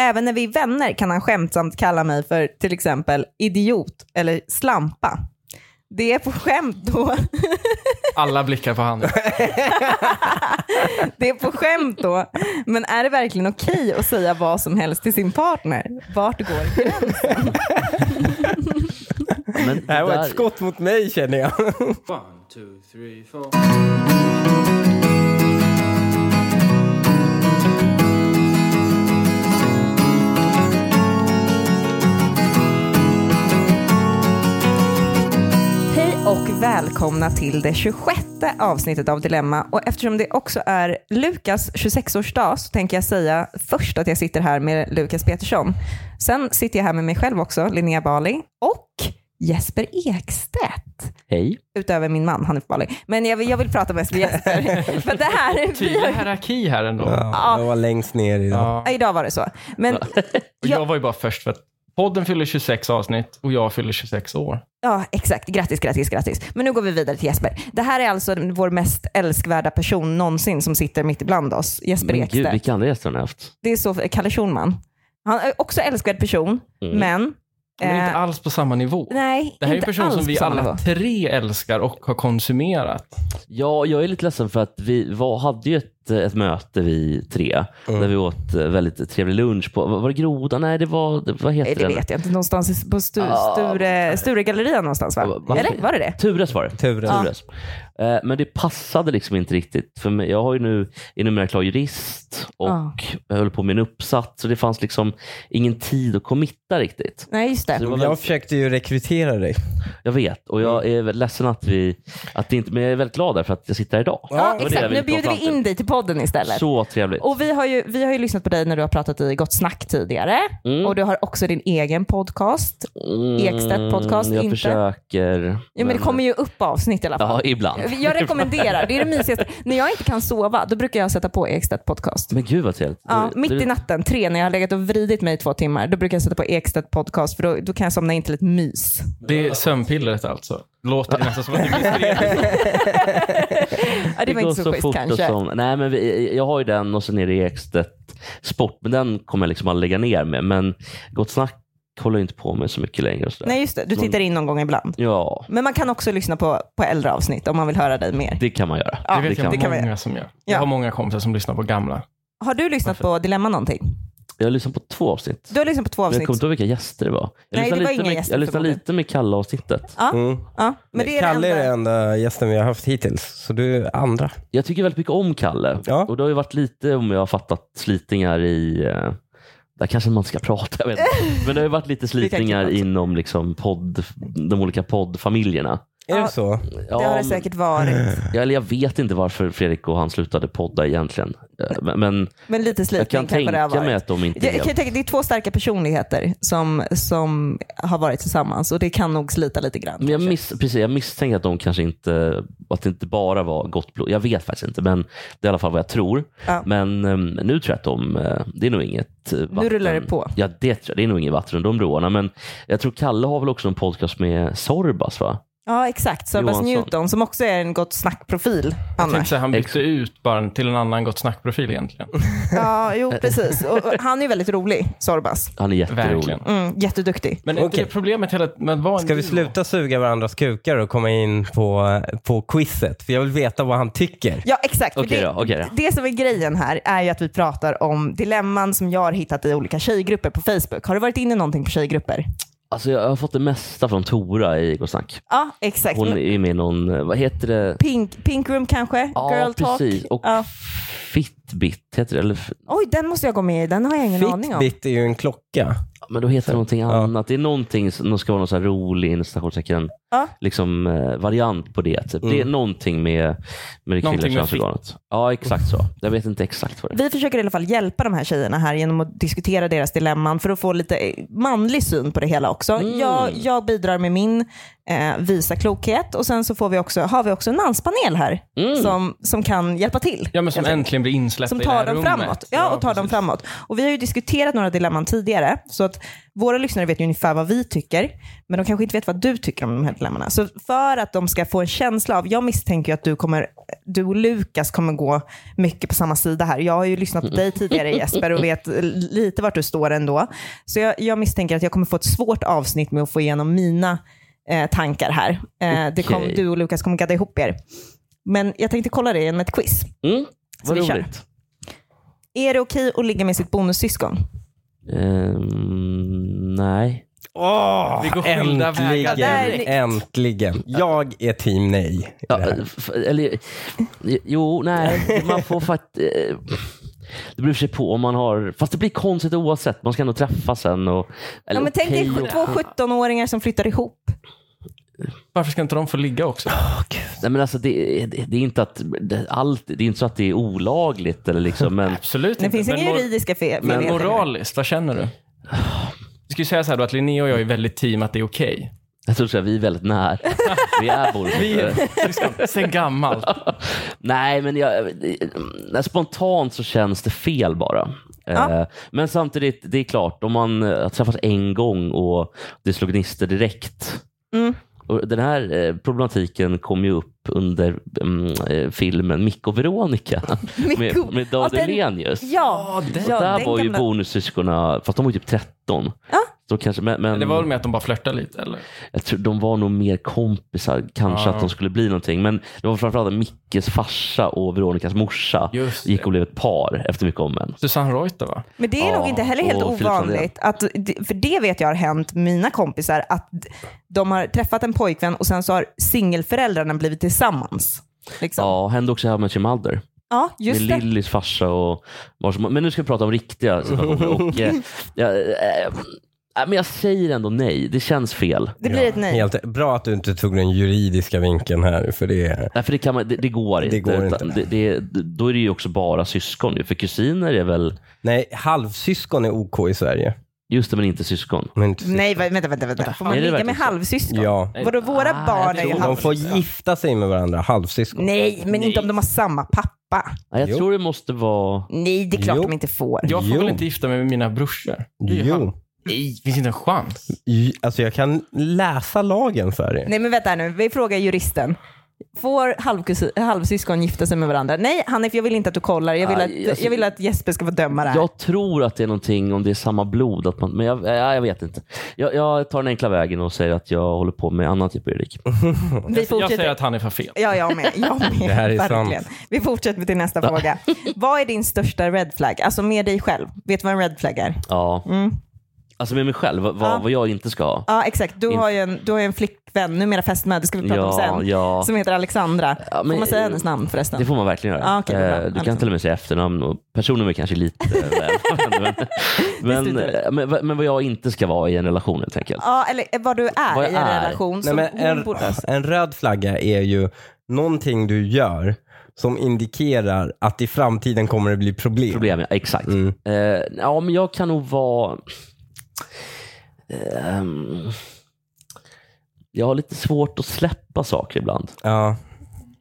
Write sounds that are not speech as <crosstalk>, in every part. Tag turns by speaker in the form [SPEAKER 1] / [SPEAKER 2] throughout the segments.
[SPEAKER 1] Även när vi är vänner kan han skämtsamt kalla mig för till exempel idiot eller slampa. Det är på skämt då.
[SPEAKER 2] Alla blickar på han.
[SPEAKER 1] Det är på skämt då. Men är det verkligen okej att säga vad som helst till sin partner? Vart går gränsen?
[SPEAKER 3] Men
[SPEAKER 4] Det här var
[SPEAKER 3] där-
[SPEAKER 4] ett skott mot mig känner jag.
[SPEAKER 5] One, two, three, four.
[SPEAKER 1] Hej och välkomna till det 26 avsnittet av Dilemma. Och eftersom det också är Lukas 26-årsdag så tänker jag säga först att jag sitter här med Lukas Petersson. Sen sitter jag här med mig själv också, Linnea Bali, och Jesper Ekstedt.
[SPEAKER 3] Hej.
[SPEAKER 1] Utöver min man Hanif Bali. Men jag vill, jag vill prata mest med
[SPEAKER 3] <laughs>
[SPEAKER 1] Jesper. För det här,
[SPEAKER 3] Typ.
[SPEAKER 1] vi
[SPEAKER 2] Tydlig
[SPEAKER 1] har,
[SPEAKER 2] hierarki här ändå.
[SPEAKER 4] <laughs> Ja, jag var längst ner idag.
[SPEAKER 2] Ja.
[SPEAKER 1] Ja, idag var det så. Men
[SPEAKER 2] Och jag var ju bara först för att podden fyller 26 avsnitt och jag fyller 26 år.
[SPEAKER 1] Ja, exakt. Grattis, grattis, grattis. Men nu går vi vidare till Jesper. Det här är alltså vår mest älskvärda person någonsin som sitter mitt ibland oss. Jesper
[SPEAKER 3] Men gud,
[SPEAKER 1] Ekstedt.
[SPEAKER 3] vilka andra gäster har ni haft?
[SPEAKER 1] Det är så, eh, Kalle Schulman. Han är också älskvärd person,
[SPEAKER 3] Mm.
[SPEAKER 1] men...
[SPEAKER 2] Men
[SPEAKER 1] eh,
[SPEAKER 2] inte alls på samma nivå.
[SPEAKER 1] nej,
[SPEAKER 2] det här är en
[SPEAKER 1] inte
[SPEAKER 2] person
[SPEAKER 1] alls
[SPEAKER 2] som vi
[SPEAKER 1] på samma nivå.
[SPEAKER 2] alla tre älskar och har konsumerat.
[SPEAKER 3] Ja, jag är lite ledsen för att vi var, hade ju ett, ett möte vi tre där vi åt eh, väldigt trevlig lunch på, var det Grodan? Nej, det var, det- vad heter
[SPEAKER 1] Nej, det
[SPEAKER 3] den?
[SPEAKER 1] vet jag inte. Någonstans i- på Stu,
[SPEAKER 3] Ah.
[SPEAKER 1] Sture, Sturegallerian någonstans va?
[SPEAKER 3] Va- va-
[SPEAKER 1] Eller var det det?
[SPEAKER 3] Tures var det.
[SPEAKER 4] Turen.
[SPEAKER 3] Tures. Eh, Men det passade liksom inte riktigt. För mig. Jag har ju nu, är numera klar jurist och
[SPEAKER 1] Ja.
[SPEAKER 3] jag höll på med en uppsats så det fanns liksom ingen tid att committa riktigt.
[SPEAKER 1] Nej, just det.
[SPEAKER 3] Så det var
[SPEAKER 4] Jag
[SPEAKER 3] väldigt,
[SPEAKER 4] försökte ju rekrytera dig.
[SPEAKER 3] jag vet och jag är väl ledsen att vi, att det inte, men jag är väldigt glad därför att jag sitter här idag.
[SPEAKER 4] det
[SPEAKER 1] Ja,
[SPEAKER 4] var det
[SPEAKER 3] jag
[SPEAKER 1] exakt.
[SPEAKER 3] ville
[SPEAKER 1] Nu
[SPEAKER 3] komma
[SPEAKER 1] bjuder
[SPEAKER 3] fram
[SPEAKER 1] vi
[SPEAKER 3] till.
[SPEAKER 1] in dig till podden istället.
[SPEAKER 3] Så trevligt.
[SPEAKER 1] Och vi har, ju, vi har ju lyssnat på dig när du har pratat i Gott Snack tidigare.
[SPEAKER 3] Mm.
[SPEAKER 1] Och du har också din egen podcast. Ekstedt podcast,
[SPEAKER 3] Mm, Jag
[SPEAKER 1] inte.
[SPEAKER 3] försöker.
[SPEAKER 1] Ja, men det kommer ju upp avsnitt i alla fall.
[SPEAKER 3] Ja, ibland.
[SPEAKER 1] Jag rekommenderar, det är det mysigaste. När jag inte kan sova, då brukar jag sätta på Ekstedt podcast.
[SPEAKER 3] Men gud vad trevligt.
[SPEAKER 1] Ja,
[SPEAKER 3] Det-
[SPEAKER 1] mitt
[SPEAKER 3] det-
[SPEAKER 1] i natten, tre, när jag har legat och vridit mig i två timmar, då brukar jag sätta på Ekstedt podcast för då, då kan jag somna in till ett mys.
[SPEAKER 2] Det är sömnpillret alltså. Låter det nästan som att det blir fred.
[SPEAKER 1] Ja, det var inte så, schysst kanske.
[SPEAKER 3] som... Nej, men vi, jag har ju den och sen är det Ekstedt Sport, men den kommer jag liksom aldrig lägga ner med. Men Gott Snack håller jag inte på med så mycket längre. Och sådär.
[SPEAKER 1] Nej, just det. Du
[SPEAKER 3] Man-
[SPEAKER 1] tittar in någon gång ibland.
[SPEAKER 3] Ja,
[SPEAKER 1] Men man kan också lyssna på, på äldre avsnitt om man vill höra dig mer.
[SPEAKER 3] det kan man göra.
[SPEAKER 1] Ja,
[SPEAKER 2] det vet
[SPEAKER 3] det
[SPEAKER 2] jag
[SPEAKER 3] kan
[SPEAKER 1] det kan man
[SPEAKER 2] många som gör.
[SPEAKER 1] Ja.
[SPEAKER 2] Jag har många kompisar som lyssnar på gamla.
[SPEAKER 1] Har du lyssnat på Dilemma någonting?
[SPEAKER 3] Jag har lyssnat på två avsnitt.
[SPEAKER 1] Du har lyssnat på två
[SPEAKER 3] Men jag
[SPEAKER 1] avsnitt.
[SPEAKER 3] kommer inte ihåg vilka gäster det var. Jag
[SPEAKER 1] Nej, det
[SPEAKER 3] lyssnade
[SPEAKER 1] var
[SPEAKER 3] lite
[SPEAKER 1] inga
[SPEAKER 3] med,
[SPEAKER 1] gäster
[SPEAKER 3] Jag lyssnade
[SPEAKER 1] förmodligen.
[SPEAKER 3] lite med Kalle-avsnittet.
[SPEAKER 4] Mm.
[SPEAKER 1] Ja, men det är
[SPEAKER 4] Kalle
[SPEAKER 1] det
[SPEAKER 4] är den
[SPEAKER 1] enda.
[SPEAKER 4] enda gästen vi har haft hittills, så du är andra.
[SPEAKER 3] Jag tycker väldigt mycket om Kalle.
[SPEAKER 4] Ja.
[SPEAKER 3] Och det har ju varit lite, om jag har fattat, slitningar i... eh, Där kanske man inte ska <laughs> prata, jag vet inte. Men det har ju varit lite slitningar
[SPEAKER 1] klippa också.
[SPEAKER 3] inom liksom podd, de olika poddfamiljerna.
[SPEAKER 4] Är
[SPEAKER 1] Ja.
[SPEAKER 4] det så?
[SPEAKER 3] Ja,
[SPEAKER 1] Det har det
[SPEAKER 3] men-
[SPEAKER 1] säkert
[SPEAKER 4] <laughs>
[SPEAKER 1] varit.
[SPEAKER 3] Ja, eller jag vet inte varför Fredrik och han slutade podda egentligen. Eh, Men, men
[SPEAKER 1] Men lite
[SPEAKER 3] jag
[SPEAKER 1] slitning
[SPEAKER 3] kan
[SPEAKER 1] kanske det
[SPEAKER 3] tänka
[SPEAKER 1] har varit.
[SPEAKER 3] mig att de inte
[SPEAKER 1] Jag, jag
[SPEAKER 3] helt...
[SPEAKER 1] kan tänka, det är två starka personligheter som, som har varit tillsammans och det kan nog slita lite grann.
[SPEAKER 3] Men jag,
[SPEAKER 1] kanske.
[SPEAKER 3] miss, precis, jag misstänker att de kanske inte, att det inte bara var gott blod. Jag vet faktiskt inte, men det är i alla fall vad jag tror.
[SPEAKER 1] Ja.
[SPEAKER 3] Men eh, nu tror jag att de, eh, det är nog inget eh, vatten.
[SPEAKER 1] rullar det på.
[SPEAKER 3] Ja, det tror jag. Det är nog inget vatten under de broarna. Men jag tror Kalle har väl också en podcast med Sorbas, va?
[SPEAKER 1] ja, exakt. Sorbas
[SPEAKER 3] Johansson.
[SPEAKER 1] Newton som också är en gott snackprofil
[SPEAKER 2] Jag tänkte
[SPEAKER 1] annars.
[SPEAKER 2] säga, han bytte ut bara till en annan Gott Snack-profil egentligen.
[SPEAKER 3] <laughs>
[SPEAKER 1] Ja, jo precis. Och, och han är ju väldigt rolig, Sorbas.
[SPEAKER 3] Han är jätterolig.
[SPEAKER 2] Verkligen.
[SPEAKER 1] Mm, jätteduktig.
[SPEAKER 2] Men är inte
[SPEAKER 4] Okej.
[SPEAKER 2] det problemet hela med att vara en
[SPEAKER 4] Ska vi
[SPEAKER 2] duo?
[SPEAKER 4] sluta suga varandras kukar och komma in på, på quizet? För jag vill veta vad han tycker.
[SPEAKER 1] Ja, exakt. För
[SPEAKER 3] Okej
[SPEAKER 1] det,
[SPEAKER 3] då, okej då.
[SPEAKER 1] det som är grejen här är ju att vi pratar om dilemman som jag har hittat i olika tjejgrupper på Facebook. Har du varit inne någonting på tjejgrupper?
[SPEAKER 3] Alltså, jag har fått det mesta från Tora i Gott Snack.
[SPEAKER 1] Ja, exakt.
[SPEAKER 3] Hon är med i någon, eh, vad heter det?
[SPEAKER 1] Pink, pink room kanske? Girl talk?
[SPEAKER 3] precis. Och
[SPEAKER 1] Ja.
[SPEAKER 3] Fitbit heter det. Eller, f-
[SPEAKER 1] Oj, den måste jag gå med i. Den har jag ingen aning om.
[SPEAKER 4] Fitbit är ju en klocka.
[SPEAKER 3] men då heter det någonting
[SPEAKER 4] Ja.
[SPEAKER 3] annat. Det är någonting som det ska vara någon så här rolig inom citationstecken,
[SPEAKER 1] Ja.
[SPEAKER 3] liksom, eh, variant på det. Typ. Det
[SPEAKER 4] Mm.
[SPEAKER 3] är någonting med, med det
[SPEAKER 2] Någonting
[SPEAKER 3] kvinnliga
[SPEAKER 2] med
[SPEAKER 3] könsorganet. Ja, exakt så. Jag vet inte exakt vad det är.
[SPEAKER 1] Alltså, Vi försöker i alla fall hjälpa de här tjejerna här genom att diskutera deras dilemman för att få lite eh, manlig syn på det hela också. Jag, jag bidrar med min eh, visa klokhet och sen så får vi också, har vi också en manspanel här som, som kan hjälpa till.
[SPEAKER 2] Ja, men som äntligen blir insläppta
[SPEAKER 1] som
[SPEAKER 2] i det
[SPEAKER 1] tar
[SPEAKER 2] här
[SPEAKER 1] dem
[SPEAKER 2] rummet.
[SPEAKER 1] framåt. Ja, och tar dem
[SPEAKER 2] precis.
[SPEAKER 1] framåt. Och vi har ju diskuterat några dilemman tidigare. Så att Våra lyssnare vet ju ungefär vad vi tycker, men de kanske inte vet vad du tycker om de här dilemman. Så för att de ska få en känsla av, jag misstänker ju att du, kommer, du och Lukas kommer gå mycket på samma sida här. Jag har ju lyssnat på dig
[SPEAKER 2] Mm.
[SPEAKER 1] tidigare Jesper och vet lite vart du står ändå. Så jag, jag misstänker att jag kommer få ett svårt avsnitt med att få igenom mina eh, tankar här. Eh, det kom,
[SPEAKER 3] Okej.
[SPEAKER 1] du och Lukas kommer gadda ihop er. Men jag tänkte kolla det genom ett quiz.
[SPEAKER 3] Mm, vad
[SPEAKER 1] vi kör.
[SPEAKER 3] roligt.
[SPEAKER 1] Är det okej att ligga med sitt bonussyskon?
[SPEAKER 3] Ehm, nej.
[SPEAKER 4] Åh,
[SPEAKER 2] Vi går skilda vägar
[SPEAKER 4] äntligen,
[SPEAKER 1] direkt.
[SPEAKER 4] äntligen. Jag är team nej. i det
[SPEAKER 3] Ja, eh,
[SPEAKER 4] här.
[SPEAKER 3] f- eller, jo, nej. Man får faktiskt... Det beror sig på om man har... Fast det blir konstigt oavsett. Man ska ändå träffas sen. Och, eller
[SPEAKER 1] Ja, men tänk dig
[SPEAKER 3] okej
[SPEAKER 1] sj- två 17-åringar som flyttar ihop.
[SPEAKER 2] Varför ska inte de få ligga också?
[SPEAKER 3] Nej, men alltså, det, det, det är inte att det, allt, det är inte så att det är olagligt eller
[SPEAKER 1] <laughs>
[SPEAKER 3] liksom, men
[SPEAKER 2] Absolut
[SPEAKER 1] Det
[SPEAKER 2] inte.
[SPEAKER 1] finns inga
[SPEAKER 2] mor-
[SPEAKER 1] juridiska fe- fel.
[SPEAKER 2] men
[SPEAKER 1] helt enkelt.
[SPEAKER 2] moraliskt, vad känner du? Jag skulle säga så här då att Linnea och jag är väldigt team att det är okej.
[SPEAKER 3] jag tror så här, vi är
[SPEAKER 1] <laughs>
[SPEAKER 3] väldigt nära. Vi är bonussyskon.
[SPEAKER 2] Liksom, <laughs> sen gammalt.
[SPEAKER 3] Nej, men jag, det- eh, spontant så känns det fel bara.
[SPEAKER 1] Ja.
[SPEAKER 3] Eh, Men samtidigt, det är klart, om man eh, har träffats en gång och det slog gnistor direkt.
[SPEAKER 1] Mm. <laughs>
[SPEAKER 3] Och den här eh, problematiken kom ju upp under mm, eh, filmen Micke och Veronica
[SPEAKER 1] <laughs> Mikko-
[SPEAKER 3] med, med David
[SPEAKER 1] Ja, Alltså, den-
[SPEAKER 3] Hellenius.
[SPEAKER 1] Ja,
[SPEAKER 2] den-
[SPEAKER 1] ja,
[SPEAKER 3] Och där
[SPEAKER 1] den
[SPEAKER 3] var ju
[SPEAKER 1] gamla-
[SPEAKER 3] bonussyskonen, fast de var ju typ 13.
[SPEAKER 1] Ja.
[SPEAKER 3] Så kanske, men, men
[SPEAKER 2] Det var väl med att de bara flörtade lite eller?
[SPEAKER 3] jag tror de var nog mer kompisar, kanske
[SPEAKER 2] Ja.
[SPEAKER 3] att de skulle bli någonting. Men det var framförallt Mickes farsa och Veronicas morsa
[SPEAKER 2] Just
[SPEAKER 3] gick
[SPEAKER 2] det.
[SPEAKER 3] och blev ett par efter mycket om men.
[SPEAKER 2] Susanne Reuter va?
[SPEAKER 1] Men det är
[SPEAKER 3] Ja,
[SPEAKER 1] nog inte heller helt
[SPEAKER 3] och Filip Sandén.
[SPEAKER 1] ovanligt. Att, för det vet jag har hänt mina kompisar, att de har träffat en pojkvän och sen så har singelföräldrarna blivit tillsammans. Liksom. Ja.
[SPEAKER 3] Ja, hände också här med Jim Mulder. Med
[SPEAKER 1] just det.
[SPEAKER 3] Lillys farsa och vars, Men nu ska vi prata om riktiga situationer.
[SPEAKER 4] <laughs>
[SPEAKER 3] och, eh, jag, eh, eh, men jag säger ändå nej, det känns fel.
[SPEAKER 1] Det blir ett nej.
[SPEAKER 4] Helt, bra att du inte tog den juridiska vinkeln här, för det är...
[SPEAKER 3] Nej, för det, kan man, det, det går
[SPEAKER 4] Det
[SPEAKER 3] inte.
[SPEAKER 4] går inte.
[SPEAKER 3] utan Det, det, då är det ju också bara syskon. ju, För kusiner är väl,
[SPEAKER 4] Nej, halvsyskon är OK i Sverige.
[SPEAKER 3] just det men inte syskon.
[SPEAKER 4] Men inte
[SPEAKER 1] Nej, vä- vänta, vänta, vänta. Får man
[SPEAKER 3] Är det
[SPEAKER 1] ligga med
[SPEAKER 3] verkligen så?
[SPEAKER 1] halvsyskon?
[SPEAKER 4] Ja.
[SPEAKER 1] Vadå, våra
[SPEAKER 3] Ah,
[SPEAKER 1] barn är
[SPEAKER 3] jag
[SPEAKER 1] ju
[SPEAKER 3] tror-
[SPEAKER 4] De får
[SPEAKER 1] halvsyskon.
[SPEAKER 4] gifta sig med varandra, halvsyskon.
[SPEAKER 1] Nej, men inte om de har samma pappa.
[SPEAKER 3] Nej, jag
[SPEAKER 4] Jo.
[SPEAKER 3] tror det måste vara...
[SPEAKER 1] Nej, det är klart
[SPEAKER 4] Jo.
[SPEAKER 1] de inte får.
[SPEAKER 2] Jag får
[SPEAKER 4] Jo.
[SPEAKER 2] väl inte gifta mig med mina brorsor? Det är ju han.
[SPEAKER 4] Jo.
[SPEAKER 2] Nej, det finns inte en chans.
[SPEAKER 4] I- Alltså jag kan läsa lagen för er.
[SPEAKER 1] Nej, men vänta här nu. Vi frågar juristen. Får halvkusi- halvsyskon gifta sig med varandra? Nej, Hanif, jag vill inte att du kollar. Jag vill,
[SPEAKER 3] Aj,
[SPEAKER 1] att,
[SPEAKER 3] alltså-
[SPEAKER 1] jag vill att Jesper ska få döma det här.
[SPEAKER 3] Jag tror att det är någonting om det är samma blod, att man, men jag, jag, jag vet inte. Jag, jag tar den enkla vägen och säger att jag håller på med annan typ av juridik.
[SPEAKER 1] Mm. Vi
[SPEAKER 2] Jag
[SPEAKER 1] fortsätter.
[SPEAKER 2] säger att han är för fel.
[SPEAKER 1] Ja, jag med.
[SPEAKER 3] <laughs>
[SPEAKER 1] Jag med.
[SPEAKER 4] Det här är sant.
[SPEAKER 1] Verkligen. Vi fortsätter till nästa fråga. Vad är din största red flag? Alltså med dig själv. Vet du vad en red flag är?
[SPEAKER 3] Ja. Alltså med mig själv, vad,
[SPEAKER 1] Mm. Ja.
[SPEAKER 3] vad jag inte ska ha.
[SPEAKER 1] Ja, exakt. Du
[SPEAKER 3] In-
[SPEAKER 1] har ju en, du har ju en flickvän, numera fästmö, det ska vi prata om
[SPEAKER 3] Ja,
[SPEAKER 1] sen,
[SPEAKER 3] ja.
[SPEAKER 1] som heter Alexandra.
[SPEAKER 3] Ja, men-
[SPEAKER 1] får man säga hennes namn förresten?
[SPEAKER 3] Det får man verkligen göra.
[SPEAKER 1] Ja, okej, vad bra.
[SPEAKER 3] Eh, du
[SPEAKER 1] Alltså.
[SPEAKER 3] kan till och med säga efternamn och personnummer kanske lite
[SPEAKER 1] <laughs>
[SPEAKER 3] eh, väl. men, men,
[SPEAKER 1] Visst är det.
[SPEAKER 3] eh, men, vad- men vad jag inte ska vara i en relation helt enkelt.
[SPEAKER 1] Ja, eller vad du är
[SPEAKER 3] Vad jag
[SPEAKER 1] i en
[SPEAKER 3] är.
[SPEAKER 1] relation.
[SPEAKER 4] Nej,
[SPEAKER 1] som
[SPEAKER 4] men
[SPEAKER 1] hon
[SPEAKER 4] en,
[SPEAKER 1] borde-
[SPEAKER 4] en röd flagga är ju någonting du gör som indikerar att i framtiden kommer det bli problem.
[SPEAKER 3] Problem, ja. Exakt.
[SPEAKER 4] Mm.
[SPEAKER 3] Eh, ja, men jag kan nog vara... Ehm, jag har lite svårt att släppa saker ibland.
[SPEAKER 4] Ja.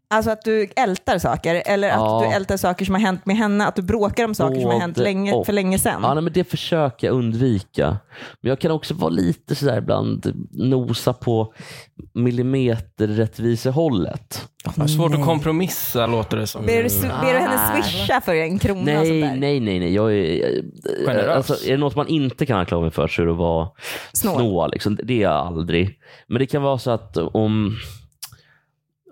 [SPEAKER 1] Alltså att du ältar saker, eller att
[SPEAKER 3] Ja.
[SPEAKER 1] du ältar saker som har hänt med henne, att du bråkar om saker som har hänt
[SPEAKER 3] Både
[SPEAKER 1] länge,
[SPEAKER 3] och.
[SPEAKER 1] för länge sedan.
[SPEAKER 3] Ja, nej, men det försöker jag undvika. Men jag kan också vara lite sådär ibland, nosa på millimeterrättvisehållet.
[SPEAKER 2] Det är svårt att kompromissa låter det som.
[SPEAKER 1] Ber, du, ber du henne swisha för en krona? och
[SPEAKER 3] Nej,
[SPEAKER 1] sånt där?
[SPEAKER 3] nej, nej, nej. Jag är, eh,
[SPEAKER 2] Generös.
[SPEAKER 3] alltså, är det något man inte kan anklaga mig för så är det att vara
[SPEAKER 1] Snål.
[SPEAKER 3] snål. liksom. Det är jag aldrig. Men det kan vara så att om,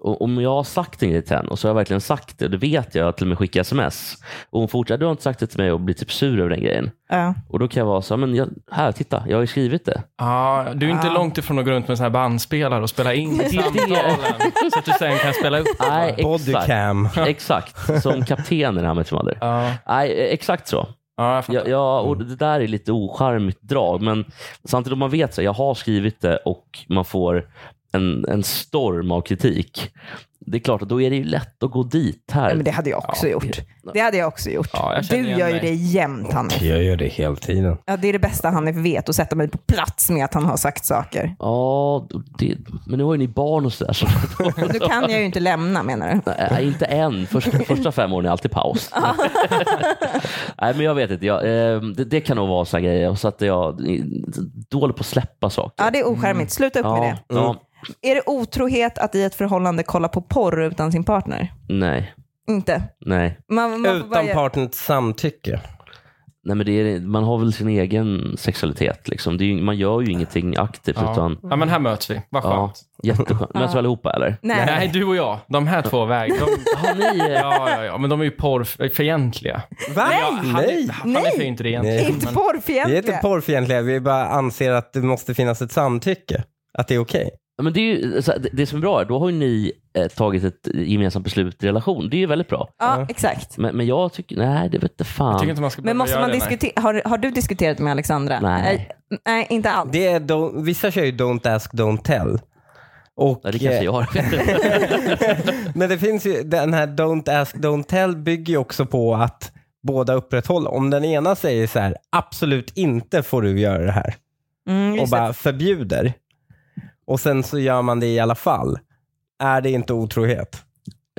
[SPEAKER 3] om jag har sagt en grej till henne och så har jag verkligen sagt det, då vet jag att till och med skicka sms. Och hon fortsätter, du har inte sagt det till mig och blir typ sur över den grejen.
[SPEAKER 1] Ja.
[SPEAKER 3] Och då kan jag vara så här, men jag, här, titta, jag har ju skrivit det.
[SPEAKER 2] Ja, du är inte
[SPEAKER 1] Ah.
[SPEAKER 2] långt ifrån att gå runt med en sån här bandspelare och spela in samtalen så att du sen kan spela upp. det.
[SPEAKER 3] Nej, exakt.
[SPEAKER 4] Bodycam.
[SPEAKER 3] Exakt, som kaptenen i Hammets Mother.
[SPEAKER 2] Ja,
[SPEAKER 3] Nej, eh, exakt så.
[SPEAKER 2] ja, jag
[SPEAKER 3] Ja,
[SPEAKER 2] fattar.
[SPEAKER 3] ja, och det där är lite ocharmigt drag, men samtidigt om man vet att jag har skrivit det och man får en, en storm av kritik, det är klart att då är det ju lätt att gå dit här.
[SPEAKER 1] Nej, men det hade jag också
[SPEAKER 3] Ja.
[SPEAKER 1] gjort. Det hade jag också gjort.
[SPEAKER 2] Ja, jag känner
[SPEAKER 1] du
[SPEAKER 2] igen
[SPEAKER 1] gör ju
[SPEAKER 2] mig.
[SPEAKER 1] det jämt Hanif.
[SPEAKER 4] Jag gör det hela tiden.
[SPEAKER 1] Ja, det är det bästa Hanif vet, att sätta mig på plats med att han har sagt saker.
[SPEAKER 3] Ja, det, men nu har ju ni barn och sådär. Så, <laughs>
[SPEAKER 1] Och nu kan jag ju inte lämna menar du?
[SPEAKER 3] nej, inte än. Första, första fem åren är
[SPEAKER 1] <laughs>
[SPEAKER 3] alltid paus. nej, men jag vet inte. Jag, eh, det, det kan nog vara sådana grejer. Så att jag är dålig på att släppa saker.
[SPEAKER 1] Ja, det är ocharmigt. Sluta upp med det.
[SPEAKER 3] ja,
[SPEAKER 1] Är det otrohet att i ett förhållande kolla på porr utan sin partner?
[SPEAKER 3] nej,
[SPEAKER 1] Inte.
[SPEAKER 3] nej.
[SPEAKER 1] Man, man får bara
[SPEAKER 4] Utan
[SPEAKER 1] göra-
[SPEAKER 4] partnerns samtycke.
[SPEAKER 3] Nej, men det är, man har väl sin egen sexualitet. Liksom. Det är, ju- man gör ju ingenting aktivt.
[SPEAKER 2] Ja.
[SPEAKER 3] Utan,
[SPEAKER 2] ja, men här möts vi. Vad
[SPEAKER 3] ja,
[SPEAKER 2] skönt.
[SPEAKER 3] jätteskönt. Möts vi allihopa eller?
[SPEAKER 1] Nej.
[SPEAKER 2] Nej, du och jag. De här två väg. De,
[SPEAKER 3] Har ni, eh,
[SPEAKER 2] ja, ja, ja, men de är ju porrfientliga.
[SPEAKER 4] Va? Nej!
[SPEAKER 2] Han är för inte det egentligen.
[SPEAKER 4] Nej.
[SPEAKER 1] Inte
[SPEAKER 2] men-
[SPEAKER 4] Vi är
[SPEAKER 1] porrfientliga.
[SPEAKER 4] inte porrfientliga, vi bara anser att det måste finnas ett samtycke. Att det är okej.
[SPEAKER 3] men det, är ju, så här, det- det som är bra är, då har ju ni eh, tagit ett gemensamt beslut i relation. Det är ju väldigt bra.
[SPEAKER 1] ja, exakt.
[SPEAKER 3] Men, men jag tycker, nej det vete
[SPEAKER 2] Jag
[SPEAKER 3] fan.
[SPEAKER 2] tycker inte man ska
[SPEAKER 1] Men
[SPEAKER 2] behöva
[SPEAKER 1] måste
[SPEAKER 2] göra
[SPEAKER 1] man
[SPEAKER 2] det, nej.
[SPEAKER 1] diskutera, har, har du diskuterat med Alexandra? Eh,
[SPEAKER 3] Nej.
[SPEAKER 1] Nej, inte alls.
[SPEAKER 4] Det är don- vissa kör ju don't ask, don't tell. Och,
[SPEAKER 3] Ja, det kanske
[SPEAKER 4] eh,
[SPEAKER 3] jag har.
[SPEAKER 4] <laughs> Men det finns ju, den här don't ask, don't tell bygger ju också på att båda upprätthåller. Om den ena säger så här, absolut inte får du göra det här.
[SPEAKER 1] Mm,
[SPEAKER 4] Och
[SPEAKER 1] just det.
[SPEAKER 4] bara förbjuder. Och sen så gör man det i alla fall. Är det inte otrohet?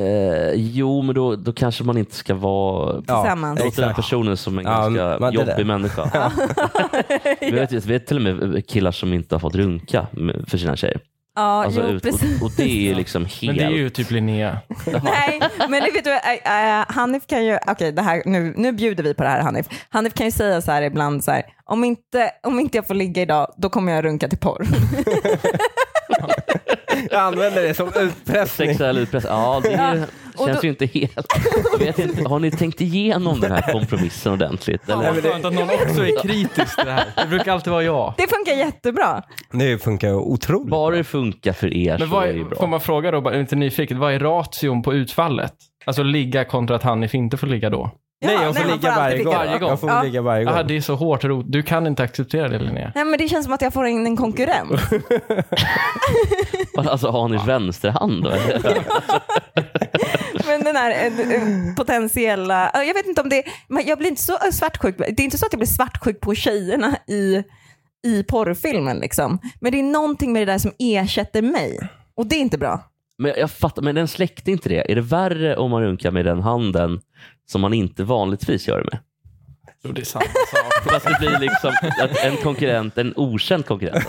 [SPEAKER 3] eh, jo, men då, då kanske man inte ska vara...
[SPEAKER 1] Tillsammans.
[SPEAKER 4] Ja,
[SPEAKER 3] Låter den
[SPEAKER 4] exakt.
[SPEAKER 3] personen som en
[SPEAKER 4] Ja,
[SPEAKER 3] ganska
[SPEAKER 4] men det
[SPEAKER 3] jobbig
[SPEAKER 4] där.
[SPEAKER 3] människa. Vi vet, vi vet till och med killar som inte har fått runka med- för sina tjejer.
[SPEAKER 1] ja,
[SPEAKER 3] Alltså,
[SPEAKER 1] jo,
[SPEAKER 3] ut-
[SPEAKER 1] precis.
[SPEAKER 3] och, och det är ju
[SPEAKER 2] <laughs>
[SPEAKER 3] liksom
[SPEAKER 2] Men
[SPEAKER 3] helt...
[SPEAKER 2] det är ju typ Linnea.
[SPEAKER 1] <laughs> Nej, men det vet du, äh, äh, Hanif kan ju, okej det här, nu, nu bjuder vi på det här Hanif. Hanif kan ju säga så här ibland så här, om inte, om inte jag får ligga idag, då kommer jag runka till porr. <laughs>
[SPEAKER 4] Jag använder det som utpressning.
[SPEAKER 3] Sexuell utpressning. Ja, det
[SPEAKER 1] Ja, och
[SPEAKER 3] känns
[SPEAKER 1] då-
[SPEAKER 3] ju inte helt... Jag vet inte, har ni tänkt igenom den här kompromissen ordentligt? Eller?
[SPEAKER 2] Vad skönt att någon <laughs> också är kritisk till det här. Det brukar alltid vara jag.
[SPEAKER 1] Det funkar jättebra.
[SPEAKER 4] Nu funkar jag otroligt.
[SPEAKER 3] Bara det funkar för er
[SPEAKER 2] Men
[SPEAKER 3] så
[SPEAKER 2] vad
[SPEAKER 3] är det ju
[SPEAKER 2] är, får
[SPEAKER 3] bra.
[SPEAKER 2] man fråga då, bara inte nyfiket, vad är ration på utfallet? Alltså ligga kontra att Hanif inte får ligga då.
[SPEAKER 4] nej,
[SPEAKER 1] Ja,
[SPEAKER 4] jag får
[SPEAKER 1] nej, man
[SPEAKER 4] ligga
[SPEAKER 1] får alltid
[SPEAKER 4] varje
[SPEAKER 1] ligga
[SPEAKER 4] gång.
[SPEAKER 2] varje gång.
[SPEAKER 4] Jag får
[SPEAKER 1] Ja.
[SPEAKER 4] ligga varje gång.
[SPEAKER 2] Ah, det är så hårt rot. Du kan inte acceptera det Linnea.
[SPEAKER 1] Nej men det känns som att jag får in en konkurrent.
[SPEAKER 3] Alltså Hanis vänsterhand då? <laughs>
[SPEAKER 1] Men den här eh, eh, potentiella, eh, jag vet inte om det, men jag blir inte så eh, svartsjuk, det är inte så att jag blir svartsjuk på tjejerna i, i porrfilmen liksom. Men det är någonting med det där som ersätter mig. Och det är inte bra.
[SPEAKER 3] Men jag fattar, men den släckte inte det. Är det värre om man runkar med den handen som man inte vanligtvis gör det med?
[SPEAKER 2] Jo, det är samma
[SPEAKER 3] <laughs>
[SPEAKER 2] sak.
[SPEAKER 3] Fast det blir liksom att en konkurrent, en okänd konkurrent.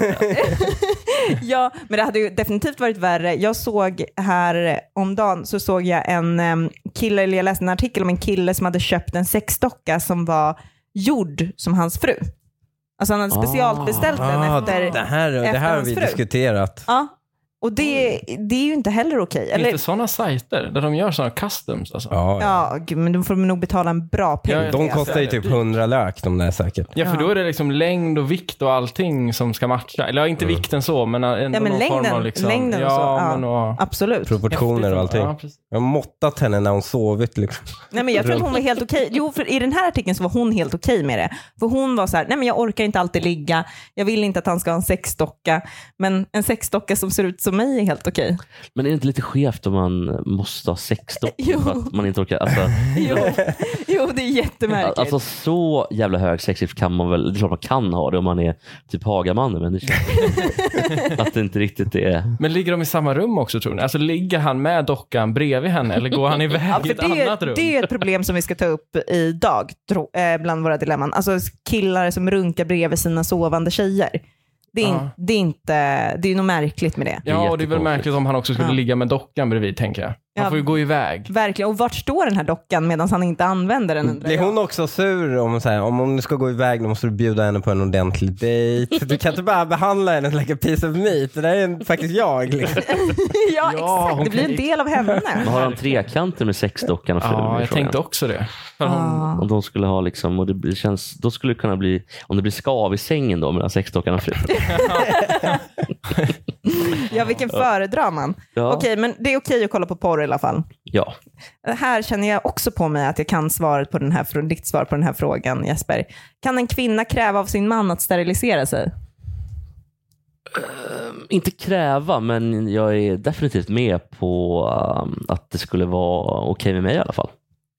[SPEAKER 1] Ja, men det hade ju definitivt varit värre. Jag såg här eh, om dagen så såg jag en em, kille, eller jag läste en artikel om en kille som hade köpt en sexdocka som var gjord som hans fru. Alltså han hade
[SPEAKER 3] Ah.
[SPEAKER 1] specialbeställt den
[SPEAKER 4] Ah,
[SPEAKER 1] efter...
[SPEAKER 4] det här, det
[SPEAKER 1] efter
[SPEAKER 4] här har
[SPEAKER 1] hans
[SPEAKER 4] vi
[SPEAKER 1] fru.
[SPEAKER 4] diskuterat.
[SPEAKER 1] Ja, och det, det är ju inte heller okej.
[SPEAKER 2] Finns
[SPEAKER 1] Eller,
[SPEAKER 2] det sådana sajter där de gör sådana customs? Alltså? Ja.
[SPEAKER 4] Ja,
[SPEAKER 1] ja, gud, men då får de nog betala en bra peng.
[SPEAKER 2] Ja,
[SPEAKER 1] för
[SPEAKER 4] De
[SPEAKER 1] det, alltså.
[SPEAKER 4] kostar ju typ 100 lök de där säkert.
[SPEAKER 2] för då är det liksom längd och vikt och allting som ska matcha. Eller ja, inte
[SPEAKER 3] Mm.
[SPEAKER 2] vikten så, men ändå
[SPEAKER 1] Ja, men
[SPEAKER 2] någon form
[SPEAKER 1] längden,
[SPEAKER 2] av liksom...
[SPEAKER 1] längden och så.
[SPEAKER 2] ja,
[SPEAKER 1] Ja,
[SPEAKER 2] Men, och,
[SPEAKER 1] Absolut.
[SPEAKER 4] Proportioner och allting.
[SPEAKER 2] Ja, precis.
[SPEAKER 4] Jag har måttat henne när hon sovit liksom.
[SPEAKER 1] Nej, men jag tror att hon var helt okej. Jo, för i den här artikeln så var hon helt okej med det. För hon var så här, nej men jag orkar inte alltid ligga, jag vill inte att han ska ha en sexdocka, men en sexdocka som ser ut som mig är helt
[SPEAKER 2] <laughs>
[SPEAKER 1] okej.
[SPEAKER 3] Men är det inte lite skevt om man måste ha sex då?
[SPEAKER 1] Jo.
[SPEAKER 3] För att man inte orkar, alltså,
[SPEAKER 1] Jo, <laughs> jo, det är jättemärkligt.
[SPEAKER 3] alltså så jävla hög sexdrift kan man väl, det är klart man kan ha det om man är typ Hagamannen, men det
[SPEAKER 2] <laughs>
[SPEAKER 3] känns att det inte riktigt är...
[SPEAKER 2] men ligger de i samma rum också tror ni? Alltså ligger han med dockan bredvid henne eller går
[SPEAKER 1] <laughs>
[SPEAKER 2] han iväg
[SPEAKER 1] Ja,
[SPEAKER 2] i
[SPEAKER 1] för
[SPEAKER 2] ett annat
[SPEAKER 1] det,
[SPEAKER 2] rum?
[SPEAKER 1] det är ett problem som vi ska ta upp idag, tro, eh, bland våra dilemman. Alltså killar som runkar bredvid sina sovande tjejer. Det är, in,
[SPEAKER 2] Ja.
[SPEAKER 1] det är, inte, det är något märkligt med det.
[SPEAKER 3] är
[SPEAKER 2] Ja, och det är väl
[SPEAKER 3] jättekonstigt.
[SPEAKER 2] märkligt om han också skulle
[SPEAKER 1] Ja.
[SPEAKER 2] ligga med dockan bredvid, tänker jag. Han
[SPEAKER 1] Ja.
[SPEAKER 2] får ju gå iväg.
[SPEAKER 1] Verkligen. Och vart står den här dockan medan han inte använder den? undrar
[SPEAKER 4] Blir
[SPEAKER 1] jag.
[SPEAKER 4] hon också sur om, så här, om hon ska gå iväg då måste du bjuda henne på en ordentlig dejt. Du kan inte bara behandla henne like a piece of meat. Det där är en- faktiskt jag. Liksom.
[SPEAKER 1] <laughs> ja,
[SPEAKER 2] Ja,
[SPEAKER 1] exakt.
[SPEAKER 2] hon
[SPEAKER 1] Det blir en
[SPEAKER 2] kan-
[SPEAKER 1] del av henne.
[SPEAKER 3] <laughs> Men har han trekanter med sexdockan och frun?
[SPEAKER 2] Ja,
[SPEAKER 3] är
[SPEAKER 2] jag
[SPEAKER 3] frågan.
[SPEAKER 2] tänkte
[SPEAKER 1] <laughs>
[SPEAKER 2] också det. För hon,
[SPEAKER 1] Ah.
[SPEAKER 3] Om de skulle ha liksom, och det blir- känns, då skulle det kunna bli, om det blir skav i sängen då mellan sexdockan
[SPEAKER 2] <laughs>
[SPEAKER 3] och frun.
[SPEAKER 1] Ja, vilken föredrar man?
[SPEAKER 3] Ja.
[SPEAKER 1] Okej, men det är okej att kolla på porr i alla fall.
[SPEAKER 3] Ja.
[SPEAKER 1] Här känner jag också på mig att jag kan svaret på den här, frå- ditt svar på den här frågan, Jesper. Kan en kvinna kräva av sin man att sterilisera sig?
[SPEAKER 3] inte kräva, men jag är definitivt med på um, att det skulle vara okej med mig i alla fall.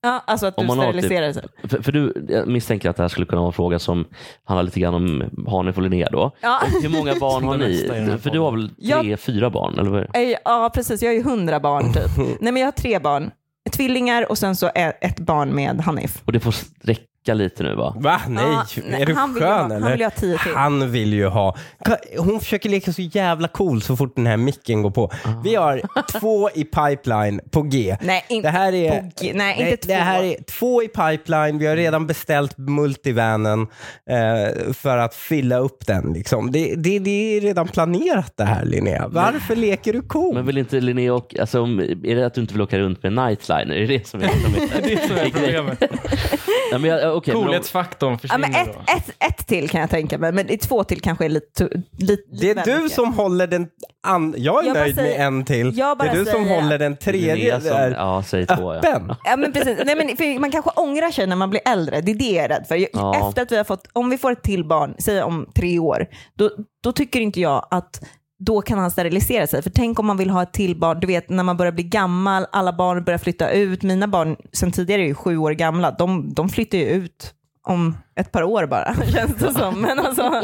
[SPEAKER 1] Ja, alltså att du
[SPEAKER 3] Om man har typ-
[SPEAKER 1] steriliserar sig.
[SPEAKER 3] För, för du jag misstänker att det här skulle kunna vara en fråga som handlar lite grann om Hanif och Linnea då.
[SPEAKER 1] Ja.
[SPEAKER 3] Hur många barn har
[SPEAKER 2] Det mesta i den
[SPEAKER 3] ni?
[SPEAKER 2] här
[SPEAKER 3] För du har väl tre,
[SPEAKER 1] Ja.
[SPEAKER 3] fyra barn? Eller vad är det?
[SPEAKER 1] Eh, Ja, precis. Jag har ju hundra barn typ. Nej, men jag har tre barn. Tvillingar och sen så e- ett barn med Hanif.
[SPEAKER 3] Och det får räcka lite nu va?
[SPEAKER 4] Va? Nej,
[SPEAKER 1] Ja, nej,
[SPEAKER 4] är du
[SPEAKER 1] han vill ju ha-
[SPEAKER 4] skön
[SPEAKER 1] han
[SPEAKER 4] eller?
[SPEAKER 1] vill ju ha tio till.
[SPEAKER 4] Han vill ju ha. Ka- Hon försöker leka så jävla cool så fort den här micken går på. Vi har två i pipeline på G.
[SPEAKER 1] Nej, inte
[SPEAKER 4] det här är,
[SPEAKER 1] på G. Nej, inte två.
[SPEAKER 4] Det här är två i pipeline. Vi har redan beställt multivanen eh, för att fylla upp den. Liksom. Det, det, det är redan planerat det här Linnea. Varför leker du cool?
[SPEAKER 3] Men vill inte Linnea och, alltså, om, är det att du inte vill åka runt med en nightliner? Är det det som är,
[SPEAKER 2] <laughs>
[SPEAKER 3] som är,
[SPEAKER 2] Det är som är problemet.
[SPEAKER 3] ja, men jag, okay, men om,
[SPEAKER 2] Coolhetsfaktorn
[SPEAKER 1] Ja,
[SPEAKER 2] försvinner
[SPEAKER 1] men ett,
[SPEAKER 2] då.
[SPEAKER 1] ett, ett till kan jag tänka mig, men i två till kanske är lite... lite
[SPEAKER 4] det
[SPEAKER 1] lite
[SPEAKER 4] är
[SPEAKER 1] väl
[SPEAKER 4] du
[SPEAKER 1] mycket.
[SPEAKER 4] som håller den... An- jag är
[SPEAKER 1] Jag bara
[SPEAKER 4] nöjd
[SPEAKER 1] säger-
[SPEAKER 4] med en till.
[SPEAKER 1] jag
[SPEAKER 4] Det
[SPEAKER 1] bara
[SPEAKER 4] är du som
[SPEAKER 1] säger-
[SPEAKER 4] håller den tredje
[SPEAKER 3] Linnea som,
[SPEAKER 4] där
[SPEAKER 3] ja, säg två, ja.
[SPEAKER 4] öppen.
[SPEAKER 1] Ja, men precis. Nej, men för man kanske ångrar sig när man blir äldre. Det är det jag är rädd för. Jag-
[SPEAKER 3] Ja.
[SPEAKER 1] Efter att vi har fått, om vi får ett till barn, säg om tre år, då, då tycker inte jag att då kan han sterilisera sig. För tänk om man vill ha ett till barn, du vet när man börjar bli gammal, alla barn börjar flytta ut. Mina barn sen tidigare är ju sju år gamla, de, de flyttar ju ut om ett par år bara, <laughs> känns det som. Men, alltså,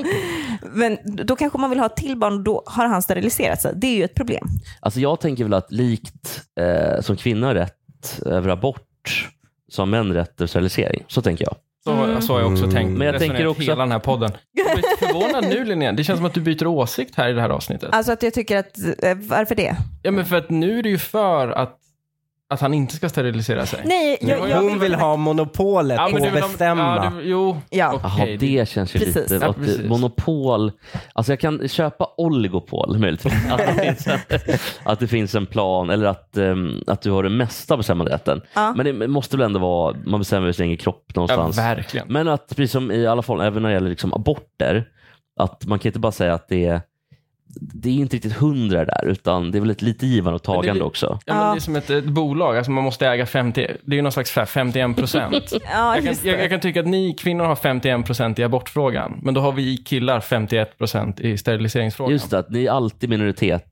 [SPEAKER 1] men då kanske man vill ha ett till barn och då har han steriliserat sig. Det är ju ett problem.
[SPEAKER 3] Alltså jag tänker väl att likt eh, som kvinnor har rätt över abort, så har män rätt över sterilisering. Så tänker jag.
[SPEAKER 2] Så, så har jag också tänkt.
[SPEAKER 3] Mm. Men jag
[SPEAKER 2] resonerat
[SPEAKER 3] tänker också-
[SPEAKER 2] hela den här podden. Jag blir lite förvånad nu Linnea. Det känns som att du byter åsikt här i det här avsnittet.
[SPEAKER 1] Alltså att jag tycker att, eh, varför det?
[SPEAKER 2] Ja, men för att nu är det ju för att, att han inte ska sterilisera sig.
[SPEAKER 1] Nej, jag, jag
[SPEAKER 4] Hon vill ha monopolet
[SPEAKER 2] Ja, men
[SPEAKER 4] på
[SPEAKER 2] du
[SPEAKER 4] att
[SPEAKER 2] vill ha-
[SPEAKER 4] bestämma.
[SPEAKER 2] Ja, du, jo,
[SPEAKER 1] Ja.
[SPEAKER 3] Jaha,
[SPEAKER 2] okej.
[SPEAKER 3] det känns ju
[SPEAKER 1] Precis.
[SPEAKER 3] lite...
[SPEAKER 2] Ja,
[SPEAKER 3] åt-
[SPEAKER 2] precis.
[SPEAKER 3] monopol. Alltså jag kan köpa
[SPEAKER 2] <laughs>
[SPEAKER 3] oligopol möjligtvis. Att det finns en, att det finns en plan eller att, ehm, att du har det mesta av bestämmanderätten.
[SPEAKER 1] Ja.
[SPEAKER 3] Men det måste väl ändå vara, man bestämmer ju sin egen kropp
[SPEAKER 2] Ja,
[SPEAKER 3] någonstans.
[SPEAKER 2] verkligen.
[SPEAKER 3] Men att precis som i alla fall, även när det gäller liksom aborter, att man kan inte bara säga att det är det är inte riktigt hundra där, utan det är väl ett lite givande och
[SPEAKER 2] det är
[SPEAKER 3] tagande
[SPEAKER 2] li-
[SPEAKER 3] också.
[SPEAKER 2] Ja, men
[SPEAKER 1] Ja.
[SPEAKER 2] det är som ett, ett bolag, alltså man måste äga 50, det är ju någon slags så här 51 procent.
[SPEAKER 1] <laughs> Ja,
[SPEAKER 2] Jag kan,
[SPEAKER 1] just
[SPEAKER 2] jag,
[SPEAKER 1] det.
[SPEAKER 2] jag kan tycka att ni kvinnor har 51 procent i abortfrågan, men då har vi killar 51 procent i steriliseringsfrågan.
[SPEAKER 3] Just det, att ni är alltid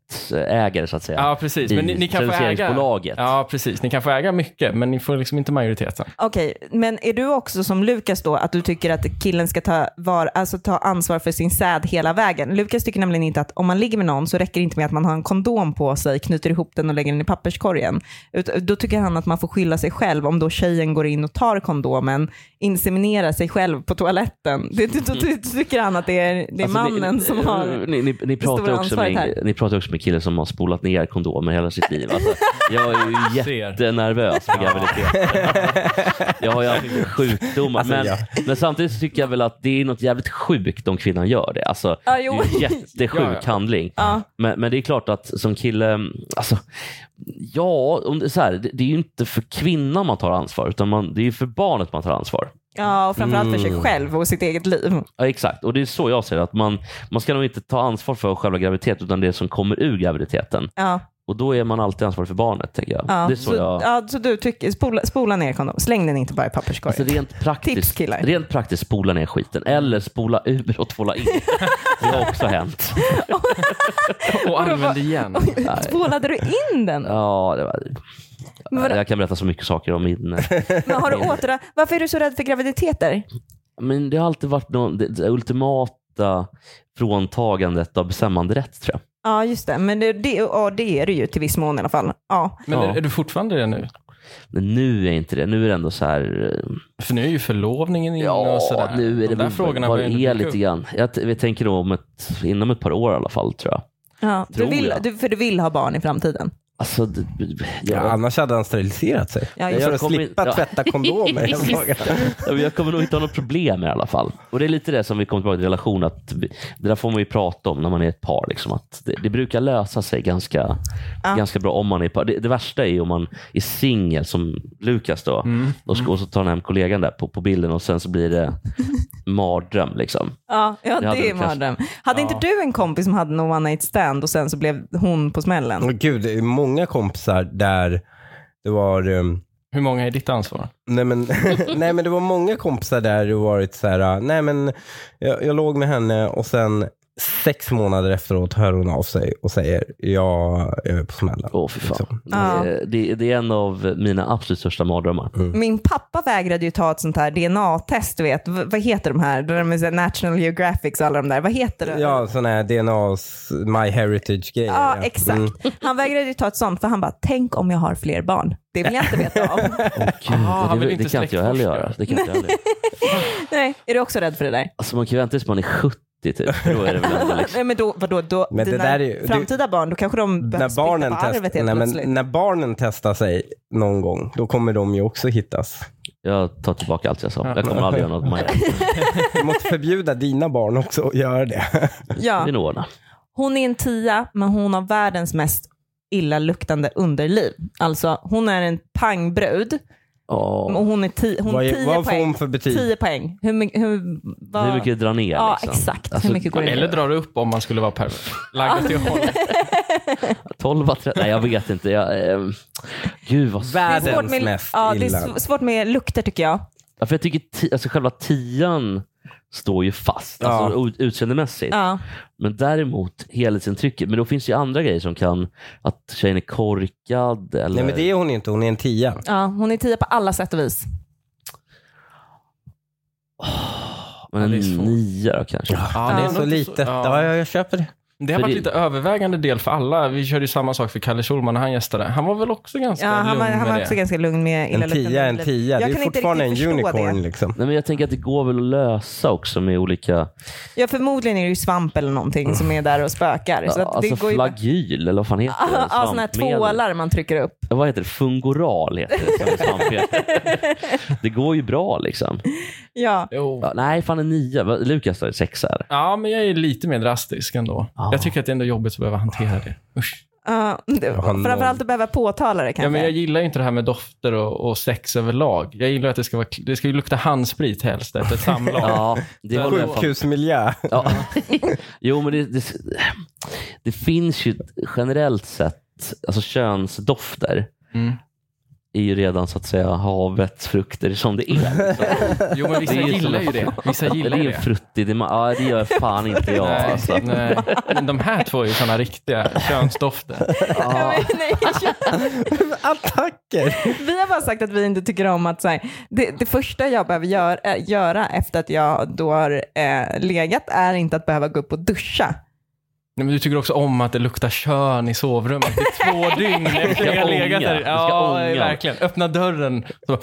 [SPEAKER 3] minoritetsägare så att säga.
[SPEAKER 2] Ja, precis. Men
[SPEAKER 3] I
[SPEAKER 2] ni, ni kan få äga...
[SPEAKER 3] steriliseringsbolaget.
[SPEAKER 2] Ja, precis. Ni kan få äga mycket, men ni får liksom inte majoriteten.
[SPEAKER 1] Okej, men är du också som Lukas då, att du tycker att killen ska ta, var, alltså ta ansvar för sin säd hela vägen? Lukas tycker nämligen inte att om man ligger med någon så räcker det inte med att man har en kondom på sig, knyter ihop den och lägger den i papperskorgen. Ut, då tycker han att man får skylla sig själv om då tjejen går in och tar kondomen, inseminerar sig själv på toaletten. Det, det, då ty- tycker han att det är, det är
[SPEAKER 3] Alltså, ni-
[SPEAKER 1] mannen som har...
[SPEAKER 3] Ni, ni, ni, pratar
[SPEAKER 1] stora
[SPEAKER 3] också
[SPEAKER 1] ansvaret
[SPEAKER 3] med,
[SPEAKER 1] här.
[SPEAKER 3] ni pratar också med killar som har spolat ner kondomer hela sitt liv. Alltså, jag är ju
[SPEAKER 2] <laughs> Ser.
[SPEAKER 3] jättenervös för graviditeten.
[SPEAKER 2] <laughs>
[SPEAKER 3] Jag har ju haft sjukdomar.
[SPEAKER 4] Alltså,
[SPEAKER 3] men,
[SPEAKER 4] ja.
[SPEAKER 3] men samtidigt så tycker jag väl att det är något jävligt sjukt om kvinnan gör det. Alltså,
[SPEAKER 1] Ja,
[SPEAKER 3] det
[SPEAKER 1] jo.
[SPEAKER 3] är en jättesjuk
[SPEAKER 2] <laughs> Ja, ja.
[SPEAKER 3] handling.
[SPEAKER 1] Ja.
[SPEAKER 3] Men, men det är klart att som kille, alltså, ja, om det, är så här, det, det är ju inte för kvinnan man tar ansvar, utan man, det är ju för barnet man tar ansvar.
[SPEAKER 1] Ja, och framförallt för sig själv och sitt eget liv.
[SPEAKER 3] Ja, exakt. Och det är så jag ser det. Att man, man ska nog inte ta ansvar för själva graviditeten, utan det som kommer ur graviditeten.
[SPEAKER 1] Ja.
[SPEAKER 3] Och då är man alltid ansvarig för barnet, tänker jag.
[SPEAKER 1] Ja,
[SPEAKER 3] Det är så, jag...
[SPEAKER 1] ja, så du tycker, spola, spola ner kondom. Släng den inte bara i papperskorgen.
[SPEAKER 3] Alltså rent
[SPEAKER 1] Tips,
[SPEAKER 3] praktiskt,
[SPEAKER 1] killar.
[SPEAKER 3] rent praktiskt spola ner skiten. Eller spola ur och tvåla in. det har också hänt.
[SPEAKER 2] Och använd igen.
[SPEAKER 1] <laughs> Tvålade du in den?
[SPEAKER 3] Ja, det var...
[SPEAKER 1] Men vadå?
[SPEAKER 3] Jag kan berätta så mycket saker om min...
[SPEAKER 1] Men har du åter... Varför är du så rädd för graviditeter?
[SPEAKER 3] Men det har alltid varit någon, det, det ultimata fråntagandet av bestämmanderätt, tror jag.
[SPEAKER 1] Ja, just det. Men det, det, ja, det är du ju till viss mån i alla fall. Ja.
[SPEAKER 2] Men
[SPEAKER 3] Ja.
[SPEAKER 2] är, är du fortfarande det nu?
[SPEAKER 3] Men nu är inte det. Nu är det ändå så här... eh,
[SPEAKER 2] För nu är ju förlovningen inne och
[SPEAKER 3] Ja,
[SPEAKER 2] sådär.
[SPEAKER 3] nu är det
[SPEAKER 2] De där
[SPEAKER 3] väl
[SPEAKER 2] frågorna
[SPEAKER 3] vad
[SPEAKER 2] börjar
[SPEAKER 3] det är
[SPEAKER 2] dyka upp.
[SPEAKER 3] lite grann. Jag, t- jag tänker nog om ett, inom ett par år i alla fall tror jag.
[SPEAKER 1] ja. Du
[SPEAKER 3] Tror
[SPEAKER 1] vill,
[SPEAKER 3] jag.
[SPEAKER 1] du, för du vill ha barn i framtiden?
[SPEAKER 3] Alltså, d- b-
[SPEAKER 4] Ja,
[SPEAKER 3] jag,
[SPEAKER 4] annars hade han steriliserat sig.
[SPEAKER 1] Ja,
[SPEAKER 4] för
[SPEAKER 3] jag
[SPEAKER 4] att
[SPEAKER 3] kommer
[SPEAKER 4] slippa
[SPEAKER 3] inte- ja.
[SPEAKER 4] tvätta kondomer hela dagarna.
[SPEAKER 3] jag, jag kommer nog inte ha något problem i alla fall. Och det är lite det som vi kommer tillbaka till relation, att vi, det där får man ju prata om när man är ett par. Liksom, att det, det brukar lösa sig ganska, ganska bra om man är ett par. Det, det värsta är ju om man är singel som Lukas då. Och, så, och så tar han hem kollegan där på, på bilden och sen så blir det mardröm. Liksom.
[SPEAKER 1] Ja, ja
[SPEAKER 3] hade
[SPEAKER 1] det är
[SPEAKER 3] du kanske.
[SPEAKER 1] mardröm. Hade inte du en kompis som hade en one night stand och sen så blev hon på smällen?
[SPEAKER 4] Åh, Gud, det är många kompisar där det var... ehm,
[SPEAKER 2] Hur många är ditt ansvar?
[SPEAKER 4] Nej men, <laughs> nej eh, men det var många kompisar där det varit så här, nej men jag, jag låg med henne och sen sex månader efteråt hör hon av sig och säger ja, jag är på smällen.
[SPEAKER 3] Åh, fy fan.
[SPEAKER 1] Ja.
[SPEAKER 3] Det, det, det är en av mina absolut största mardrömmar.
[SPEAKER 1] Min pappa vägrade ju ta ett sånt här DNA-test, du vet. V- vad heter de här? De är så här National Geographic och alla de där. Vad heter det?
[SPEAKER 4] Ja, sån här DNA, My Heritage-grejer.
[SPEAKER 1] Ja, exakt.
[SPEAKER 4] Mm.
[SPEAKER 1] Han vägrade ju ta ett sånt för han bara, tänk om jag har fler barn. Det vill jag inte veta om. <laughs>
[SPEAKER 3] Gud,
[SPEAKER 2] han vill
[SPEAKER 3] det,
[SPEAKER 2] inte
[SPEAKER 3] det kan inte jag heller
[SPEAKER 2] släktforska.
[SPEAKER 3] göra. Det kan inte jag heller. göra.
[SPEAKER 1] Nej, är du också rädd för det där?
[SPEAKER 3] <laughs> Alltså, man kan ju vänta tills man är 70 typ. Då är det väl ändå liksom.
[SPEAKER 1] Nej, men då, vadå, då,
[SPEAKER 4] Men det
[SPEAKER 1] dina
[SPEAKER 4] där är ju- du-
[SPEAKER 1] framtida barn, då kanske de behöver
[SPEAKER 4] När
[SPEAKER 1] splitta
[SPEAKER 4] barnen,
[SPEAKER 1] på arvet
[SPEAKER 4] test,
[SPEAKER 1] helt
[SPEAKER 4] nej,
[SPEAKER 1] plötsligt.
[SPEAKER 4] men, när barnen testar sig någon gång, då kommer de ju också hittas.
[SPEAKER 3] Jag tar tillbaka allt jag sa. Jag kommer aldrig göra något på mig.
[SPEAKER 4] Du måste förbjuda dina barn också att göra det.
[SPEAKER 1] Ja.
[SPEAKER 3] Det är nog ordna.
[SPEAKER 1] Hon är en tia, men hon har världens mest illaluktande underliv. Alltså, hon är en pangbrud och
[SPEAKER 3] Ja,
[SPEAKER 1] hon är ti- hon
[SPEAKER 4] Vad är-
[SPEAKER 1] 10
[SPEAKER 4] vad får
[SPEAKER 1] poäng.
[SPEAKER 4] hon för betyg?
[SPEAKER 1] 10 poäng. Hur, mycket- hur, vad...
[SPEAKER 3] Hur mycket drar ner?
[SPEAKER 1] Ja,
[SPEAKER 3] liksom?
[SPEAKER 1] exakt.
[SPEAKER 3] Alltså,
[SPEAKER 1] hur mycket går det
[SPEAKER 2] Eller
[SPEAKER 1] ner?
[SPEAKER 2] drar det upp om man skulle vara pervers. Lagd åt det hållet.
[SPEAKER 3] 12, 13? Nej, jag vet inte. Jag, eh, gud vad
[SPEAKER 1] Det är
[SPEAKER 4] Världens
[SPEAKER 1] svårt med,
[SPEAKER 4] mest
[SPEAKER 1] ja, det är
[SPEAKER 4] illa.
[SPEAKER 1] sv- svårt med lukter tycker jag.
[SPEAKER 3] Ja, för jag tycker ti- alltså själva tian står ju fast, alltså ut- utseendemässigt.
[SPEAKER 1] Ja.
[SPEAKER 3] Men däremot helhetsintrycket. Men då finns det ju andra grejer som kan, att tjejen är korkad eller...
[SPEAKER 4] Nej, men det är hon inte. Hon är en tia.
[SPEAKER 1] Ja, hon är tia på alla sätt och vis.
[SPEAKER 3] men en
[SPEAKER 2] Ja, det är svårt.
[SPEAKER 3] nia då kanske.
[SPEAKER 2] Ja,
[SPEAKER 4] Det är
[SPEAKER 2] men
[SPEAKER 4] så
[SPEAKER 2] inte
[SPEAKER 4] litet. Ja,
[SPEAKER 2] ja.
[SPEAKER 4] jag, jag köper det.
[SPEAKER 2] Det har
[SPEAKER 3] För
[SPEAKER 2] varit
[SPEAKER 3] det-
[SPEAKER 2] lite övervägande del för alla. Vi körde ju samma sak för Kalle Schulman när han gästade. Han var väl också ganska
[SPEAKER 1] Ja, han,
[SPEAKER 2] lugn
[SPEAKER 1] var,
[SPEAKER 2] med
[SPEAKER 1] han var
[SPEAKER 2] det.
[SPEAKER 1] också ganska lugn med
[SPEAKER 4] En
[SPEAKER 1] illaluktande
[SPEAKER 4] tia är en
[SPEAKER 1] underliv.
[SPEAKER 4] tia.
[SPEAKER 1] Jag
[SPEAKER 4] Det
[SPEAKER 1] kan
[SPEAKER 4] är
[SPEAKER 1] inte
[SPEAKER 4] fortfarande en
[SPEAKER 1] riktigt förstå
[SPEAKER 4] unicorn.
[SPEAKER 1] det.
[SPEAKER 4] Liksom.
[SPEAKER 3] Nej, men jag tänker att det går väl att lösa också med olika...
[SPEAKER 1] Ja, förmodligen är det ju svamp eller någonting som är där och spökar. Så att det
[SPEAKER 3] alltså
[SPEAKER 1] går ju...
[SPEAKER 3] flagyl, eller vad fan heter
[SPEAKER 1] <laughs>
[SPEAKER 3] det?
[SPEAKER 1] Ja, sådana här
[SPEAKER 3] Svampmedel.
[SPEAKER 1] tvålar man trycker upp.
[SPEAKER 3] Ja, Vad heter det? Fungoral heter det. Som är svampmedel. det går ju bra liksom.
[SPEAKER 1] Ja.
[SPEAKER 2] Jo.
[SPEAKER 3] Ja, nej, fan en nia. Va- Lukas har en sexa här.
[SPEAKER 2] Ja, men jag är lite mer drastisk ändå.
[SPEAKER 3] Ja.
[SPEAKER 2] Jag tycker att det är ändå jobbigt att behöva hantera det. Usch.
[SPEAKER 1] Ja, det-
[SPEAKER 4] har noll.
[SPEAKER 1] framförallt att behöva påtala det
[SPEAKER 2] Ja,
[SPEAKER 1] kanske.
[SPEAKER 2] men jag gillar ju inte det här med dofter och, och sex överlag. Jag gillar att det ska, vara, det ska ju lukta handsprit helst efter ett samlag.
[SPEAKER 3] Ja, det håller jag fan
[SPEAKER 4] Sjukhusmiljö.
[SPEAKER 3] Ja. Jo, men det, det, det finns ju generellt sett, alltså könsdofter
[SPEAKER 2] Mm.
[SPEAKER 3] är ju redan så att säga havets frukter som det
[SPEAKER 2] <laughs>
[SPEAKER 3] är. Så,
[SPEAKER 2] Jo, men vissa
[SPEAKER 3] Det är ju
[SPEAKER 2] gillar
[SPEAKER 3] som-
[SPEAKER 2] ju det. Vissa gillar
[SPEAKER 3] det är
[SPEAKER 2] ju
[SPEAKER 3] ju
[SPEAKER 2] det.
[SPEAKER 3] fruktigt. Ja, det gör fan inte jag.
[SPEAKER 2] Nej,
[SPEAKER 3] Alltså.
[SPEAKER 2] nej. Men de här två är ju sådana riktiga könsdofter.
[SPEAKER 1] <laughs>
[SPEAKER 3] Ja.
[SPEAKER 1] Nej, jag känner-
[SPEAKER 4] Attacker!
[SPEAKER 1] vi har bara sagt att vi inte tycker om att så här, det, det första jag behöver gör, äh, göra efter att jag då har eh, legat är inte att behöva gå upp och duscha.
[SPEAKER 2] Nej, men du tycker också om att det luktar kön i sovrummet i två dygn efter
[SPEAKER 3] ska
[SPEAKER 2] jag har
[SPEAKER 3] ånga.
[SPEAKER 2] legat
[SPEAKER 3] Du
[SPEAKER 2] där.
[SPEAKER 3] ska
[SPEAKER 2] Ja,
[SPEAKER 3] ånga.
[SPEAKER 2] verkligen. Öppna dörren. Så.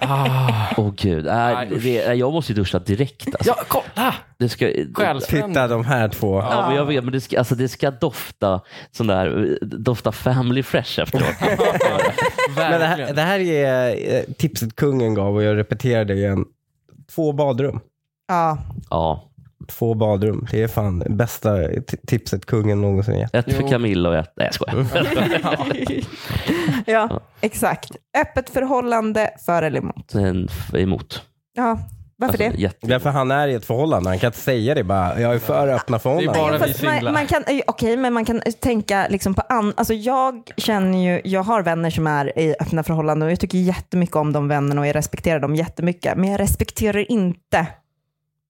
[SPEAKER 2] Ah.
[SPEAKER 3] Åh gud. Nej,
[SPEAKER 2] Nej, usch.
[SPEAKER 3] det, nej, jag måste ju duscha direkt. Alltså.
[SPEAKER 2] Ja, kolla!
[SPEAKER 3] Det ska,
[SPEAKER 2] Själsbränd.
[SPEAKER 4] Titta de här två.
[SPEAKER 3] Ja, men jag vet, men det ska, alltså, det ska dofta sån där, dofta family fresh efteråt.
[SPEAKER 1] <laughs>
[SPEAKER 4] Men det, här,
[SPEAKER 2] Verkligen.
[SPEAKER 4] det här är eh, tipset kungen gav och jag repeterar det igen. Två badrum.
[SPEAKER 1] Ja,
[SPEAKER 3] Ja,
[SPEAKER 4] Två badrum. Det är fan det bästa t- tipset kungen någonsin gett.
[SPEAKER 3] ett för
[SPEAKER 2] Jo.
[SPEAKER 3] Camilla och ett... Nej, jag skojar.
[SPEAKER 1] ja exakt. Öppet förhållande för eller emot.
[SPEAKER 3] En f- emot.
[SPEAKER 1] Ja, varför det?
[SPEAKER 3] Alltså, jätte-
[SPEAKER 4] Därför han är i ett förhållande. Han kan inte säga det bara. Jag är för öppna förhållanden.
[SPEAKER 2] bara- vi
[SPEAKER 1] Fast
[SPEAKER 2] singlar.
[SPEAKER 1] man, man kan, eh, okej, men man kan eh, tänka liksom på an, alltså jag känner ju, jag har vänner som är i öppna förhållanden och jag tycker jättemycket om de vännerna och jag respekterar dem jättemycket. Men jag respekterar inte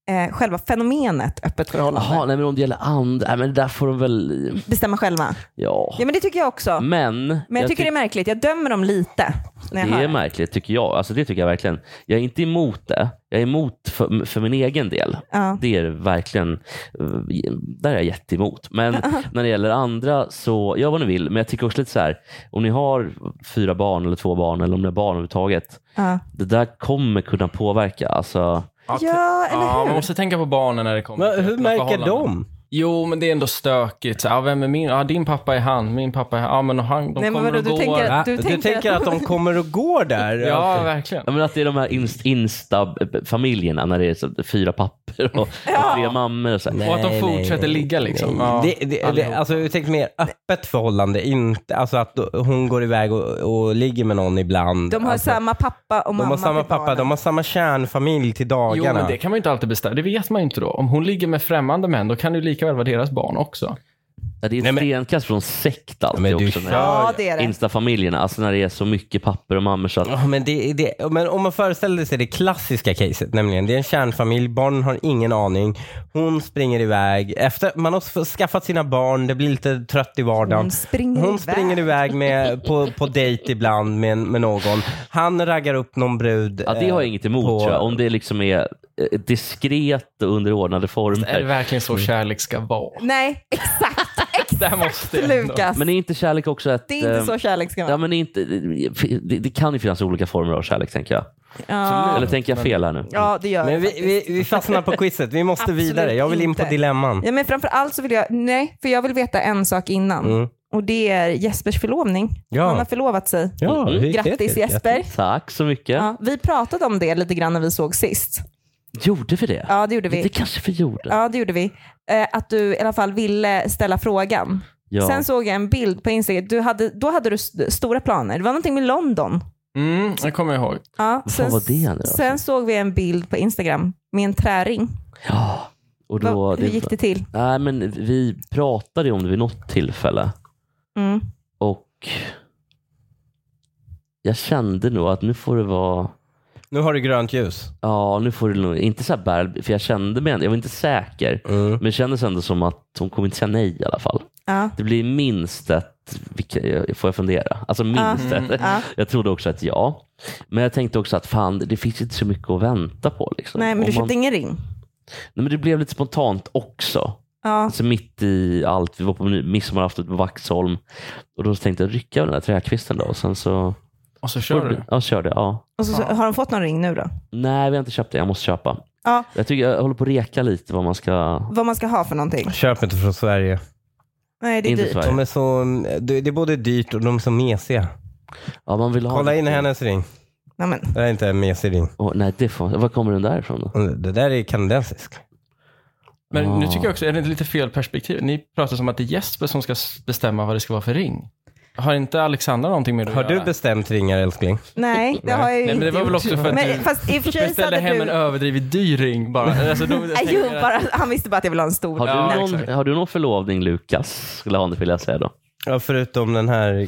[SPEAKER 1] eh, själva fenomenet öppet förhållande.
[SPEAKER 3] Jaha, nej men om det gäller andra, nej men det där får de väl,
[SPEAKER 1] Bestämma själva.
[SPEAKER 3] ja.
[SPEAKER 1] Ja, men det tycker jag också. Men
[SPEAKER 3] Men,
[SPEAKER 1] jag, tycker det är
[SPEAKER 3] Mm. tyck-
[SPEAKER 1] märkligt. Jag dömer dem lite. När jag
[SPEAKER 3] det
[SPEAKER 1] hör
[SPEAKER 3] är märkligt tycker jag. Alltså det tycker jag verkligen. Jag är inte emot det. Jag är emot för, för min egen del.
[SPEAKER 1] Ja.
[SPEAKER 3] Det är det verkligen, eh, där är jag jätteemot. Men när det gäller andra så, gör vad ni vill. Men jag tycker också lite så här, om ni har fyra barn eller två barn eller om ni har barn överhuvudtaget.
[SPEAKER 1] Ja.
[SPEAKER 3] Det där kommer kunna påverka. Alltså,
[SPEAKER 1] ja, eller
[SPEAKER 2] Ja,
[SPEAKER 1] hur?
[SPEAKER 2] man måste tänka på barnen när det kommer
[SPEAKER 4] Men
[SPEAKER 2] till
[SPEAKER 4] hur
[SPEAKER 2] öppna
[SPEAKER 4] märker
[SPEAKER 2] förhållanden.
[SPEAKER 4] de?
[SPEAKER 2] Jo, men det är ändå stökigt. Så, Ja, vem är min? Ja, din pappa är han, min pappa är han. Ja, men och han, de
[SPEAKER 1] Nej, men
[SPEAKER 2] kommer
[SPEAKER 1] vadå,
[SPEAKER 2] och
[SPEAKER 1] du
[SPEAKER 2] går.
[SPEAKER 1] tänker-
[SPEAKER 4] Va?
[SPEAKER 1] Du
[SPEAKER 4] Du
[SPEAKER 1] tänker
[SPEAKER 4] tänker, att de kommer och går där?
[SPEAKER 2] Ja, verkligen.
[SPEAKER 3] Ja, men att det är de här inst- Insta-familjerna när det är så, fyra papper och tre mammor. Och så här.
[SPEAKER 2] Och att de
[SPEAKER 4] Nej,
[SPEAKER 2] fortsätter
[SPEAKER 4] nej,
[SPEAKER 2] ligga liksom. Ja,
[SPEAKER 4] det, det, det,
[SPEAKER 2] allihopa.
[SPEAKER 4] alltså, jag tänkte mer öppet förhållande. Inte, alltså att hon går iväg och, och ligger med någon ibland.
[SPEAKER 1] De har
[SPEAKER 4] alltså,
[SPEAKER 1] samma pappa och mamma
[SPEAKER 4] de har samma
[SPEAKER 1] till
[SPEAKER 4] pappa,
[SPEAKER 1] barnen.
[SPEAKER 4] de har samma kärnfamilj till
[SPEAKER 2] Jo,
[SPEAKER 4] dagarna.
[SPEAKER 2] men det kan man ju inte alltid bestämma. Det vet man ju inte då. Om hon ligger med främmande män, då kan det ju lika väl vara deras barn också.
[SPEAKER 3] Ja, det är ett
[SPEAKER 4] Nej, men-
[SPEAKER 3] stenkast från sekt alltid
[SPEAKER 4] men du
[SPEAKER 3] också.
[SPEAKER 4] kör.
[SPEAKER 3] Med
[SPEAKER 1] Ja, det är det.
[SPEAKER 3] Instafamiljerna, alltså när det är så mycket papper och mammor så att
[SPEAKER 4] Ja, men, det, det, men om man föreställer sig det klassiska caset, nämligen det är en kärnfamilj, barnen har ingen aning, hon springer iväg, efter man har s- skaffat sina barn, det blir lite trött i vardagen.
[SPEAKER 1] Hon springer
[SPEAKER 4] Hon
[SPEAKER 1] iväg.
[SPEAKER 4] springer iväg med, på, på dejt ibland med, med någon. Han raggar upp någon brud. eh,
[SPEAKER 3] Ja, det har jag inget emot
[SPEAKER 4] på-
[SPEAKER 3] tror jag. Om det liksom är eh, diskret och underordnade
[SPEAKER 2] Är det
[SPEAKER 3] former.
[SPEAKER 2] verkligen så kärlek ska vara?
[SPEAKER 1] Nej, exakt.
[SPEAKER 2] Där måste jag ändå-
[SPEAKER 1] Lukas.
[SPEAKER 3] Men är inte kärlek också ett...
[SPEAKER 1] Det är inte
[SPEAKER 3] eh,
[SPEAKER 1] så kärlek ska
[SPEAKER 3] Ja,
[SPEAKER 1] vara.
[SPEAKER 3] men det är inte, det, det kan ju finnas olika former av kärlek, tänker jag.
[SPEAKER 1] Ja,
[SPEAKER 3] Eller tänker jag fel här nu?
[SPEAKER 1] ja det gör
[SPEAKER 4] Men
[SPEAKER 1] jag
[SPEAKER 4] vi,
[SPEAKER 1] faktiskt.
[SPEAKER 4] vi, vi fastnar på quizet, vi måste
[SPEAKER 1] Absolut
[SPEAKER 4] vidare. Jag vill in på
[SPEAKER 1] inte.
[SPEAKER 4] dilemman.
[SPEAKER 1] Ja, men framför allt så vill jag, nej, för jag vill veta en sak innan.
[SPEAKER 4] Mm.
[SPEAKER 1] Och det är Jespers förlovning.
[SPEAKER 4] Ja.
[SPEAKER 1] Han har förlovat sig.
[SPEAKER 4] Ja, hur gick det
[SPEAKER 1] Mm. Grattis
[SPEAKER 4] till?
[SPEAKER 1] Jesper.
[SPEAKER 3] Tack så mycket.
[SPEAKER 1] Ja, vi pratade om det lite grann när vi såg sist.
[SPEAKER 3] Gjorde vi det?
[SPEAKER 1] Ja, det gjorde
[SPEAKER 3] Det
[SPEAKER 1] vi.
[SPEAKER 3] kanske vi gjorde.
[SPEAKER 1] Ja, det gjorde vi. Eh, att du i alla fall ville ställa frågan.
[SPEAKER 3] Ja.
[SPEAKER 1] Sen såg jag en bild på Instagram. Du hade, då hade du st- stora planer. Det var någonting med London.
[SPEAKER 2] Mm, jag kommer ihåg.
[SPEAKER 1] Ja,
[SPEAKER 3] fan var det nu då?
[SPEAKER 1] sen såg vi en bild på Instagram med en träring.
[SPEAKER 3] ja. Och då,
[SPEAKER 1] Va, hur gick det till?
[SPEAKER 3] Nej, men vi pratade ju om det vid något tillfälle.
[SPEAKER 1] Mm.
[SPEAKER 3] Och jag kände nog att nu får det vara...
[SPEAKER 4] Nu har du grönt ljus.
[SPEAKER 3] Ja, nu får det nog... Inte så här bär, för jag kände mig... Jag var inte säker.
[SPEAKER 4] Mm.
[SPEAKER 3] Men det kändes ändå som att hon kommer inte säga nej i alla fall.
[SPEAKER 1] Ja.
[SPEAKER 3] Det blir minst ett, vilka, får jag fundera? Alltså minst ett.
[SPEAKER 1] ja.
[SPEAKER 3] Jag trodde också att ja. Men jag tänkte också att fan, det finns inte så mycket att vänta på. Liksom.
[SPEAKER 1] Nej, men
[SPEAKER 3] Om
[SPEAKER 1] du köpte
[SPEAKER 3] man-
[SPEAKER 1] ingen ring.
[SPEAKER 3] nej, men det blev lite spontant också.
[SPEAKER 1] Ja.
[SPEAKER 3] Alltså mitt i allt, vi var på midsommarafton på Vaxholm och då tänkte jag rycka av den där träkvisten då och sen så
[SPEAKER 2] Och så kör du.
[SPEAKER 3] Ja, körde jag, ja.
[SPEAKER 1] Och så, så, har de fått någon ring nu då?
[SPEAKER 3] Nej, vi har inte köpt det. Jag måste köpa.
[SPEAKER 1] Ja.
[SPEAKER 3] Jag tycker jag håller på att reka lite vad man ska...
[SPEAKER 1] Vad man ska ha för någonting?
[SPEAKER 4] Köp inte från Sverige.
[SPEAKER 1] Nej, det är
[SPEAKER 3] Inte
[SPEAKER 1] dyrt.
[SPEAKER 3] Sverige.
[SPEAKER 4] De är så, det det är både dyrt och de är så mesiga.
[SPEAKER 3] Ja, man vill ha
[SPEAKER 4] Kolla
[SPEAKER 3] lite-
[SPEAKER 4] in hennes ring.
[SPEAKER 1] Nej, men.
[SPEAKER 4] Det där är inte en mesig ring.
[SPEAKER 3] Åh, nej, det får... Var kommer den där ifrån då?
[SPEAKER 4] Det där är kanadensisk.
[SPEAKER 2] Men nu
[SPEAKER 3] Ah.
[SPEAKER 2] tycker jag också, är det lite fel perspektiv? Ni pratar som att det är Jesper som ska s- bestämma vad det ska vara för ring. Har inte Alexandra någonting med det att
[SPEAKER 4] Har du
[SPEAKER 2] göra?
[SPEAKER 4] bestämt ringar älskling?
[SPEAKER 1] Nej, det har jag ju
[SPEAKER 2] Nej, men det
[SPEAKER 1] inte
[SPEAKER 2] var väl
[SPEAKER 1] gjort.
[SPEAKER 2] också för att
[SPEAKER 1] Men,
[SPEAKER 2] du
[SPEAKER 1] fast i och för sig så
[SPEAKER 2] beställde
[SPEAKER 1] hade
[SPEAKER 2] hem
[SPEAKER 1] du...
[SPEAKER 2] en överdrivet dyr ring bara. Alltså, då, jag
[SPEAKER 1] Nej, jo,
[SPEAKER 2] tänker att-
[SPEAKER 1] bara, han visste bara att jag ville ha en stor.
[SPEAKER 3] Har,
[SPEAKER 2] Ja,
[SPEAKER 3] du någon,
[SPEAKER 2] exakt.
[SPEAKER 3] har du någon förlovning Lukas? Skulle han vilja säga då.
[SPEAKER 4] Ja, förutom den här.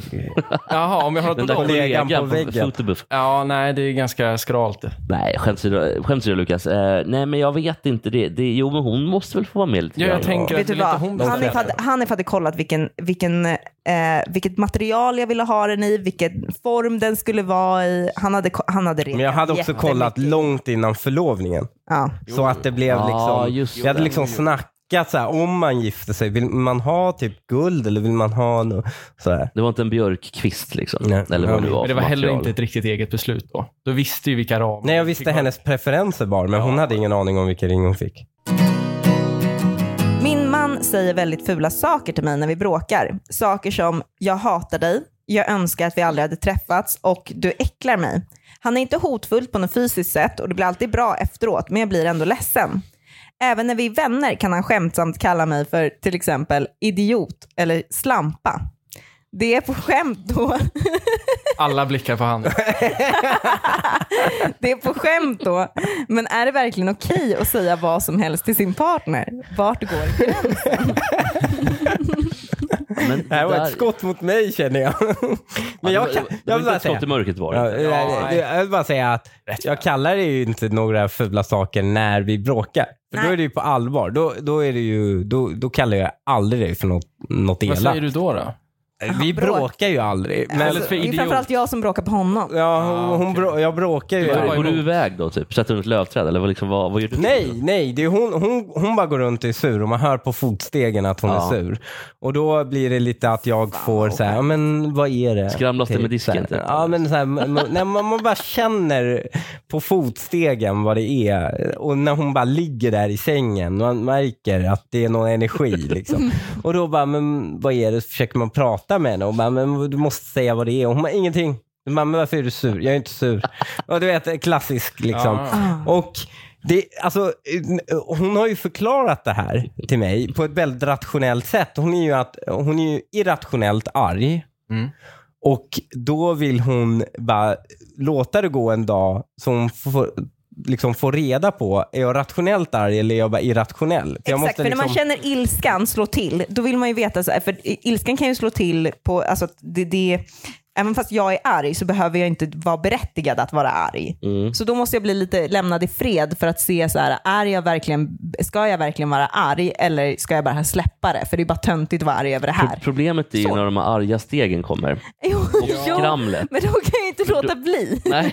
[SPEAKER 2] Jaha, om jag har
[SPEAKER 3] Den
[SPEAKER 2] något
[SPEAKER 3] där
[SPEAKER 2] på dem.
[SPEAKER 4] kollegan
[SPEAKER 3] kollegan
[SPEAKER 4] på
[SPEAKER 3] på,
[SPEAKER 4] väggen.
[SPEAKER 3] Fotobuff.
[SPEAKER 2] Ja, nej, det är ganska skralt.
[SPEAKER 3] Nej, skäms åsido- skäms åsido Lukas. Eh, nej, men jag vet inte. Det, det, jo, men hon måste väl få vara med lite
[SPEAKER 2] Ja, jag
[SPEAKER 3] grann.
[SPEAKER 2] tänker
[SPEAKER 1] Vet
[SPEAKER 2] att
[SPEAKER 1] du
[SPEAKER 2] det är lite hon
[SPEAKER 1] vad?
[SPEAKER 2] som
[SPEAKER 1] Hanif
[SPEAKER 2] bestämmer.
[SPEAKER 1] hade, Hanif hade kollat vilken, vilken, eh, vilket material jag ville ha den i, vilken form den skulle vara i. Han hade, ko- han hade
[SPEAKER 4] Men jag hade också
[SPEAKER 1] jättemycket.
[SPEAKER 4] kollat långt innan förlovningen.
[SPEAKER 1] Ja.
[SPEAKER 4] Så att det blev
[SPEAKER 3] Ja,
[SPEAKER 4] liksom.
[SPEAKER 3] just
[SPEAKER 4] Vi hade
[SPEAKER 3] det.
[SPEAKER 4] liksom snackat så här, om man gifter sig, vill man ha typ guld eller vill man ha no- så här.
[SPEAKER 3] Det var inte en björkkvist liksom.
[SPEAKER 4] Nej.
[SPEAKER 3] Eller vad det var
[SPEAKER 2] Men det var
[SPEAKER 3] för
[SPEAKER 2] heller
[SPEAKER 3] material.
[SPEAKER 2] inte ett riktigt eget beslut då. Då visste ju vilka ramar.
[SPEAKER 4] Nej, jag visste hennes preferenser bara, men hon hade ingen aning om vilken ring hon fick.
[SPEAKER 1] Min man säger väldigt fula saker till mig när vi bråkar. Saker som “jag hatar dig”, “jag önskar att vi aldrig hade träffats” och “du äcklar mig”. Han är inte hotfull på något fysiskt sätt och det blir alltid bra efteråt, men jag blir ändå ledsen. Även när vi är vänner kan han skämtsamt kalla mig för till exempel idiot eller slampa. Det är på skämt då <laughs>
[SPEAKER 2] Alla blickar på
[SPEAKER 4] <laughs>
[SPEAKER 2] han.
[SPEAKER 1] Det är på skämt då. Men är det verkligen okej att säga vad som helst till sin partner? Vart går gränsen?
[SPEAKER 4] <laughs>
[SPEAKER 3] Men
[SPEAKER 4] Det här var
[SPEAKER 3] där-
[SPEAKER 4] ett skott mot mig känner jag. <laughs> Men
[SPEAKER 3] Ja,
[SPEAKER 4] jag
[SPEAKER 3] det
[SPEAKER 4] kan,
[SPEAKER 3] var- det
[SPEAKER 4] jag
[SPEAKER 3] var
[SPEAKER 4] vill
[SPEAKER 3] inte
[SPEAKER 4] bara
[SPEAKER 3] ett skott i
[SPEAKER 4] säga.
[SPEAKER 3] mörkret var det.
[SPEAKER 4] Ja, jag- jag vill bara säga att jag kallar det ju inte några fula saker när vi bråkar. För då
[SPEAKER 1] Nej.
[SPEAKER 4] är det ju på allvar. Då, då, är det ju, då, då kallar jag aldrig dig för något, något
[SPEAKER 2] Vad
[SPEAKER 4] elakt.
[SPEAKER 2] säger du då? då?
[SPEAKER 4] Vi
[SPEAKER 1] bråk.
[SPEAKER 4] bråkar ju aldrig. Men,
[SPEAKER 2] Istället för
[SPEAKER 1] det är
[SPEAKER 2] idiot.
[SPEAKER 1] framförallt jag som bråkar på honom.
[SPEAKER 4] ja, hon, hon brå, jag bråkar ju.
[SPEAKER 2] Du
[SPEAKER 3] Går,
[SPEAKER 2] var
[SPEAKER 3] går du
[SPEAKER 2] emot.
[SPEAKER 3] iväg då? Typ? Sätter du ett lövträd? Eller vad, liksom, vad, vad gör du?
[SPEAKER 4] Nej, nej. Det är hon, hon, hon bara går runt och är sur och man hör på fotstegen att hon
[SPEAKER 3] Ja.
[SPEAKER 4] är sur. Och då blir det lite att jag får så här, "Ja, men vad är det?
[SPEAKER 3] Skramlas det
[SPEAKER 4] Typ
[SPEAKER 3] med disken,
[SPEAKER 4] så här.
[SPEAKER 3] typ?
[SPEAKER 4] Ja, men så här, man, man- nej, man, man bara känner på fotstegen vad det är. Och när hon bara ligger där i sängen, man märker att det är någon energi
[SPEAKER 3] <laughs>
[SPEAKER 4] liksom. Och då bara, men vad är det? Så försöker man prata med henne och bara, men du måste säga vad det är. Och hon bara, ingenting. Man, men varför är du sur? Jag är inte sur. Och du vet, klassisk liksom.
[SPEAKER 2] Ja.
[SPEAKER 1] Ah.
[SPEAKER 4] Och det, alltså, eh, hon har ju förklarat det här till mig på ett väldigt rationellt sätt. Hon är ju, att, hon är ju irrationellt arg.
[SPEAKER 2] Mm.
[SPEAKER 4] Och då vill hon bara låta det gå en dag så hon får liksom få reda på, är jag rationellt arg eller är jag bara irrationell? För jag liksom-
[SPEAKER 1] Exakt, för när man
[SPEAKER 3] liksom-
[SPEAKER 1] känner ilskan slå till, då vill man ju veta, så här, för ilskan kan ju slå till på, alltså att det, det, även fast jag är arg så behöver jag inte vara berättigad att vara arg.
[SPEAKER 3] Mm.
[SPEAKER 1] Så då måste jag bli lite lämnad i fred för att se så här, är jag verkligen, ska jag verkligen vara arg eller ska jag bara släppa det? För det är bara töntigt att vara arg över det här.
[SPEAKER 3] Pro- Problemet är ju
[SPEAKER 1] Så.
[SPEAKER 3] när de här arga stegen kommer.
[SPEAKER 1] <laughs> Jo, jo,
[SPEAKER 3] skramlet.
[SPEAKER 1] men då kan jag ju inte låta bli.
[SPEAKER 3] Nej.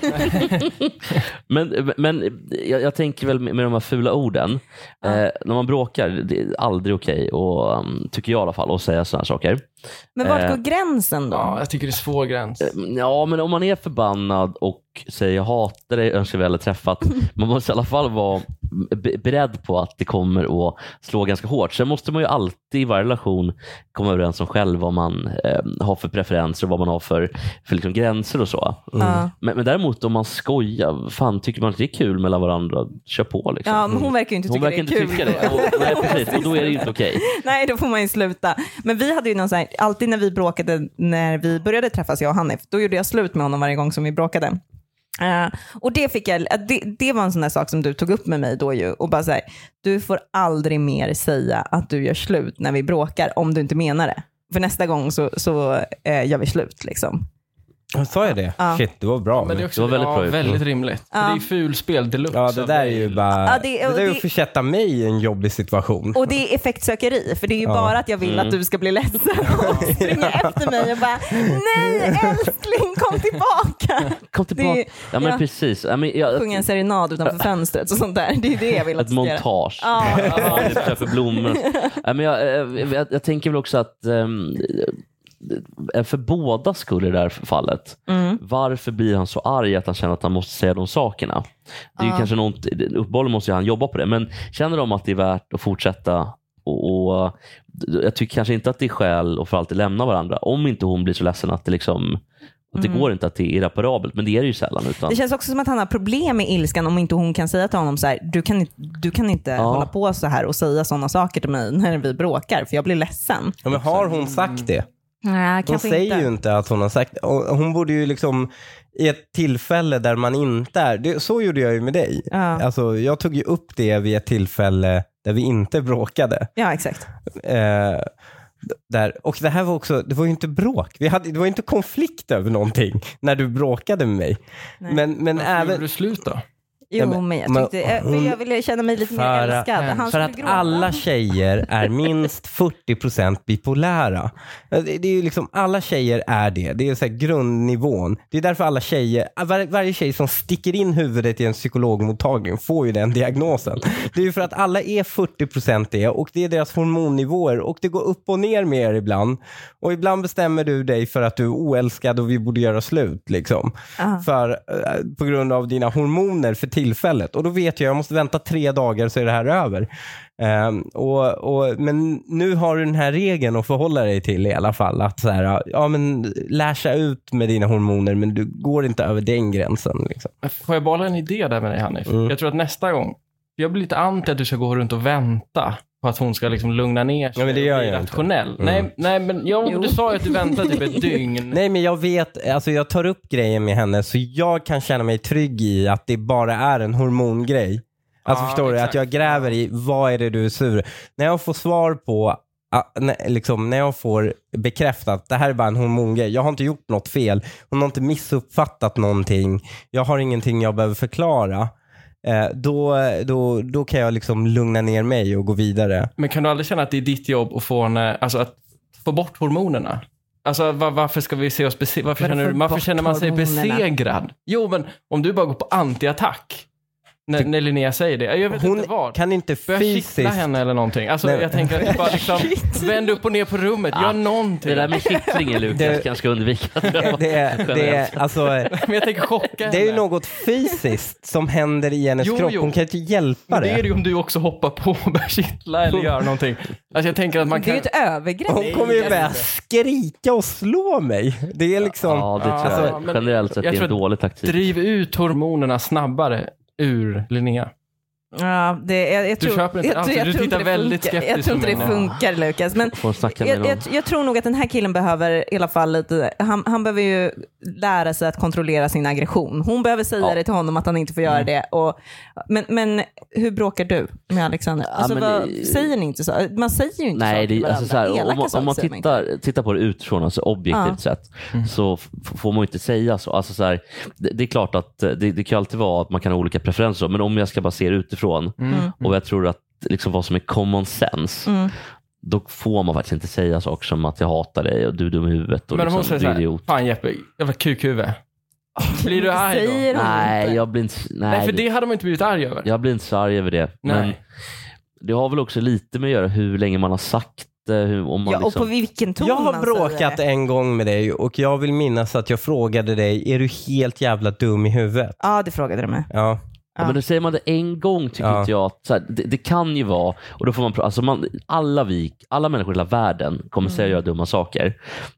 [SPEAKER 3] <laughs> men men jag, jag tänker väl med, med de här fula orden. Eh, när man bråkar, det är aldrig okej, och, um, tycker jag i alla fall, att säga sådana saker.
[SPEAKER 1] <laughs> Men vart
[SPEAKER 3] Eh.
[SPEAKER 1] går gränsen då?
[SPEAKER 2] Ja, jag tycker det är svår gräns.
[SPEAKER 4] Eh,
[SPEAKER 3] Ja, men om man är förbannad och säger jag hatar dig, önskar
[SPEAKER 1] <laughs>
[SPEAKER 3] väl träffat. Man måste i alla fall vara be- beredd på att det kommer att slå ganska hårt. Sen måste man ju alltid i varje relation komma överens om själv vad man eh, har för preferenser och vad man har för, för liksom gränser och så. Mm.
[SPEAKER 1] Ja.
[SPEAKER 3] Men, men däremot om man skojar, fan tycker man att det är kul mellan varandra, kör på liksom.
[SPEAKER 1] Ja, men hon verkar ju inte
[SPEAKER 3] Hon
[SPEAKER 1] tycka
[SPEAKER 3] verkar
[SPEAKER 1] det är
[SPEAKER 3] inte
[SPEAKER 1] kul.
[SPEAKER 3] tycka det. Och, nej, precis. Och då är det ju inte okej.
[SPEAKER 1] <laughs> Nej, då får man ju sluta. Men vi hade ju någon sån här, alltid när vi bråkade, när vi började träffas, jag och Hanif, då gjorde jag slut med honom varje gång som vi bråkade. Eh, och det, fick jag, eh, det, det var en sån där sak som du tog upp med mig då ju och bara så här, du får aldrig mer säga att du gör slut när vi bråkar om du inte menar det. För nästa gång så, så eh, gör vi slut liksom.
[SPEAKER 4] Sa jag det?
[SPEAKER 1] Ja.
[SPEAKER 4] Shit, det var bra.
[SPEAKER 2] Men det är
[SPEAKER 4] men-
[SPEAKER 2] också
[SPEAKER 3] Det var väldigt
[SPEAKER 2] ja,
[SPEAKER 3] bra gjort.
[SPEAKER 2] väldigt rimligt. För Det är ju fulspel deluxe.
[SPEAKER 4] Ja, det
[SPEAKER 2] av
[SPEAKER 4] där är
[SPEAKER 2] dig.
[SPEAKER 4] ju bara...
[SPEAKER 1] Ja, det-
[SPEAKER 4] det,
[SPEAKER 1] och
[SPEAKER 4] där är
[SPEAKER 1] det-
[SPEAKER 4] att försätta mig i en jobbig situation.
[SPEAKER 1] Och det är effektsökeri, för det är ju bara att jag vill att du ska bli ledsen och springa efter mig och bara nej älskling kom tillbaka.
[SPEAKER 3] Kom tillbaka.
[SPEAKER 1] <laughs> Det-
[SPEAKER 3] ja, men
[SPEAKER 1] ja.
[SPEAKER 3] precis. Ja, men, jag,
[SPEAKER 1] sjunga en serenad utanför fönstret och sånt där. Det är det jag vill att
[SPEAKER 3] ett
[SPEAKER 1] du ska göra.
[SPEAKER 3] montage. <laughs>
[SPEAKER 1] Ja,
[SPEAKER 3] Ja, det köper blommor. Ja, men jag, eh, jag, jag tänker väl också att ehm, eh, för båda skull i det här fallet,
[SPEAKER 1] Mm.
[SPEAKER 3] varför blir han så arg att han känner att han måste säga de sakerna? Det är ju kanske något, uppehållet måste ju han jobba på det, men känner de att det är värt att fortsätta och, och eh, Jag tycker kanske inte att det är skäl att för alltid lämna varandra, om inte hon blir så ledsen att det liksom att det går inte att det är irreparabelt, men det är det ju sällan. Utan...
[SPEAKER 1] Mm. Det känns också som att han har problem med ilskan om inte hon kan säga till honom så här, du kan, inte- du kan inte hålla på så här och säga sådana saker till mig när vi bråkar för jag blir ledsen.
[SPEAKER 4] Ja, men har hon sagt det?
[SPEAKER 1] Nej,
[SPEAKER 4] Hon
[SPEAKER 1] kanske
[SPEAKER 4] säger
[SPEAKER 1] inte.
[SPEAKER 4] ju inte att hon har sagt och Hon borde ju liksom i ett tillfälle där man inte är. Det, så gjorde jag ju med dig.
[SPEAKER 1] Ja.
[SPEAKER 4] Alltså, jag tog ju upp det vid ett tillfälle där vi inte bråkade.
[SPEAKER 1] Ja, exakt.
[SPEAKER 4] Eh, där. Och det här var också, det var ju inte bråk. Vi hade, det var ju inte konflikt över någonting när du bråkade med mig. Men, men
[SPEAKER 2] Varför gjorde
[SPEAKER 4] även...
[SPEAKER 2] du slut då?
[SPEAKER 1] Jo,
[SPEAKER 4] Ja, men-
[SPEAKER 1] men jag
[SPEAKER 4] men
[SPEAKER 1] tyckte, jag, för
[SPEAKER 4] hon-
[SPEAKER 1] jag ville känna mig lite
[SPEAKER 4] För
[SPEAKER 1] mer
[SPEAKER 4] att-
[SPEAKER 1] älskad. Han
[SPEAKER 4] För
[SPEAKER 1] skulle
[SPEAKER 4] att
[SPEAKER 1] gråta.
[SPEAKER 4] alla tjejer är minst 40% bipolära. Det det är ju liksom, alla tjejer är det. Det är så här grundnivån. Det är därför alla tjejer, var, varje tjej som sticker in huvudet i en psykologmottagning får ju den diagnosen. Det är ju för att alla är 40% det och det är deras hormonnivåer och det går upp och ner med er ibland. Och ibland bestämmer du dig för att du är oälskad och vi borde göra slut liksom. För, eh, på grund av dina hormoner för tillfället. Och då vet jag, jag måste vänta tre dagar så är det här över. Ehm, och, och, men nu har du den här regeln att förhålla dig till i alla fall. Att så här, ja, men läsa ut med dina hormoner men du går inte över den gränsen. Liksom.
[SPEAKER 2] Men Får jag bara en idé där med dig Hanif?
[SPEAKER 4] Mm.
[SPEAKER 2] Jag tror att nästa gång, jag blir lite anti att du ska gå runt och vänta på att hon ska liksom lugna ner sig
[SPEAKER 4] Ja, men det gör
[SPEAKER 2] och bli
[SPEAKER 4] jag inte. Mm.
[SPEAKER 2] rationell. Nej, nej, men jag, du sa ju att du väntade typ ett dygn.
[SPEAKER 4] Nej men jag vet, alltså jag tar upp grejen med henne så jag kan känna mig trygg i att det bara är en hormongrej. Alltså
[SPEAKER 2] Ja,
[SPEAKER 4] förstår du? Att
[SPEAKER 2] Ah, exakt.
[SPEAKER 4] jag gräver i vad är det du är sur När jag får svar på, ah, nä- liksom, när jag får bekräftat att det här är bara en hormongrej. Jag har inte gjort något fel. Hon har inte missuppfattat någonting. Jag har ingenting jag behöver förklara. Eh, då, då, då kan jag liksom lugna ner mig och gå vidare.
[SPEAKER 2] Men kan du aldrig känna att det är ditt jobb att få, henne, alltså att få bort hormonerna? Alltså var, varför ska vi se oss bese- varför,
[SPEAKER 1] Vadå,
[SPEAKER 2] känner,
[SPEAKER 1] få
[SPEAKER 2] du- varför
[SPEAKER 1] bort
[SPEAKER 2] känner man sig
[SPEAKER 1] hormonerna?
[SPEAKER 2] besegrad? Jo, men om du bara går på antiattack när, när Linnea säger det. Jag vet
[SPEAKER 4] Typ- Hon
[SPEAKER 2] inte vad.
[SPEAKER 4] kan inte
[SPEAKER 2] Börja kittla
[SPEAKER 4] fysiskt
[SPEAKER 2] henne eller någonting. Alltså,
[SPEAKER 4] Nej.
[SPEAKER 2] jag tänker att du bara
[SPEAKER 1] <laughs>
[SPEAKER 2] liksom, vänd upp och ner på rummet, gör
[SPEAKER 3] Ah,
[SPEAKER 2] någonting.
[SPEAKER 3] Det där med kittlingen Lukas
[SPEAKER 4] Det-
[SPEAKER 3] kanske ska undvika.
[SPEAKER 4] det är, det är, alltså,
[SPEAKER 2] Men jag tänker chocka
[SPEAKER 4] Det är ju
[SPEAKER 2] henne.
[SPEAKER 4] något fysiskt som händer i hennes
[SPEAKER 2] Jo,
[SPEAKER 4] kropp.
[SPEAKER 2] jo.
[SPEAKER 4] Hon kan inte hjälpa
[SPEAKER 2] Men
[SPEAKER 4] det.
[SPEAKER 2] det är det ju om du också hoppar på och börjar kittla eller gör någonting. Alltså jag tänker att man
[SPEAKER 1] Det är
[SPEAKER 2] kan...
[SPEAKER 1] ju ett övergrepp.
[SPEAKER 4] Hon kommer ju börja skrika och slå mig. Det är liksom...
[SPEAKER 3] Ja, det tror jag.
[SPEAKER 2] Alltså, men
[SPEAKER 3] Generellt sett
[SPEAKER 2] jag
[SPEAKER 3] är det
[SPEAKER 2] tror
[SPEAKER 3] en
[SPEAKER 2] att
[SPEAKER 3] dålig taktik.
[SPEAKER 2] Driv ut hormonerna snabbare ur Linnea.
[SPEAKER 1] Ja, det, jag, jag
[SPEAKER 2] Du
[SPEAKER 1] tror,
[SPEAKER 2] köper inte-
[SPEAKER 1] jag,
[SPEAKER 2] alltså,
[SPEAKER 1] jag
[SPEAKER 2] du
[SPEAKER 1] tror
[SPEAKER 2] tittar
[SPEAKER 1] det
[SPEAKER 2] väldigt
[SPEAKER 1] funkar. Jag
[SPEAKER 2] skeptiskt
[SPEAKER 1] tror inte
[SPEAKER 2] på
[SPEAKER 1] det
[SPEAKER 2] mig nu.
[SPEAKER 1] funkar Lukas. Men
[SPEAKER 3] Får snacka med
[SPEAKER 1] jag, jag,
[SPEAKER 3] någon.
[SPEAKER 1] jag tror nog att den här killen behöver i alla fall lite, han, han behöver ju lära sig att kontrollera sin aggression. Hon behöver säga
[SPEAKER 3] Ja. Mm.
[SPEAKER 1] det till honom att han inte får göra det. Och, men, men hur bråkar du med Alexander? Alltså,
[SPEAKER 3] men
[SPEAKER 1] vad,
[SPEAKER 3] det-
[SPEAKER 1] säger ni inte så? Man säger ju inte så
[SPEAKER 3] Nej,
[SPEAKER 1] till
[SPEAKER 3] det, alltså, så här,
[SPEAKER 1] varandra.
[SPEAKER 3] om, man,
[SPEAKER 1] saker
[SPEAKER 3] om man
[SPEAKER 1] säger man inte.
[SPEAKER 3] tittar, tittar på det utifrån, alltså objektivt
[SPEAKER 1] Ja.
[SPEAKER 3] sett, så f- får man ju inte säga så. Alltså, så här, det, det är klart att eh, det, det kan ju alltid vara att man kan ha olika preferenser, men om jag ska bara se det utifrån och jag tror att liksom, vad som är common sense, då får man faktiskt inte säga saker som att jag hatar dig och du är dum i huvudet och
[SPEAKER 2] Men om hon säger
[SPEAKER 3] liksom, du är
[SPEAKER 2] såhär,
[SPEAKER 3] idiot.
[SPEAKER 2] fan Jeppe, jävla kukhuvud. Blir du arg då?
[SPEAKER 1] Säger hon
[SPEAKER 3] Nej,
[SPEAKER 1] inte.
[SPEAKER 3] jag blir inte, nej,
[SPEAKER 2] Nej, för
[SPEAKER 3] det-
[SPEAKER 2] det hade man inte blivit arg över.
[SPEAKER 3] jag blir inte så arg över det. Men
[SPEAKER 2] Nej.
[SPEAKER 3] det har väl också lite med att göra hur länge man har sagt det, hur, om man
[SPEAKER 1] Ja, och
[SPEAKER 3] liksom...
[SPEAKER 1] på vilken ton
[SPEAKER 4] Jag har
[SPEAKER 1] man säger
[SPEAKER 4] bråkat
[SPEAKER 1] det.
[SPEAKER 4] en gång med dig och jag vill minnas att jag frågade dig, är du helt jävla dum i huvudet?
[SPEAKER 1] Ja, det frågade du mig.
[SPEAKER 4] Ja.
[SPEAKER 3] Ja. Men då säger man det en gång tycker
[SPEAKER 4] Ja.
[SPEAKER 3] inte jag att, så här, det, det kan ju vara, och då får man, pr- alltså man alla vi, alla människor i hela världen kommer
[SPEAKER 1] Mm.
[SPEAKER 3] säga och göra dumma saker.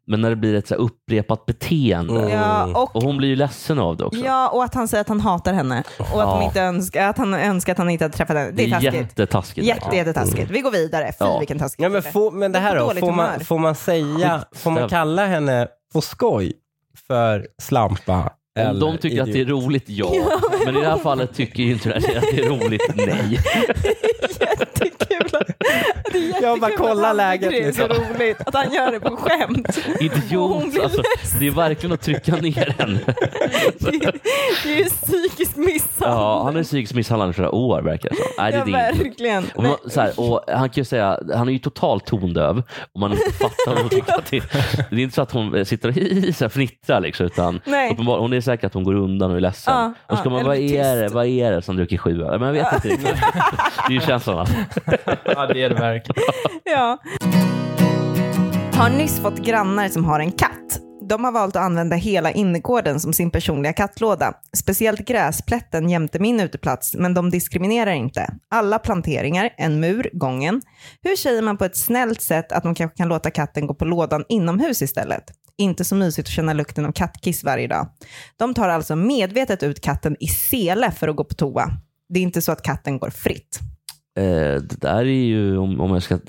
[SPEAKER 3] Men när det blir ett så här upprepat beteende,
[SPEAKER 4] Mm.
[SPEAKER 1] Ja, och
[SPEAKER 3] och hon blir ju ledsen av det också.
[SPEAKER 1] Ja, och att han säger att han hatar henne. Och att,
[SPEAKER 3] Ja.
[SPEAKER 1] hon inte önskar, att han önskar att han inte hade träffat henne. Det är taskigt.
[SPEAKER 3] jättetaskigt.
[SPEAKER 1] Jätte, jättetaskigt. Vi går vidare. Fy
[SPEAKER 3] Mm. Ja.
[SPEAKER 1] vilken taskig
[SPEAKER 4] Ja, men,
[SPEAKER 1] kille. <laughs>
[SPEAKER 4] får, men det
[SPEAKER 1] Jag är
[SPEAKER 4] här
[SPEAKER 1] på
[SPEAKER 4] då,
[SPEAKER 1] dåligt
[SPEAKER 4] får man,
[SPEAKER 1] humör.
[SPEAKER 4] får man säga, får man kalla henne på skoj för slampa?
[SPEAKER 3] Om de tycker att det är roligt,
[SPEAKER 1] <laughs>
[SPEAKER 3] ja. men i det här fallet tycker ju inte de att det är roligt, nej.
[SPEAKER 4] <laughs>
[SPEAKER 1] Jättekul. att- Det är jättekul
[SPEAKER 4] Jag bara
[SPEAKER 1] att
[SPEAKER 4] kollar
[SPEAKER 1] han
[SPEAKER 4] läget,
[SPEAKER 1] tycker Det är så
[SPEAKER 4] liksom.
[SPEAKER 1] roligt att han gör det på skämt.
[SPEAKER 4] <laughs>
[SPEAKER 1] Hon
[SPEAKER 3] Idiot.
[SPEAKER 1] blir
[SPEAKER 3] Alltså, det är verkligen att trycka ner
[SPEAKER 1] <laughs>
[SPEAKER 3] henne.
[SPEAKER 1] Det är- det är ju psykisk misshandel.
[SPEAKER 3] Ja, han är psykiskt misshandlad i flera år verkar det som. Nej, det
[SPEAKER 1] Ja,
[SPEAKER 3] är det inte.
[SPEAKER 1] verkligen.
[SPEAKER 3] Och man, så här, och han kan ju säga, han är ju totalt tondöv och man inte fattar vad
[SPEAKER 1] <laughs>
[SPEAKER 3] hon tycker att det är. Det är inte så att hon eh, sitter och <laughs> hi- så här fnittrar liksom, utan
[SPEAKER 1] Nej.
[SPEAKER 3] uppenbar, hon är säker att hon går undan och är ledsen.
[SPEAKER 1] Ja,
[SPEAKER 3] och ska
[SPEAKER 1] ja,
[SPEAKER 3] man,
[SPEAKER 1] eller
[SPEAKER 3] vad
[SPEAKER 1] blir
[SPEAKER 3] är det,
[SPEAKER 1] tyst.
[SPEAKER 3] vad är det som dricker sju öl? Men jag vet
[SPEAKER 1] <laughs>
[SPEAKER 3] inte riktigt. Det är ju känslan. Alltså.
[SPEAKER 2] Ja, det är det <laughs> verkligen.
[SPEAKER 1] Ja. Har nyss fått grannar som har en katt. De har valt att använda hela innergården som sin personliga kattlåda. Speciellt gräsplätten jämte min uteplats, men de diskriminerar inte. Alla planteringar, en mur, gången. Hur säger man på ett snällt sätt att de kanske kan låta katten gå på lådan inomhus istället? Inte så mysigt att känna lukten av kattkiss varje dag. De tar alltså medvetet ut katten i sele för att gå på toa. Det är inte så att katten går fritt.
[SPEAKER 3] Eh, Det där är ju, om, om jag ska eh,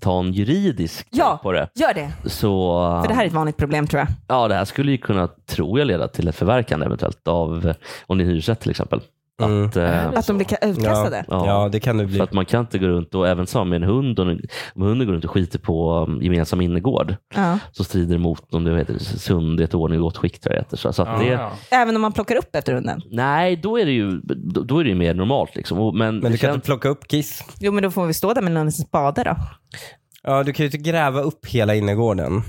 [SPEAKER 3] ta en juridisk
[SPEAKER 1] Ja.
[SPEAKER 3] på det,
[SPEAKER 1] Gör det,
[SPEAKER 3] så
[SPEAKER 1] för det här är ett vanligt problem tror jag.
[SPEAKER 3] ja, det här skulle ju kunna, tror jag, leda till ett förverkande eventuellt av, eh, om det är en hyresrätt till exempel.
[SPEAKER 4] Mm.
[SPEAKER 3] Att, eh,
[SPEAKER 1] Att de blir ka- utkastade?
[SPEAKER 4] Ja, det kan du bli.
[SPEAKER 3] För att man kan inte gå runt och även så med en hund, och om hunden går runt och skiter på um, gemensam innergård
[SPEAKER 1] Ja.
[SPEAKER 3] så strider det mot om det heter sundhet, ordning och gott skick. tror jag det heter. Så, så att
[SPEAKER 2] Ja,
[SPEAKER 3] det,
[SPEAKER 2] ja.
[SPEAKER 1] Även om man plockar upp efter hunden?
[SPEAKER 3] Nej, då är det ju, då då är det ju mer normalt. Liksom. Och- Men,
[SPEAKER 4] Men
[SPEAKER 3] det
[SPEAKER 4] du kan
[SPEAKER 3] känns-
[SPEAKER 4] inte plocka upp kiss?
[SPEAKER 1] Jo, men då får vi stå där med någon spade då.
[SPEAKER 4] Ja, du kan ju inte gräva upp hela innergården.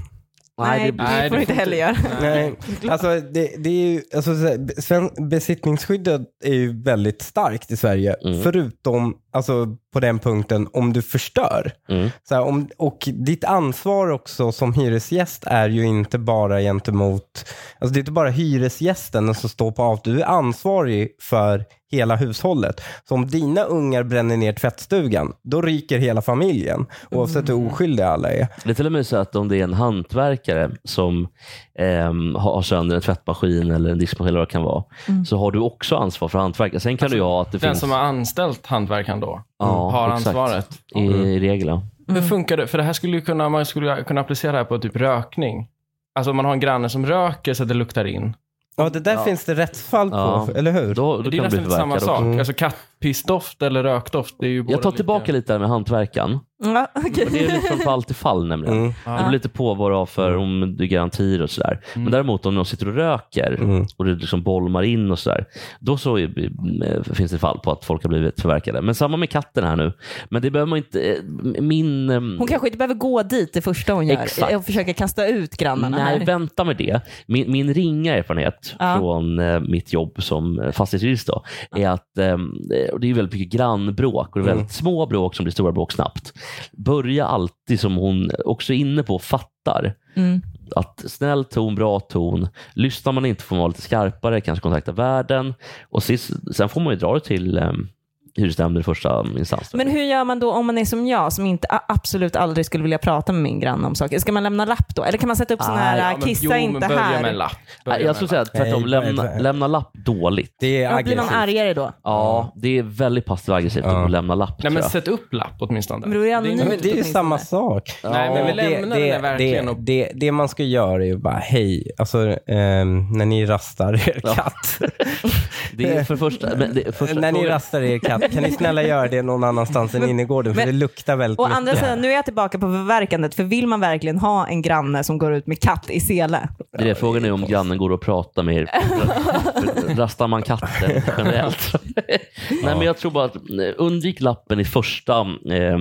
[SPEAKER 3] nej, det,
[SPEAKER 1] det
[SPEAKER 2] nej,
[SPEAKER 1] får
[SPEAKER 2] det
[SPEAKER 1] du inte
[SPEAKER 2] får
[SPEAKER 1] heller göra.
[SPEAKER 4] Nej, alltså det, det är ju, alltså, så här, be- sven- besittningsskyddet är ju väldigt starkt i Sverige.
[SPEAKER 3] Mm.
[SPEAKER 4] Förutom alltså, på den punkten om du förstör.
[SPEAKER 3] Mm.
[SPEAKER 4] Så här, om, och ditt ansvar också som hyresgäst är ju inte bara gentemot, alltså det är inte bara hyresgästen som står på avtal. Du är ansvarig för hela hushållet. Så om dina ungar bränner ner tvättstugan, då ryker hela familjen. Oavsett
[SPEAKER 3] Mm.
[SPEAKER 4] hur oskyldiga alla är.
[SPEAKER 3] det är till och med så att om det är en hantverkare som ehm, har sönder en tvättmaskin eller en diskmaskin eller vad det kan vara, så har du också ansvar för hantverkaren. Sen kan du ju ha att det
[SPEAKER 2] Mm. Den
[SPEAKER 3] finns...
[SPEAKER 2] som har anställt hantverkaren då
[SPEAKER 3] Ja,
[SPEAKER 2] har
[SPEAKER 3] exakt.
[SPEAKER 2] ansvaret.
[SPEAKER 3] I, i regel, ja.
[SPEAKER 1] Mm.
[SPEAKER 2] Hur funkar det? För det här skulle ju kunna, man skulle kunna applicera det här på typ rökning. Alltså om man har en granne som röker så att det luktar in.
[SPEAKER 4] Ja, det där finns det rättsfall
[SPEAKER 3] Ja.
[SPEAKER 4] på, eller hur?
[SPEAKER 3] Då, då
[SPEAKER 2] Det är
[SPEAKER 3] kan du
[SPEAKER 2] nästan
[SPEAKER 3] bli
[SPEAKER 2] inte samma
[SPEAKER 3] förverkad också.
[SPEAKER 2] sak. Alltså kattpissdoft eller rökdoft. Det är ju båda
[SPEAKER 3] Jag tar
[SPEAKER 2] lika-
[SPEAKER 3] tillbaka lite där med hantverkan.
[SPEAKER 1] Ja, okej.
[SPEAKER 3] Och det är lite från fall till fall nämligen.
[SPEAKER 4] Mm.
[SPEAKER 3] Det beror lite på vad du har för om du är garantier och sådär. Men däremot om någon sitter och röker
[SPEAKER 4] Mm.
[SPEAKER 3] och det liksom bolmar in och sådär. Då så är, eh, finns det fall på att folk har blivit förverkade. Men samma med katten här nu. Men det behöver man inte... eh, Min... eh,
[SPEAKER 1] Hon kanske inte behöver gå dit det första hon gör
[SPEAKER 3] Exakt.
[SPEAKER 1] och försöka kasta ut grannarna.
[SPEAKER 3] Nej,
[SPEAKER 1] här.
[SPEAKER 3] vänta med det. Min, min ringa erfarenhet
[SPEAKER 1] Ja.
[SPEAKER 3] från eh, mitt jobb som eh, fastighetsjurist då, är att ehm, eh, och det är väldigt mycket
[SPEAKER 4] Mm.
[SPEAKER 3] grannbråk och det är väldigt små bråk som blir stora bråk snabbt. Börja alltid, som hon också är inne på, fattar
[SPEAKER 1] Mm.
[SPEAKER 3] att snäll ton, bra ton. Lyssnar man inte får man vara lite skarpare, kanske kontakta värden. Och sist, sen får man ju dra det till ehm, hyresnämnden i första instans.
[SPEAKER 1] Men hur gör man då om man är som jag som inte a- absolut aldrig skulle vilja prata med min granne om saker? Ska man lämna lapp då? Eller kan man sätta upp sådana här
[SPEAKER 2] Ah,
[SPEAKER 1] äh,
[SPEAKER 2] men-
[SPEAKER 1] kissa
[SPEAKER 2] jo, men
[SPEAKER 1] inte
[SPEAKER 2] börja
[SPEAKER 1] här?
[SPEAKER 2] Med en lapp. Börja
[SPEAKER 3] Nej, jag
[SPEAKER 2] med
[SPEAKER 3] skulle
[SPEAKER 2] en
[SPEAKER 3] säga
[SPEAKER 2] lapp.
[SPEAKER 3] tvärtom,
[SPEAKER 4] Nej, nej,
[SPEAKER 3] lämna,
[SPEAKER 4] nej.
[SPEAKER 3] lämna lapp dåligt.
[SPEAKER 4] Det är
[SPEAKER 1] Ja, blir man
[SPEAKER 4] aggressivt.
[SPEAKER 1] argare då?
[SPEAKER 3] Ja, det är väldigt passivt aggressivt att lämna lapp.
[SPEAKER 2] Nej, men
[SPEAKER 3] tror jag.
[SPEAKER 2] sätt upp lapp åtminstone.
[SPEAKER 1] Men då är det
[SPEAKER 2] är-
[SPEAKER 1] <laughs>
[SPEAKER 4] Ja,
[SPEAKER 1] anonymt.
[SPEAKER 4] men det är ju
[SPEAKER 1] åtminstone.
[SPEAKER 4] samma sak.
[SPEAKER 2] Nej, men vi
[SPEAKER 4] Det-
[SPEAKER 2] lämnar det,
[SPEAKER 4] det,
[SPEAKER 2] där verkligen.
[SPEAKER 4] det,
[SPEAKER 2] och,
[SPEAKER 4] det, det man ska göra är ju bara, hej, alltså ehm, när ni rastar er
[SPEAKER 3] Ja.
[SPEAKER 4] <laughs> katt.
[SPEAKER 3] det är för första, men det, första
[SPEAKER 4] när ni
[SPEAKER 3] frågan-
[SPEAKER 4] rastar er katt, kan ni snälla göra det någon annanstans än inne i gården? För
[SPEAKER 1] men-
[SPEAKER 4] det luktar väldigt
[SPEAKER 1] Å
[SPEAKER 4] mycket.
[SPEAKER 1] andra sidan, nu är jag tillbaka på förverkandet, för vill man verkligen ha en granne som går ut med katt i sele?
[SPEAKER 3] Det är det, frågan är om grannen går och pratar med er. <laughs> Rastar man katten generellt? <laughs> Nej, men jag tror bara att eh, undvik lappen i första, eh,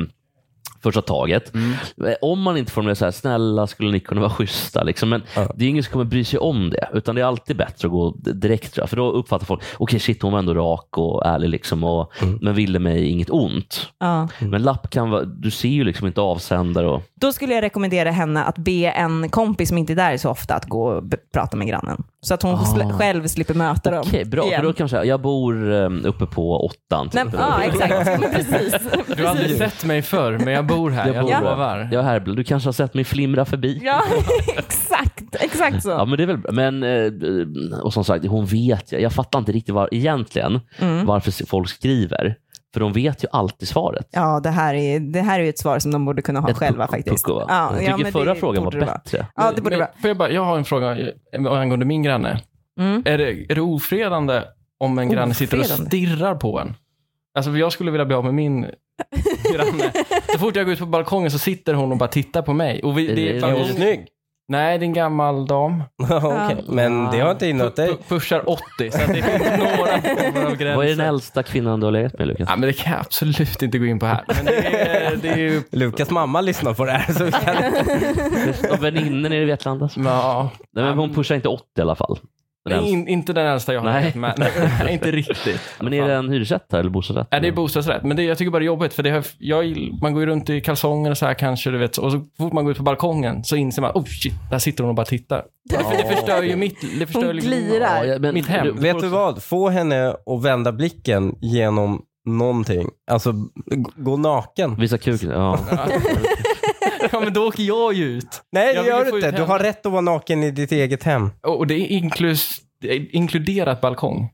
[SPEAKER 3] första taget. Eh, Om man inte formulerar så här, snälla skulle ni kunna vara schyssta? Liksom. Men det är ingen som kommer bry sig om det, utan det är alltid bättre att gå d- direkt. Tror jag. För då uppfattar folk, okej shit hon var ändå rak och ärlig, liksom, och, men ville mig inget ont.
[SPEAKER 1] Ja.
[SPEAKER 3] Mm. Men lapp kan vara, du ser ju liksom inte avsändare. Och,
[SPEAKER 1] Då skulle jag rekommendera henne att be en kompis som inte är där så ofta att gå och b- prata med grannen. Så att hon sl- själv slipper möta dem.
[SPEAKER 3] Ah. Okej, bra.
[SPEAKER 1] igen.
[SPEAKER 3] För då kan jag säga, jag bor eh, uppe på åttan.
[SPEAKER 1] Nej,
[SPEAKER 3] typ.
[SPEAKER 1] ja, exakt. Men
[SPEAKER 3] <laughs>
[SPEAKER 1] precis.
[SPEAKER 2] du har aldrig sett mig förr, men jag bor här. Jag,
[SPEAKER 3] bor här.
[SPEAKER 2] lovar.
[SPEAKER 3] Jag är här, du kanske har sett mig flimra förbi.
[SPEAKER 1] Ja, <laughs> exakt. Exakt
[SPEAKER 3] Ja,
[SPEAKER 1] så.
[SPEAKER 3] men det är väl bra. Men, eh, och som sagt, hon vet ju. Jag fattar inte riktigt var, egentligen
[SPEAKER 1] Mm.
[SPEAKER 3] varför folk skriver. För de vet ju alltid svaret.
[SPEAKER 1] Ja, det här är, det här är ju ett svar som de borde kunna ha
[SPEAKER 3] Ett
[SPEAKER 1] själva
[SPEAKER 3] puck-
[SPEAKER 1] faktiskt.
[SPEAKER 3] pucko, va?
[SPEAKER 1] ja,
[SPEAKER 3] jag
[SPEAKER 1] ja,
[SPEAKER 3] tycker
[SPEAKER 1] men
[SPEAKER 3] förra
[SPEAKER 1] det
[SPEAKER 3] frågan var
[SPEAKER 1] borde det vara.
[SPEAKER 3] bättre.
[SPEAKER 1] Ja, det borde
[SPEAKER 2] Men
[SPEAKER 1] vara.
[SPEAKER 2] får jag, bara, jag har en fråga eh, angående min granne.
[SPEAKER 1] Mm.
[SPEAKER 2] Är, det, är det ofredande om en granne sitter och
[SPEAKER 1] Ofredande?
[SPEAKER 2] stirrar på en? Alltså, jag skulle vilja bli av
[SPEAKER 1] <laughs>
[SPEAKER 2] med min granne. Så fort jag går ut på balkongen så sitter hon och bara tittar på mig. Och vi, det,
[SPEAKER 3] Är
[SPEAKER 2] är
[SPEAKER 3] det-
[SPEAKER 4] Är hon
[SPEAKER 2] familj-
[SPEAKER 4] <laughs> snygg?
[SPEAKER 2] nej, det är en gammal dam.
[SPEAKER 4] Okej, Men det har inte
[SPEAKER 2] Pu-
[SPEAKER 4] hindrat dig.
[SPEAKER 2] pu- pushar 80, så att det
[SPEAKER 3] <laughs>
[SPEAKER 2] finns några former av gränser.
[SPEAKER 3] Vad är den äldsta kvinnan du har legat
[SPEAKER 2] <laughs>
[SPEAKER 3] med Lukas?
[SPEAKER 2] Ja, men det kan jag absolut inte gå in på här. Men det är, det är ju...
[SPEAKER 4] Lukas mamma lyssnar på det
[SPEAKER 2] <laughs>
[SPEAKER 4] här. Så vi kan...
[SPEAKER 3] Och väninnor nere i Vetlanda? Alltså.
[SPEAKER 2] Ja,
[SPEAKER 3] Nej, men hon pushar inte 80 i alla fall. Den
[SPEAKER 2] men
[SPEAKER 3] äldsta.
[SPEAKER 2] in, Mm. inte den äldsta jag har
[SPEAKER 3] Nej.
[SPEAKER 2] legat med.
[SPEAKER 3] <laughs>
[SPEAKER 2] Nej, inte riktigt.
[SPEAKER 3] Men är det en hyresrätt här eller bostadsrätt?
[SPEAKER 2] Ja, det är bostadsrätt, men det, jag tycker bara det är jobbigt. För det har, jag, man går ju runt i kalsonger och så här kanske, du vet. Och så fort man går ut på balkonen så inser man, oh shit, där sitter hon och bara tittar. <laughs> Det, det förstör ju mitt... Det förstör
[SPEAKER 1] Hon
[SPEAKER 2] liksom-
[SPEAKER 1] glirar.
[SPEAKER 3] Ja, ja, men-
[SPEAKER 2] Mitt hem.
[SPEAKER 3] du-
[SPEAKER 4] Vet du vad? Få henne att vända blicken genom någonting. Alltså, g- gå naken.
[SPEAKER 3] Visa kuken? Ja.
[SPEAKER 2] <laughs> Ja, men då åker jag ju ut.
[SPEAKER 4] Nej,
[SPEAKER 2] Jag
[SPEAKER 4] det
[SPEAKER 2] vill
[SPEAKER 4] gör
[SPEAKER 2] få
[SPEAKER 4] du
[SPEAKER 2] ut
[SPEAKER 4] inte. Du
[SPEAKER 2] henne.
[SPEAKER 4] har rätt att vara naken i ditt eget hem.
[SPEAKER 2] Och och det är inklus, det är inkluderat balkong.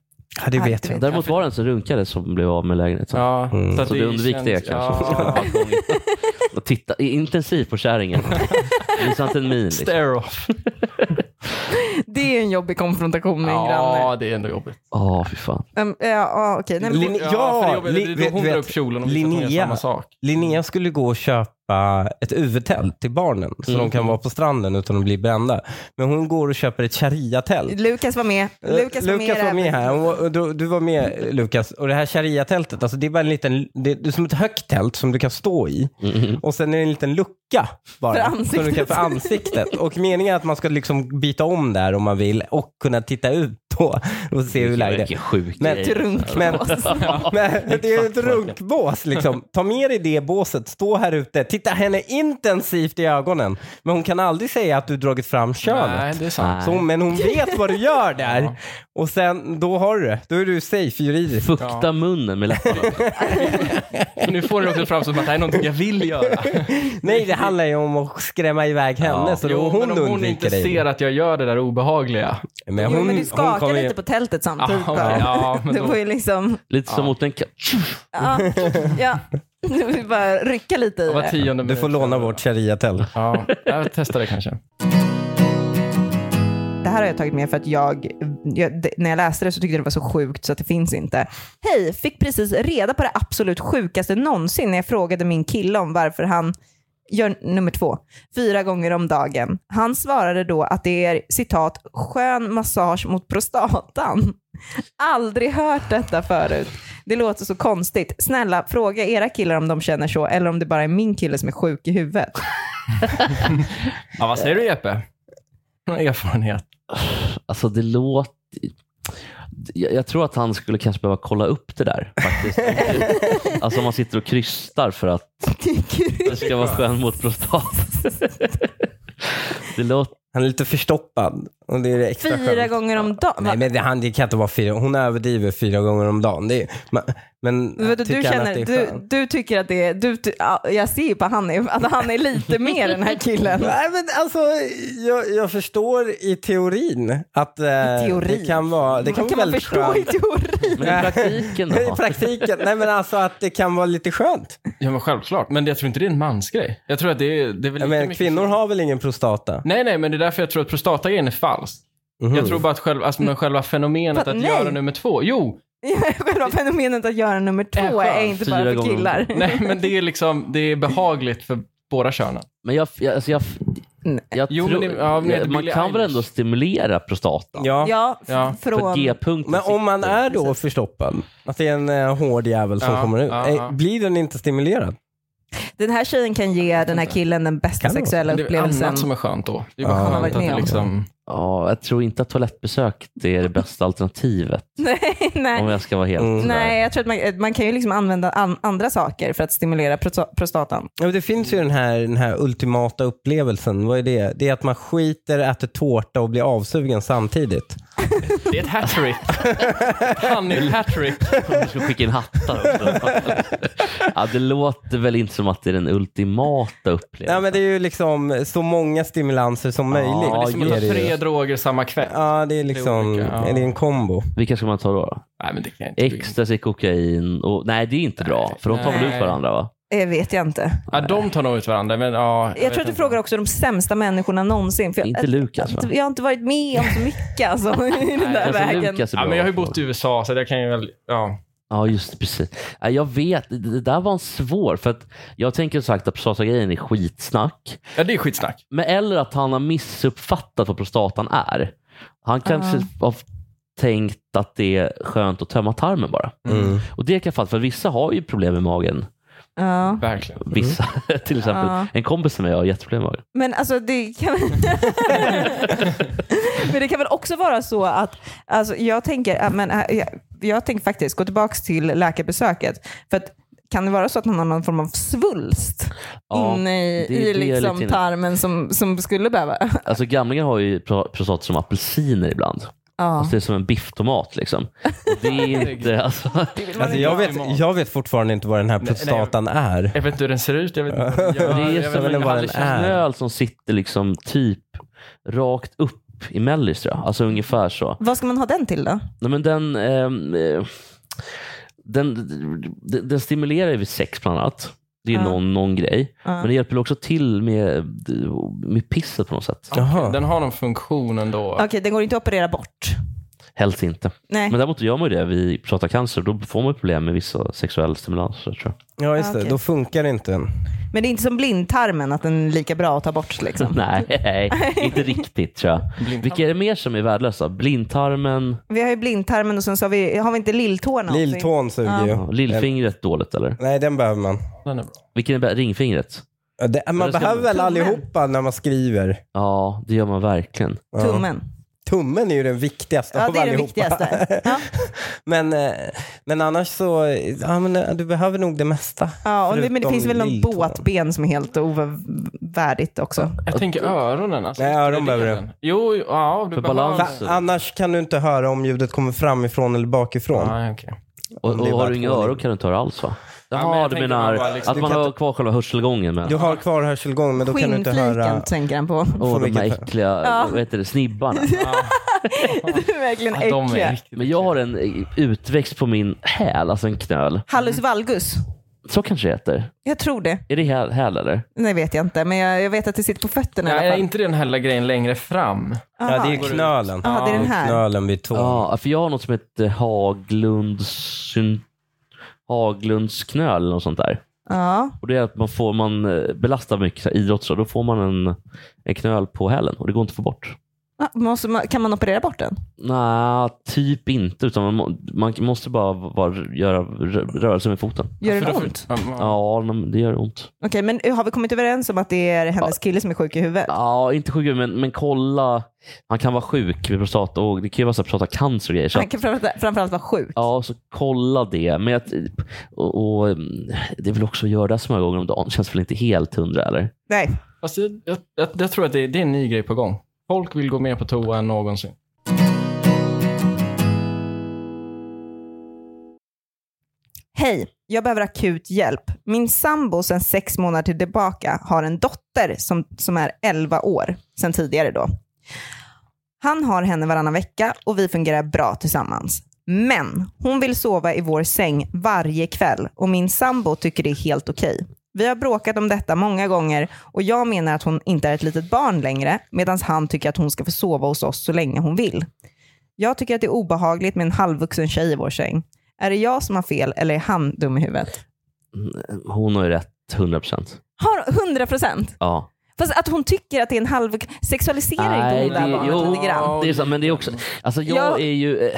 [SPEAKER 4] Ja, det
[SPEAKER 1] Nej,
[SPEAKER 4] vet
[SPEAKER 1] det
[SPEAKER 4] jag.
[SPEAKER 1] vet
[SPEAKER 3] Däremot var det en som runkade som blev av med lägenheten.
[SPEAKER 2] Ja,
[SPEAKER 4] Mm.
[SPEAKER 2] att
[SPEAKER 3] Så du undvik det
[SPEAKER 2] känns-
[SPEAKER 3] kanske?
[SPEAKER 2] Ja.
[SPEAKER 3] Och titta intensivt på kärringen. Visa inte en min. Liksom.
[SPEAKER 2] <laughs> Stare off.
[SPEAKER 1] Det är ju en jobbig konfrontation med en granne.
[SPEAKER 2] Ja, det är ändå jobbigt.
[SPEAKER 3] Ja, fy fan.
[SPEAKER 1] Um, ja, ja, okej. Nej, men-
[SPEAKER 4] Lin-
[SPEAKER 2] för det
[SPEAKER 4] ja,
[SPEAKER 2] jobbiga-
[SPEAKER 4] li-
[SPEAKER 2] det är då
[SPEAKER 4] vet-
[SPEAKER 2] hon drar
[SPEAKER 4] vet-
[SPEAKER 2] upp kjolen och visar att hon gör
[SPEAKER 4] Linnea.
[SPEAKER 2] samma sak.
[SPEAKER 1] Mm.
[SPEAKER 4] Linnea skulle gå och köpa ett UV-tält till barnen så de
[SPEAKER 1] Mm.
[SPEAKER 4] kan vara på stranden utan att bli brända. Men hon går och köper ett sharia-tält.
[SPEAKER 1] Lukas var med. Lukas var med, i det här.
[SPEAKER 4] här. Hon Eh, var- och Du, du var med eh, Lukas. Och det här sharia-tältet, alltså det är bara en liten, det, det är som ett högt tält som du kan stå i. Och sen är det en liten lucka bara.
[SPEAKER 1] Mm. För
[SPEAKER 4] Som du kan
[SPEAKER 1] ansiktet.
[SPEAKER 4] för ansiktet. Och meningen är att man ska liksom byta om där om man vill och kunna titta ut då och se hur läget är.
[SPEAKER 3] Vilken sjuk
[SPEAKER 4] Men-
[SPEAKER 3] grej.
[SPEAKER 1] Drunknat.
[SPEAKER 4] Men det är ju ett runkbås liksom. Ta med dig det båset, stå här ute, titta henne intensivt i ögonen. Men hon kan aldrig säga att du dragit fram
[SPEAKER 2] Nej,
[SPEAKER 4] könet.
[SPEAKER 2] det är sant.
[SPEAKER 4] Så, hon- men hon vet vad du
[SPEAKER 2] <laughs>
[SPEAKER 4] gör där. Och sen, då har du det. Då är du safe juridiskt.
[SPEAKER 3] Fukta
[SPEAKER 2] Ja.
[SPEAKER 3] munnen med läpparna.
[SPEAKER 2] Nu får det också fram som att det här är någonting jag vill göra. <laughs>
[SPEAKER 4] Nej, det handlar ju om att skrämma iväg henne.
[SPEAKER 3] Ja.
[SPEAKER 4] Så då
[SPEAKER 2] Jo,
[SPEAKER 4] hon
[SPEAKER 2] men om hon
[SPEAKER 4] undviker
[SPEAKER 2] inte
[SPEAKER 4] dig.
[SPEAKER 2] ser att jag gör det där obehagliga.
[SPEAKER 4] Men
[SPEAKER 1] Jo, men du
[SPEAKER 4] hon
[SPEAKER 1] skakar
[SPEAKER 4] kommer ju-
[SPEAKER 1] lite på tältet samtidigt.
[SPEAKER 2] <laughs> Ja,
[SPEAKER 3] Ah,
[SPEAKER 1] bara.
[SPEAKER 2] ja, men
[SPEAKER 1] du
[SPEAKER 2] då-
[SPEAKER 1] får ju liksom...
[SPEAKER 3] Lite som mot en katt.
[SPEAKER 1] Ja, ja. Du vill bara rycka lite i
[SPEAKER 2] Var
[SPEAKER 1] det.
[SPEAKER 2] tionde
[SPEAKER 4] Du får
[SPEAKER 2] minut.
[SPEAKER 4] låna vårt sharia-tält.
[SPEAKER 2] Ja, jag testar det kanske.
[SPEAKER 1] Det här har jag tagit med för att jag, jag, det- när jag läste det så tyckte jag det var så sjukt så att det finns inte. Hej, fick precis reda på det absolut sjukaste någonsin när jag frågade min kille om varför han gör nummer två, fyra gånger om dagen. Han svarade då att det är citat, skön massage mot prostatan. Aldrig hört detta förut. Det låter så konstigt. Snälla, fråga era killar om de känner så eller om det bara är min kille som är sjuk i huvudet. <laughs>
[SPEAKER 2] Ja, vad säger du Jeppe? Någon Erfarenhet.
[SPEAKER 3] Alltså det låter... Jag, jag tror att han skulle kanske behöva kolla upp det där. Faktiskt. alltså om man sitter och krystar för att
[SPEAKER 1] Tycker du?
[SPEAKER 3] det ska vara skön mot prostat. det låter...
[SPEAKER 4] Han är lite förstoppad. Och det är det extra
[SPEAKER 1] Fyra
[SPEAKER 4] skönt.
[SPEAKER 1] gånger om dagen?
[SPEAKER 4] Nej, men det, han, det kan inte vara fyra. Hon överdriver fyra gånger om dagen. Det är, men men
[SPEAKER 1] Vadå,
[SPEAKER 4] tycker
[SPEAKER 1] du,
[SPEAKER 4] han
[SPEAKER 1] känner,
[SPEAKER 4] att det är
[SPEAKER 1] du,
[SPEAKER 4] skönt?
[SPEAKER 1] du tycker att det är, du, ty- ja, jag ser ju på han är- att han är
[SPEAKER 4] <laughs>
[SPEAKER 1] lite mer den här killen.
[SPEAKER 4] Nej, men alltså, jag, jag förstår i teorin att eh,
[SPEAKER 1] teorin?
[SPEAKER 4] det kan vara, det kan
[SPEAKER 1] Vad kan
[SPEAKER 4] vara
[SPEAKER 1] man
[SPEAKER 4] väldigt
[SPEAKER 1] förstå i
[SPEAKER 4] skönt. <laughs>
[SPEAKER 1] teorin?
[SPEAKER 3] Men i praktiken
[SPEAKER 4] I
[SPEAKER 3] då?
[SPEAKER 4] praktiken. Nej, men alltså att det kan vara lite skönt.
[SPEAKER 2] Ja, men självklart. Men jag tror inte det är en mansgrej. Jag tror att det är, det är väl lika
[SPEAKER 4] Ja, men
[SPEAKER 2] mycket-
[SPEAKER 4] kvinnor har väl ingen prostata? Mhm.
[SPEAKER 2] Nej, nej, men det är därför jag tror att prostatagrejen är falsk.
[SPEAKER 4] Mm.
[SPEAKER 2] Jag tror bara att själva, alltså, men själva fenomenet
[SPEAKER 1] Fa-
[SPEAKER 2] att
[SPEAKER 1] nej.
[SPEAKER 2] göra nummer två. Jo,
[SPEAKER 1] Själva fenomenet att göra nummer
[SPEAKER 2] Äh,
[SPEAKER 1] två
[SPEAKER 2] skönt.
[SPEAKER 1] är inte
[SPEAKER 3] Fyra
[SPEAKER 1] bara för
[SPEAKER 3] gånger om
[SPEAKER 1] killar.
[SPEAKER 2] nej, men det är liksom, det är behagligt för båda könen.
[SPEAKER 3] Men jag, jag, alltså jag,
[SPEAKER 1] Nej.
[SPEAKER 3] jag
[SPEAKER 2] Jo, men
[SPEAKER 3] tror,
[SPEAKER 2] det- ja, men det är
[SPEAKER 3] man
[SPEAKER 2] Billie
[SPEAKER 3] kan väl
[SPEAKER 2] Eilish.
[SPEAKER 3] ändå stimulera prostatan?
[SPEAKER 4] Ja.
[SPEAKER 1] Ja, f-
[SPEAKER 2] Ja,
[SPEAKER 3] För
[SPEAKER 1] från...
[SPEAKER 3] G-punkten
[SPEAKER 4] Men om man
[SPEAKER 3] sitter.
[SPEAKER 4] är då förstoppad, att det är en eh, hård jävel som
[SPEAKER 2] Ja,
[SPEAKER 4] kommer ut,
[SPEAKER 2] ja,
[SPEAKER 4] eh,
[SPEAKER 2] ja.
[SPEAKER 4] blir den inte stimulerad?
[SPEAKER 1] Den här tjejen kan ge den här killen den bästa
[SPEAKER 4] Kan det vara så?
[SPEAKER 1] sexuella
[SPEAKER 2] Det är
[SPEAKER 1] upplevelsen.
[SPEAKER 2] annat som är skönt då. Det är
[SPEAKER 4] Ja.
[SPEAKER 2] bara
[SPEAKER 1] Har varit
[SPEAKER 2] skönt att
[SPEAKER 1] med
[SPEAKER 2] det
[SPEAKER 1] om.
[SPEAKER 2] liksom...
[SPEAKER 3] Ja, jag tror inte att toalettbesök det är det bästa alternativet.
[SPEAKER 1] Nej, <laughs> nej.
[SPEAKER 3] Om jag ska vara helt
[SPEAKER 4] Mm.
[SPEAKER 3] sådär.
[SPEAKER 1] Nej, jag tror att man, man kan ju liksom använda an, andra saker för att stimulera prosta- prostatan.
[SPEAKER 4] Ja, men det finns ju den här, den här ultimata upplevelsen. Vad är det? Det är att man skiter, äter tårta och blir avsugen samtidigt.
[SPEAKER 2] Det är ett hattrick. Han är hattrick.
[SPEAKER 3] <laughs> Jag ska skicka in hattar också. ja, det låter väl inte som att det är den ultimata
[SPEAKER 4] Ja,
[SPEAKER 3] upplevelsen.
[SPEAKER 4] men det är ju liksom så många stimulanser som möjligt.
[SPEAKER 3] men
[SPEAKER 2] Det är som att ta
[SPEAKER 4] det ju.
[SPEAKER 2] tre droger samma kväll.
[SPEAKER 4] Ja, det är liksom
[SPEAKER 2] olika, ja.
[SPEAKER 4] det är en kombo.
[SPEAKER 3] Vilka ska man ta då?
[SPEAKER 2] Nej, men det kan jag inte.
[SPEAKER 3] Ecstasy, kokain och... Nej, det är inte bra. För de tar väl
[SPEAKER 2] Nej.
[SPEAKER 3] ut varandra va?
[SPEAKER 1] Det vet jag inte.
[SPEAKER 2] Ja, de tar nog ut varandra, men ja.
[SPEAKER 1] Jag, tror att du frågar också de sämsta människorna någonsin. För jag,
[SPEAKER 4] Alltså,
[SPEAKER 3] Inte Lukas va?
[SPEAKER 1] jag, jag har inte varit med om så mycket alltså, i den där
[SPEAKER 3] Alltså,
[SPEAKER 1] vägen.
[SPEAKER 3] Lukas är
[SPEAKER 2] Ja,
[SPEAKER 3] bra.
[SPEAKER 2] men jag har ju bott i USA, så det kan ju väl... Ja.
[SPEAKER 3] Ja, just det, precis. Ja, Jag vet, det det där var en svår. För att jag tänker som sagt att prostatagrejen är skitsnack.
[SPEAKER 2] ja, det är skitsnack.
[SPEAKER 3] Men eller att han har missuppfattat vad prostatan är. Han kanske har tänkt att det är skönt att tömma tarmen bara.
[SPEAKER 4] Mm.
[SPEAKER 3] Och det kan jag fatta, för vissa har ju problem med magen.
[SPEAKER 1] Ja.
[SPEAKER 2] Verkligen.
[SPEAKER 3] Vissa, <laughs> till exempel.
[SPEAKER 1] Mm. Ja.
[SPEAKER 3] En kompis till mig har jätteproblem med magen.
[SPEAKER 1] Men alltså det kan <laughs> Men det kan väl också vara så att alltså, jag tänker äh, men, äh, jag, jag tänker faktiskt gå tillbaka till läkarbesöket. För att, kan det vara så att han har någon form av svulst
[SPEAKER 3] Ja,
[SPEAKER 1] inne i,
[SPEAKER 3] det- det
[SPEAKER 1] i
[SPEAKER 3] är
[SPEAKER 1] liksom
[SPEAKER 3] lite inne.
[SPEAKER 1] tarmen som, som skulle behöva? <laughs>
[SPEAKER 3] Alltså gamlingar har ju pro- prostator som apelsiner ibland.
[SPEAKER 1] Ja.
[SPEAKER 3] Alltså, det är som en bifftomat liksom. Och
[SPEAKER 1] <laughs>
[SPEAKER 3] det är inte, alltså,
[SPEAKER 4] Alltså, jag, vet, jag vet fortfarande inte vad den här prostatan är.
[SPEAKER 2] Jag vet inte hur den ser ut. Jag vet
[SPEAKER 4] <laughs>
[SPEAKER 2] inte. vad den gör,
[SPEAKER 3] det är
[SPEAKER 2] jag vet
[SPEAKER 3] som
[SPEAKER 2] inte
[SPEAKER 3] en
[SPEAKER 2] vad
[SPEAKER 4] bara
[SPEAKER 2] det
[SPEAKER 4] en
[SPEAKER 2] känns.
[SPEAKER 4] är.
[SPEAKER 3] öl som sitter liksom typ rakt upp i mellis tror jag. Alltså ungefär så.
[SPEAKER 1] Vad ska man ha den till då?
[SPEAKER 3] Nej, men den, ehm, eh, den, den, den stimulerar ju vid sex bland annat. Det är
[SPEAKER 1] Ja.
[SPEAKER 3] någon, någon grej.
[SPEAKER 1] Ja.
[SPEAKER 3] Men det hjälper också till med, med pisset på något sätt.
[SPEAKER 4] Jaha.
[SPEAKER 2] Den har någon funktion ändå.
[SPEAKER 1] Okej, den går inte att operera bort.
[SPEAKER 3] Helst inte.
[SPEAKER 1] Nej.
[SPEAKER 3] Men däremot gör man ju det vid prostatacancer. Då får man ju problem med vissa sexuella stimulanser tror jag.
[SPEAKER 4] Ja, just
[SPEAKER 1] Ah,
[SPEAKER 4] det.
[SPEAKER 1] okej.
[SPEAKER 4] Då funkar inte den.
[SPEAKER 1] Men det är inte som blindtarmen att den är lika bra att ta bort liksom.
[SPEAKER 3] <laughs> Nej, inte riktigt tror jag. Vilka är det mer som är värdelösa? Blindtarmen,
[SPEAKER 1] Vi har ju blindtarmen och sen så har vi, har vi inte lilltårna? också?
[SPEAKER 4] Lilltån suger ju.
[SPEAKER 3] ja, lillfingret dåligt eller?
[SPEAKER 4] Nej, den behöver man.
[SPEAKER 2] Den är bra.
[SPEAKER 3] Vilken är bä- ringfingret?
[SPEAKER 4] Ja, det- Man
[SPEAKER 3] det ska-
[SPEAKER 4] behöver väl
[SPEAKER 1] Tummen.
[SPEAKER 4] allihopa när man skriver.
[SPEAKER 3] Ja, det gör man verkligen.
[SPEAKER 4] Ja.
[SPEAKER 1] Tummen.
[SPEAKER 4] Tummen är ju den viktigaste
[SPEAKER 1] Ja,
[SPEAKER 4] av
[SPEAKER 1] det är det
[SPEAKER 4] allihopa.
[SPEAKER 1] viktigaste. Ja.
[SPEAKER 4] <laughs> men, eh, men annars så, ja, men, eh, du behöver nog det mesta.
[SPEAKER 1] Ja, och det, men det
[SPEAKER 4] Förutom
[SPEAKER 1] finns väl någon
[SPEAKER 4] lilltån.
[SPEAKER 1] båtben som är helt ovärdigt också.
[SPEAKER 2] Jag tänker öronen. Alltså.
[SPEAKER 4] Nej, öron behöver du.
[SPEAKER 2] du. Jo, ja, du
[SPEAKER 3] För
[SPEAKER 2] behöver-
[SPEAKER 3] balans.
[SPEAKER 4] Va, annars kan du inte höra om ljudet kommer framifrån eller bakifrån.
[SPEAKER 2] Nej, okej.
[SPEAKER 3] Och,
[SPEAKER 4] Om det
[SPEAKER 3] och
[SPEAKER 4] är bara
[SPEAKER 3] har du inga
[SPEAKER 4] två
[SPEAKER 3] öron kan du inte höra alls va?
[SPEAKER 2] men
[SPEAKER 3] Jaha,
[SPEAKER 2] jag
[SPEAKER 3] du
[SPEAKER 2] tänker
[SPEAKER 3] menar
[SPEAKER 2] man bara liksom-
[SPEAKER 3] att man
[SPEAKER 4] Du kan
[SPEAKER 3] har kvar själva hörselgången? Men...
[SPEAKER 4] Du har kvar hörselgång men då kan du inte
[SPEAKER 1] Skinnfliken
[SPEAKER 4] höra.
[SPEAKER 1] tänker han på.
[SPEAKER 3] Åh, de här
[SPEAKER 4] mycket-
[SPEAKER 3] äckliga vad heter det, snibbarna.
[SPEAKER 1] <laughs> Det är verkligen
[SPEAKER 2] Ja, de är
[SPEAKER 1] äckliga.
[SPEAKER 2] riktigt...
[SPEAKER 3] Men jag har en eh, utväxt på min häl, alltså en knöl.
[SPEAKER 1] Hallus valgus.
[SPEAKER 3] Så kanske det heter.
[SPEAKER 1] Jag tror det.
[SPEAKER 3] Är det häl, häl eller?
[SPEAKER 1] Nej, vet jag inte. Men jag, jag vet att det sitter på fötterna i alla
[SPEAKER 2] Nej,
[SPEAKER 1] fall.
[SPEAKER 2] inte den här lilla grejen längre fram.
[SPEAKER 4] Ja, det
[SPEAKER 1] Aha.
[SPEAKER 4] är knölen.
[SPEAKER 1] Ja, det är den här.
[SPEAKER 4] Knölen vid tån.
[SPEAKER 3] Ja, för jag har något som heter Haglunds... Haglunds knöl eller något sånt där.
[SPEAKER 1] Ja.
[SPEAKER 3] Och det är att man, får, man eh, belastar mycket så här, idrott, så då får man en, en knöl på hälen och det går inte att få bort.
[SPEAKER 1] Ja, måste man- Kan man operera bort den?
[SPEAKER 3] Nej, typ inte. Utan man, må- man måste bara, bara göra rö- rörelser med foten.
[SPEAKER 1] Gör den
[SPEAKER 2] För då- för-
[SPEAKER 1] ont?
[SPEAKER 2] Ja,
[SPEAKER 3] Ja, men det gör ont.
[SPEAKER 1] Okej, men har vi kommit överens om att det är hennes kille som är sjuk i huvudet?
[SPEAKER 3] Ja, inte sjuk men, men kolla. Han kan vara sjuk med prostata och det kan ju vara så här prostatacancer och grejer. Så
[SPEAKER 1] Han
[SPEAKER 3] att,
[SPEAKER 1] kan framförallt framförallt vara sjuk.
[SPEAKER 3] ja, så kolla det. Men jag, och, och, mm, det är väl också att göra det här så många gånger om dagen. Känns väl inte helt hundra eller?
[SPEAKER 1] Nej.
[SPEAKER 2] Fast jag, jag, jag, jag tror att det, det är en ny grej på gång. Folk vill gå mer på toa än någonsin.
[SPEAKER 1] Hej, jag behöver akut hjälp. Min sambo sedan sex månader tillbaka har en dotter som, som är 11 år, sedan tidigare då. Han har henne varannan vecka och vi fungerar bra tillsammans. Men hon vill sova i vår säng varje kväll och min sambo tycker det är helt okej. Vi har bråkat om detta många gånger och jag menar att hon inte är ett litet barn längre medan han tycker att hon ska få sova hos oss så länge hon vill. Jag tycker att det är obehagligt med en halvvuxen tjej i vår säng. Är det jag som har fel eller är han dum i huvudet?
[SPEAKER 3] Hon har ju rätt 100 procent.
[SPEAKER 1] Har 100 procent.
[SPEAKER 3] Ja.
[SPEAKER 1] Fast att hon tycker att det är en halv... Sexualiserar inte
[SPEAKER 3] Nej,
[SPEAKER 1] hon det här
[SPEAKER 3] det-
[SPEAKER 1] barnet
[SPEAKER 3] jo.
[SPEAKER 1] lite grann?
[SPEAKER 3] Det är så, men det är också, alltså jag
[SPEAKER 1] Jag-
[SPEAKER 3] är ju, eh,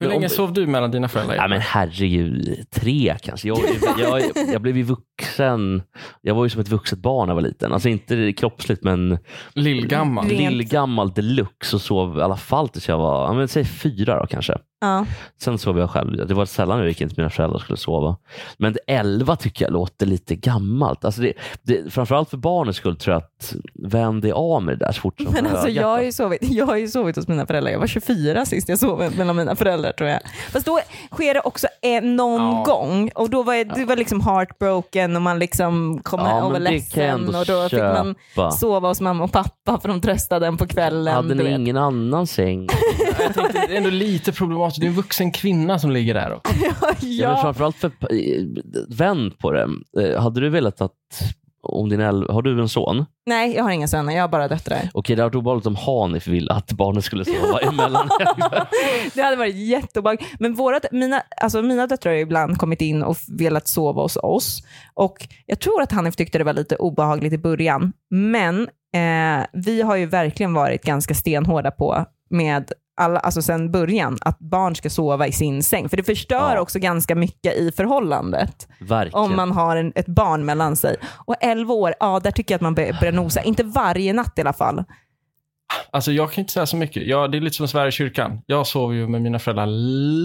[SPEAKER 2] Hur
[SPEAKER 3] Men
[SPEAKER 2] länge
[SPEAKER 3] om-
[SPEAKER 2] sov du mellan dina föräldrar?
[SPEAKER 3] ja men herregud, tre kanske. Jag, jag, jag, jag blev ju vuxen, jag var ju som ett vuxet barn när jag var liten. Alltså inte kroppsligt men
[SPEAKER 2] Lillgammal.
[SPEAKER 1] Rent-
[SPEAKER 3] lillgammal deluxe och sov i alla fall tills jag var, ja, men säg fyra då kanske.
[SPEAKER 1] Ja.
[SPEAKER 3] Sen sov jag själv. Det var sällan jag gick in till mina föräldrar och skulle sova. Men 11 tycker jag låter lite gammalt. Alltså det, det, framförallt för barnens skull tror jag att vänd dig av med det där så fort
[SPEAKER 1] <laughs>
[SPEAKER 3] som
[SPEAKER 1] Men alltså
[SPEAKER 3] ögat.
[SPEAKER 1] jag har, ju sovit, jag har ju sovit hos mina föräldrar. Jag var 24 sist jag sov mellan mina föräldrar tror jag. Fast då sker det också eh, någon
[SPEAKER 2] Ja.
[SPEAKER 1] gång och då var jag, det var liksom heartbroken och man liksom kom
[SPEAKER 3] Ja,
[SPEAKER 1] hem och var
[SPEAKER 3] men det kan jag
[SPEAKER 1] ledsen
[SPEAKER 3] ändå
[SPEAKER 1] och då fick man
[SPEAKER 3] köpa.
[SPEAKER 1] sova hos mamma och pappa för de tröstade en på kvällen.
[SPEAKER 3] Hade
[SPEAKER 1] du
[SPEAKER 3] ni
[SPEAKER 1] vet.
[SPEAKER 3] ingen annan säng?
[SPEAKER 2] Jag
[SPEAKER 1] Mm.
[SPEAKER 2] tänkte, det är ändå lite problematiskt. Det är en vuxen kvinna som ligger där. Också.
[SPEAKER 3] ja. men
[SPEAKER 1] <laughs> ja.
[SPEAKER 3] framförallt för eh, vänd på det. Eh, Hade du velat att om din el- har du en son?
[SPEAKER 1] Nej, jag har inga söner. Jag har bara döttrar.
[SPEAKER 3] Okej, det hade varit obehagligt om Hanif ville att barnen skulle sova
[SPEAKER 1] <laughs>
[SPEAKER 3] emellan.
[SPEAKER 1] Det hade varit jätteobehagligt. Men våra, mina, alltså mina döttrar har ju ibland kommit in och velat sova hos oss. Och Jag tror att Hanif tyckte det var lite obehagligt i början, men eh, vi har ju verkligen varit ganska stenhårda på med alla, alltså sen början, att barn ska sova i sin säng. För det förstör
[SPEAKER 3] Ja.
[SPEAKER 1] också ganska mycket i förhållandet
[SPEAKER 3] Verkligen.
[SPEAKER 1] om man har en, ett barn mellan sig. Och 11 år, ja där tycker jag att man bör- börjar nosa. Inte varje natt i alla fall.
[SPEAKER 2] Alltså, jag kan inte säga så mycket. Jag, det är lite som Sverige i kyrkan. Jag sov ju med mina föräldrar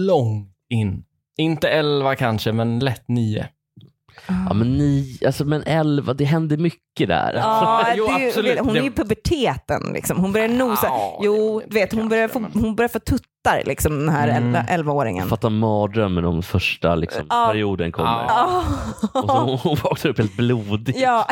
[SPEAKER 2] långt in. Inte elva kanske, men lätt nio.
[SPEAKER 3] Ja, men, ni, alltså, men elva, det hände mycket där.
[SPEAKER 1] Ja,
[SPEAKER 2] <laughs> Jo,
[SPEAKER 1] det, är ju-
[SPEAKER 2] absolut.
[SPEAKER 1] Hon är ju i
[SPEAKER 2] Det-
[SPEAKER 1] puberteten. Liksom. Hon börjar nosa.
[SPEAKER 2] Ja,
[SPEAKER 1] jo,
[SPEAKER 2] det-
[SPEAKER 1] du vet, hon börjar, få,
[SPEAKER 2] kanske,
[SPEAKER 1] hon börjar få tuttar, liksom, den här
[SPEAKER 2] Mm.
[SPEAKER 1] elva- 11-åringen.
[SPEAKER 3] Jag fattar mardrömmen om första liksom,
[SPEAKER 1] Ja.
[SPEAKER 3] perioden kommer.
[SPEAKER 2] Ja.
[SPEAKER 1] Ah.
[SPEAKER 3] Och så hon, hon vaknar upp helt blodig.
[SPEAKER 1] <laughs> Ja.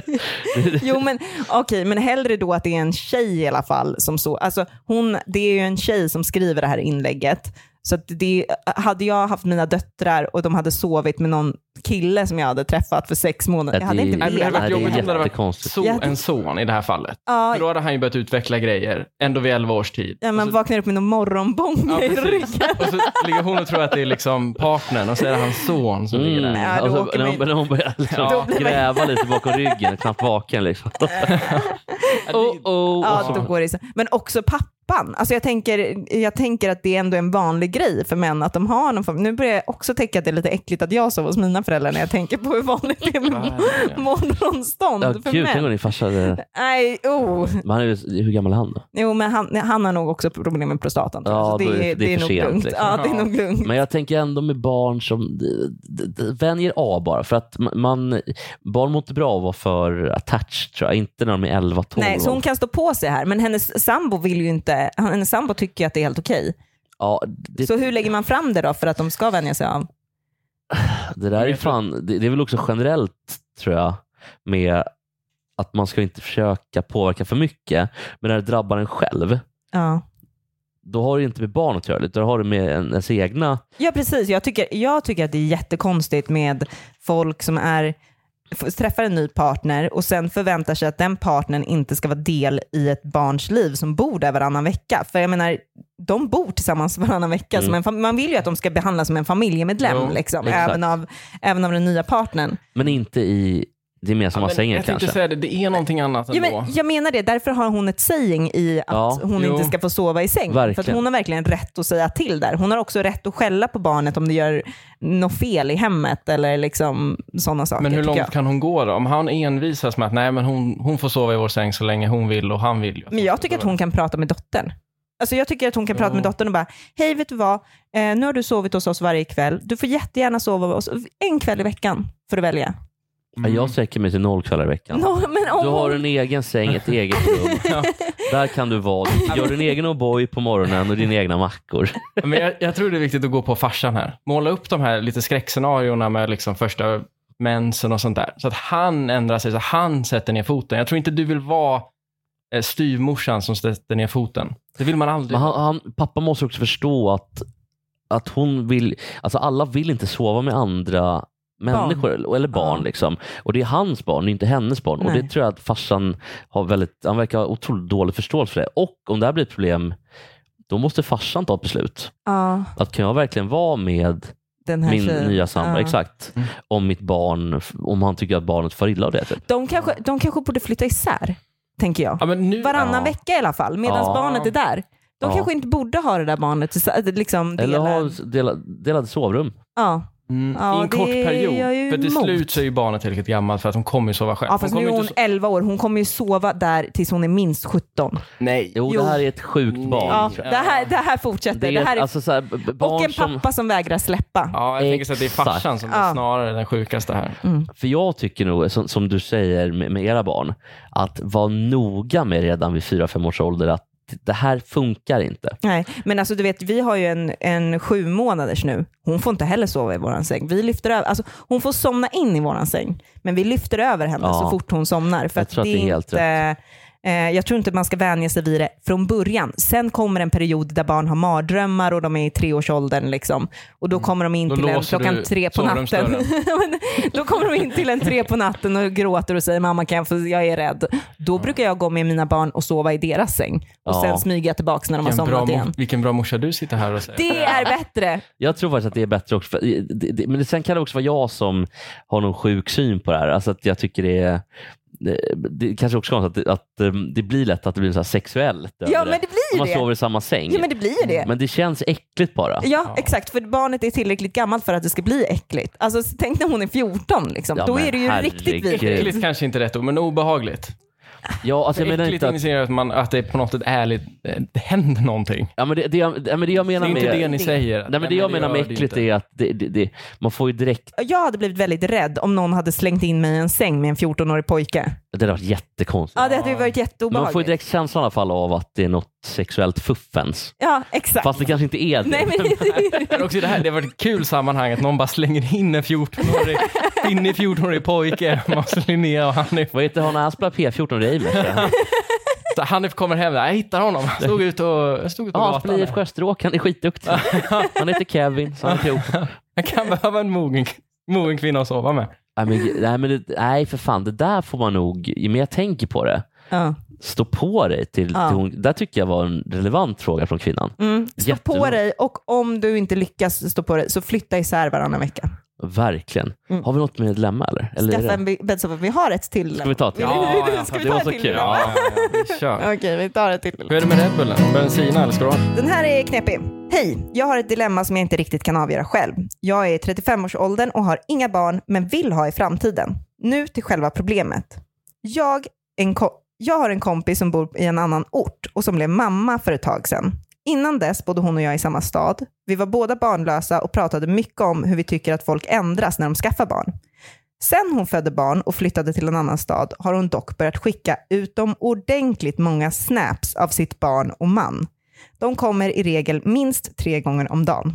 [SPEAKER 1] <laughs> jo, men okej, men hellre då att det är en tjej i alla fall. Som så. Alltså, hon, det är ju en tjej som skriver det här inlägget. Så att det, hade jag haft mina döttrar och de hade sovit med någon kille som jag hade träffat för sex månader,
[SPEAKER 3] Ja,
[SPEAKER 1] jag hade
[SPEAKER 3] det-
[SPEAKER 1] inte
[SPEAKER 2] Nej, men det hade
[SPEAKER 1] velat.
[SPEAKER 2] varit
[SPEAKER 3] Nej, det är
[SPEAKER 2] jobbigt om det hade varit
[SPEAKER 3] jättekonstigt.
[SPEAKER 2] so
[SPEAKER 1] Jätte-
[SPEAKER 2] en son i det här fallet.
[SPEAKER 1] Ja,
[SPEAKER 2] För då hade han ju börjat utveckla grejer, ändå vid elva års tid.
[SPEAKER 1] ja, man
[SPEAKER 2] och så,
[SPEAKER 1] vaknar upp med någon morgonbång
[SPEAKER 2] Alltså- Ja,
[SPEAKER 1] i
[SPEAKER 2] precis.
[SPEAKER 1] ryggen.
[SPEAKER 2] och så ligger hon och tror att det är liksom partnern och så är det hans son som ligger
[SPEAKER 3] <laughs> Mm.
[SPEAKER 2] där.
[SPEAKER 1] Ja, då
[SPEAKER 3] alltså,
[SPEAKER 1] åker
[SPEAKER 3] när,
[SPEAKER 1] man
[SPEAKER 3] hon, när hon börjar liksom
[SPEAKER 2] Då
[SPEAKER 1] blir man-
[SPEAKER 3] gräva lite bakom ryggen, knappt vaken. Liksom. oh, oh.
[SPEAKER 1] Mm. Ja, då går det isär. Men också pappan. Alltså jag, tänker, jag tänker att det är ändå en vanlig grej för män att de har någon form. Nu börjar jag också tänka att det är lite äckligt att jag sov hos mina föräldrar när jag tänker på hur vanligt det är med
[SPEAKER 2] Verkligen.
[SPEAKER 1] morgonstånd
[SPEAKER 3] Ja,
[SPEAKER 1] för
[SPEAKER 3] gud, tänk om
[SPEAKER 1] män.
[SPEAKER 3] din farsa hade...
[SPEAKER 1] Nej, oh.
[SPEAKER 3] Men han är, ju- hur gammal är han då?
[SPEAKER 1] Jo, men han, han har nog också problem med prostatan. tror jag.
[SPEAKER 3] Ja,
[SPEAKER 1] Så
[SPEAKER 3] då är det- det är för
[SPEAKER 1] nog
[SPEAKER 3] sent,
[SPEAKER 1] lugnt.
[SPEAKER 3] liksom.
[SPEAKER 1] Ja, det är nog lugnt.
[SPEAKER 3] Men jag tänker ändå med barn som d- d- d- vänjer av bara. För att ma- man, barn mår inte bra av att vara för attached tror jag. Inte när de är 11-12.
[SPEAKER 1] Nej, så hon kan stå på sig här, men hennes sambo vill ju inte, hennes sambo tycker ju att det är helt okej.
[SPEAKER 3] ja, det,
[SPEAKER 1] Så hur lägger man fram det då för att de ska vänja sig av?
[SPEAKER 3] det där är fan, det, det är väl också generellt tror jag med att man ska inte försöka påverka för mycket. Men när det drabbar en själv,
[SPEAKER 1] Ja.
[SPEAKER 3] då har det inte med barn att göra. Utan då har det med en- ens egna
[SPEAKER 1] Ja, precis. Jag tycker, jag tycker att det är jättekonstigt med folk som är, f- träffar en ny partner och sen förväntar sig att den partnern inte ska vara del i ett barns liv som bor där varannan vecka. För jag menar, de bor tillsammans <laughs> varannan vecka. Som en fam- man vill ju att de ska behandlas som en familjemedlem,
[SPEAKER 2] Jo,
[SPEAKER 1] liksom,
[SPEAKER 3] exakt.
[SPEAKER 1] även, av, även av den nya partnern.
[SPEAKER 3] Men inte i det gemensamma
[SPEAKER 2] Men
[SPEAKER 3] sängen
[SPEAKER 2] jag tänkte
[SPEAKER 3] kanske.
[SPEAKER 2] säga det, det är någonting annat
[SPEAKER 1] Ja,
[SPEAKER 2] ändå.
[SPEAKER 1] men, jag menar det, därför har hon ett saying i att
[SPEAKER 3] Ja,
[SPEAKER 1] hon
[SPEAKER 2] jo.
[SPEAKER 1] inte ska få sova i säng. För att
[SPEAKER 3] Verkligen.
[SPEAKER 1] hon har verkligen rätt att säga till där. Hon har också rätt att skälla på barnet om det gör något fel i hemmet eller liksom sådana saker.
[SPEAKER 2] Men hur
[SPEAKER 1] tycker
[SPEAKER 2] långt
[SPEAKER 1] jag.
[SPEAKER 2] kan hon gå då? Om han envisas med att nej, men hon, hon får sova i vår säng så länge hon vill och han vill ju.
[SPEAKER 1] Men jag tycker att hon kan prata med dottern. Alltså jag tycker att hon kan prata med
[SPEAKER 2] Jo.
[SPEAKER 1] dottern och bara, hej vet du vad, eh, nu har du sovit hos oss varje kväll. Du får jättegärna sova hos oss en kväll i veckan för att välja.
[SPEAKER 3] Ja, Jag sträcker mig till noll kvällar
[SPEAKER 1] <laughs>
[SPEAKER 3] i veckan.
[SPEAKER 1] Nå, men om
[SPEAKER 3] Du har en egen säng,
[SPEAKER 2] <laughs>
[SPEAKER 3] ett eget rum.
[SPEAKER 2] Mm.
[SPEAKER 3] Där kan du vara. Du gör din egen O'boy på morgonen och dina egna mackor.
[SPEAKER 2] Men jag, jag tror det är viktigt att gå på farsan här. Måla upp de här lite skräckscenarierna med liksom första mensen och sånt där. Så att han ändrar sig, så att han sätter ner foten. Jag tror inte du vill vara eh, styvmorsan som sätter ner foten. Det vill man aldrig.
[SPEAKER 3] Men han, han, pappa måste också förstå att, att hon vill, alltså alla vill inte sova med andra människor eller- eller barn.
[SPEAKER 1] Ja.
[SPEAKER 3] Liksom. Och Det är hans barn, det är inte hennes barn. Och
[SPEAKER 1] Nej.
[SPEAKER 3] Det tror jag att farsan har väldigt, han verkar ha otroligt dålig förståelse för det. Och om det här blir ett problem, då måste farsan ta ett beslut.
[SPEAKER 1] ja,
[SPEAKER 3] Att kan jag verkligen vara med
[SPEAKER 1] den här
[SPEAKER 3] min
[SPEAKER 1] tjejen.
[SPEAKER 3] nya sambo,
[SPEAKER 1] Ja.
[SPEAKER 3] exakt,
[SPEAKER 2] Mm.
[SPEAKER 3] om mitt barn, om han tycker att barnet far illa av det. Typ.
[SPEAKER 1] De kanske, de kanske borde flytta isär, tänker jag.
[SPEAKER 2] Ja, men nu,
[SPEAKER 1] Varannan
[SPEAKER 3] Ja.
[SPEAKER 1] vecka i alla fall, medan
[SPEAKER 3] Ja.
[SPEAKER 1] barnet är där. De
[SPEAKER 3] Ja.
[SPEAKER 1] kanske inte borde ha det där barnet tillsa- liksom
[SPEAKER 3] Eller ha
[SPEAKER 1] delat.
[SPEAKER 3] dela- delade sovrum.
[SPEAKER 1] Ja.
[SPEAKER 2] mm,
[SPEAKER 1] Ja,
[SPEAKER 2] I en
[SPEAKER 1] det
[SPEAKER 2] kort
[SPEAKER 1] är
[SPEAKER 2] period.
[SPEAKER 1] jag ju
[SPEAKER 2] För till
[SPEAKER 1] emot.
[SPEAKER 2] slut så är ju barnet tillräckligt gammalt för att hon kommer ju sova själv.
[SPEAKER 1] ja, fast
[SPEAKER 2] hon
[SPEAKER 1] nu
[SPEAKER 2] kommer
[SPEAKER 1] är hon
[SPEAKER 2] ju inte so-
[SPEAKER 1] 11 år. Hon kommer ju sova där tills hon är minst 17.
[SPEAKER 2] Nej.
[SPEAKER 3] Jo,
[SPEAKER 1] Jo.
[SPEAKER 3] det här är ett sjukt
[SPEAKER 2] Nej.
[SPEAKER 3] barn.
[SPEAKER 1] Ja,
[SPEAKER 2] tror jag.
[SPEAKER 1] det, här, det här fortsätter.
[SPEAKER 3] Det
[SPEAKER 1] Det
[SPEAKER 3] är,
[SPEAKER 1] här är,
[SPEAKER 3] alltså, så här, b- b- barn
[SPEAKER 1] och en
[SPEAKER 3] som,
[SPEAKER 1] pappa som vägrar släppa.
[SPEAKER 2] Ja, jag tänker så att det är farsan
[SPEAKER 3] Exakt.
[SPEAKER 2] som
[SPEAKER 1] Ja.
[SPEAKER 2] är snarare den sjukaste här.
[SPEAKER 3] För jag tycker nog, som, som du säger med, med era barn, att vara noga med redan vid 4-5 års ålder att det här funkar inte.
[SPEAKER 1] Nej, men alltså du vet, vi har ju en, en sju månaders nu. Hon får inte heller sova i våran säng. Vi lyfter över, alltså, hon får somna in i våran säng, men vi lyfter över henne
[SPEAKER 3] Ja.
[SPEAKER 1] så fort hon somnar. För
[SPEAKER 3] Jag
[SPEAKER 1] att
[SPEAKER 3] tror att det är helt
[SPEAKER 1] inte, eh, jag tror inte man ska vänja sig vid det från början. Sen kommer en period där barn har mardrömmar och de är i treårsåldern. Liksom. Och
[SPEAKER 3] Mm.
[SPEAKER 1] då kommer de in
[SPEAKER 2] Då
[SPEAKER 1] till en
[SPEAKER 2] låser du
[SPEAKER 1] klockan tre på natten.
[SPEAKER 2] sovrumsdörren.
[SPEAKER 1] <laughs> Men då kommer de in till en tre på natten och gråter och säger mamma kan jag, få, jag är rädd. Då brukar jag gå med mina barn och sova i deras säng och
[SPEAKER 3] Ja.
[SPEAKER 1] sen smyga tillbaka när de har
[SPEAKER 2] Vilken bra,
[SPEAKER 1] somnat
[SPEAKER 2] mor-
[SPEAKER 1] igen.
[SPEAKER 2] vilken bra morsa du sitter här och säger.
[SPEAKER 1] Det är bättre.
[SPEAKER 3] Jag tror faktiskt att det är bättre också. För, det, det, men sen kan det också vara jag som har någon sjuk syn på det här. Alltså att jag tycker det är det, det kanske också är konstigt att, att um, det blir lätt att det blir så här sexuellt. över
[SPEAKER 1] Ja, men det blir
[SPEAKER 3] Om man
[SPEAKER 1] det.
[SPEAKER 3] sover i samma säng.
[SPEAKER 1] Ja, men det blir ju det.
[SPEAKER 3] Men det känns äckligt bara.
[SPEAKER 1] Ja, exakt. För barnet är tillräckligt gammalt för att det ska bli äckligt. Alltså, s- tänk när hon är 14. Liksom.
[SPEAKER 3] Ja,
[SPEAKER 1] Då
[SPEAKER 3] men
[SPEAKER 1] är det ju
[SPEAKER 3] herregud.
[SPEAKER 1] riktigt vidrigt.
[SPEAKER 2] Äckligt kanske inte rätt ord, men obehagligt.
[SPEAKER 3] Ja, alltså jag menar
[SPEAKER 2] Äckligt
[SPEAKER 3] inte att,
[SPEAKER 2] insinuerar att, man, att det på något sätt ärligt eh, det händer någonting.
[SPEAKER 3] ja, men det, det, jag- ja, men det jag
[SPEAKER 2] Det
[SPEAKER 3] menar
[SPEAKER 2] är
[SPEAKER 3] med,
[SPEAKER 2] inte det ni
[SPEAKER 1] det-
[SPEAKER 2] säger.
[SPEAKER 3] nej, men det jag menar med
[SPEAKER 2] gör det
[SPEAKER 3] äckligt
[SPEAKER 2] inte.
[SPEAKER 3] är att det, det, det, man får ju direkt,
[SPEAKER 1] Jag hade blivit väldigt rädd om någon hade slängt in mig i en säng med en 14-årig pojke.
[SPEAKER 3] det hade varit jättekonstigt.
[SPEAKER 1] Ja, det hade ju varit
[SPEAKER 3] Men man får ju
[SPEAKER 1] jätteobehagligt.
[SPEAKER 3] direkt känslan i alla fall av att det är något sexuellt fuffens.
[SPEAKER 1] Ja, exakt.
[SPEAKER 3] Fast det kanske inte är det.
[SPEAKER 1] Nej, men...
[SPEAKER 3] <laughs>
[SPEAKER 2] Men också det här, det har varit ett kul sammanhang att någon bara slänger in en 14-årig, finnig 14-årig pojke, Måns Linnea och Hanif.
[SPEAKER 3] Vad heter han när han spelar P14
[SPEAKER 2] <laughs>
[SPEAKER 3] Reimers?
[SPEAKER 2] Så Hanif kommer hem, där, jag hittar honom, han stod ute och, jag stod ute på
[SPEAKER 3] Ja, han spelar
[SPEAKER 2] gatan.
[SPEAKER 3] IFK Österåk, han
[SPEAKER 2] <laughs>
[SPEAKER 3] är skitduktig. Han heter Kevin, så han är klok.
[SPEAKER 2] Han kan behöva en mogen, mogen kvinna att sova med.
[SPEAKER 3] Nej, men, nej, men det, nej, för fan, det där får man nog, ju mer jag tänker på det,
[SPEAKER 1] ja.
[SPEAKER 3] stå på dig. Till,
[SPEAKER 1] Ja.
[SPEAKER 3] till hon, där tycker jag var en relevant fråga från kvinnan.
[SPEAKER 1] mm. Stå
[SPEAKER 3] Jättebra.
[SPEAKER 1] på dig och om du inte lyckas stå på dig så flytta isär varannan vecka.
[SPEAKER 3] Verkligen.
[SPEAKER 1] Mm.
[SPEAKER 3] Har vi något med dilemma eller? eller är
[SPEAKER 1] Skaffa en
[SPEAKER 3] det-
[SPEAKER 1] be- bäddsoffa. Vi har ett till.
[SPEAKER 3] Ska vi ta ett?
[SPEAKER 2] Ja,
[SPEAKER 1] <laughs>
[SPEAKER 2] ja,
[SPEAKER 1] Ska vi
[SPEAKER 3] det
[SPEAKER 1] ta
[SPEAKER 3] var
[SPEAKER 1] ett
[SPEAKER 3] så
[SPEAKER 1] till?
[SPEAKER 3] kul.
[SPEAKER 2] Ja, ja, ja, vi kör.
[SPEAKER 1] Okej, vi tar ett till.
[SPEAKER 2] Hur är det med Red Bullen? Börjar den sina eller ska du ha?
[SPEAKER 1] Den här är knepig. Hej, jag har ett dilemma som jag inte riktigt kan avgöra själv. Jag är i 35-årsåldern och har inga barn, men vill ha i framtiden. Nu till själva problemet. Jag, en ko- jag har en kompis som bor i en annan ort och som blev mamma för ett tag sedan. Innan dess bodde hon och jag i samma stad. Vi var båda barnlösa och pratade mycket om hur vi tycker att folk ändras när de skaffar barn. Sen hon födde barn och flyttade till en annan stad har hon dock börjat skicka utomordentligt många snaps av sitt barn och man. De kommer i regel minst tre gånger om dagen.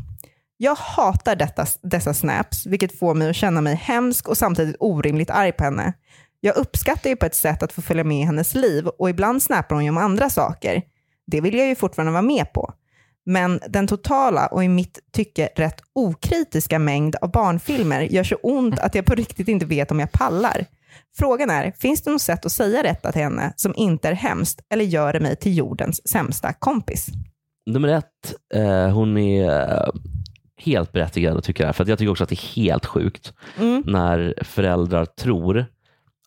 [SPEAKER 1] Jag hatar detta, dessa snaps, vilket får mig att känna mig hemsk och samtidigt orimligt arg på henne. Jag uppskattar ju på ett sätt att få följa med i hennes liv och ibland snappar hon ju om andra saker. Det vill jag ju fortfarande vara med på. Men den totala och i mitt tycke rätt okritiska mängd av barnfilmer gör så ont att jag på riktigt inte vet om jag pallar. Frågan är, finns det något sätt att säga detta till henne som inte är hemskt eller gör det mig till jordens sämsta kompis?
[SPEAKER 3] Nummer ett, eh, hon är eh, helt berättigad att tycka det här. För att jag tycker också att det är helt sjukt
[SPEAKER 1] Mm.
[SPEAKER 3] när föräldrar tror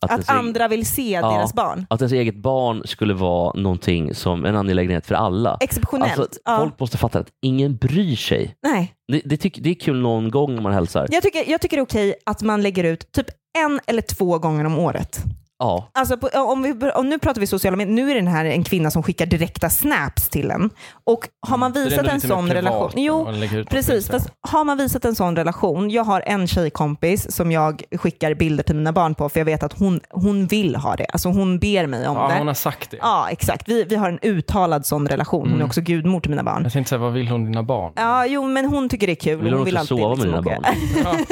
[SPEAKER 3] att,
[SPEAKER 1] Att
[SPEAKER 3] ens, e-
[SPEAKER 1] andra vill se
[SPEAKER 3] Ja.
[SPEAKER 1] deras barn.
[SPEAKER 3] att ens eget barn skulle vara någonting som en angelägenhet för alla.
[SPEAKER 1] Exceptionellt.
[SPEAKER 3] Alltså,
[SPEAKER 1] ja.
[SPEAKER 3] Folk måste fatta att ingen bryr sig.
[SPEAKER 1] Nej.
[SPEAKER 3] Det, det, tycker, det är kul någon gång när man hälsar.
[SPEAKER 1] Jag, tycker, jag tycker det är okej att man lägger ut typ en eller två gånger om året.
[SPEAKER 3] Ja,
[SPEAKER 1] Alltså på, om vi, om nu pratar vi sociala medier, nu är den här en kvinna som skickar direkta snaps till en. Och har man
[SPEAKER 2] Mm. Så det är
[SPEAKER 1] visat
[SPEAKER 2] ändå
[SPEAKER 1] en
[SPEAKER 2] lite mer
[SPEAKER 1] sån
[SPEAKER 2] privat liksom,
[SPEAKER 1] relation...
[SPEAKER 2] än
[SPEAKER 1] Jo,
[SPEAKER 2] vad man lägger ut på
[SPEAKER 1] Precis,
[SPEAKER 2] Facebook.
[SPEAKER 1] fast har man visat en sån relation, jag har en tjejkompis som jag skickar bilder till mina barn på för jag vet att hon, hon vill ha det. Alltså hon ber mig om
[SPEAKER 2] Ja,
[SPEAKER 1] det.
[SPEAKER 2] hon har sagt det.
[SPEAKER 1] Ja, exakt. Vi, vi har en uttalad sån relation.
[SPEAKER 2] Mm.
[SPEAKER 1] Hon är också gudmor till mina barn.
[SPEAKER 2] Jag tänkte säga, vad vill hon dina barn?
[SPEAKER 1] Ja, jo, men hon tycker det är kul.
[SPEAKER 3] vill hon också
[SPEAKER 1] alltid
[SPEAKER 3] sova med
[SPEAKER 1] liksom
[SPEAKER 3] dina
[SPEAKER 1] åka-
[SPEAKER 3] barn?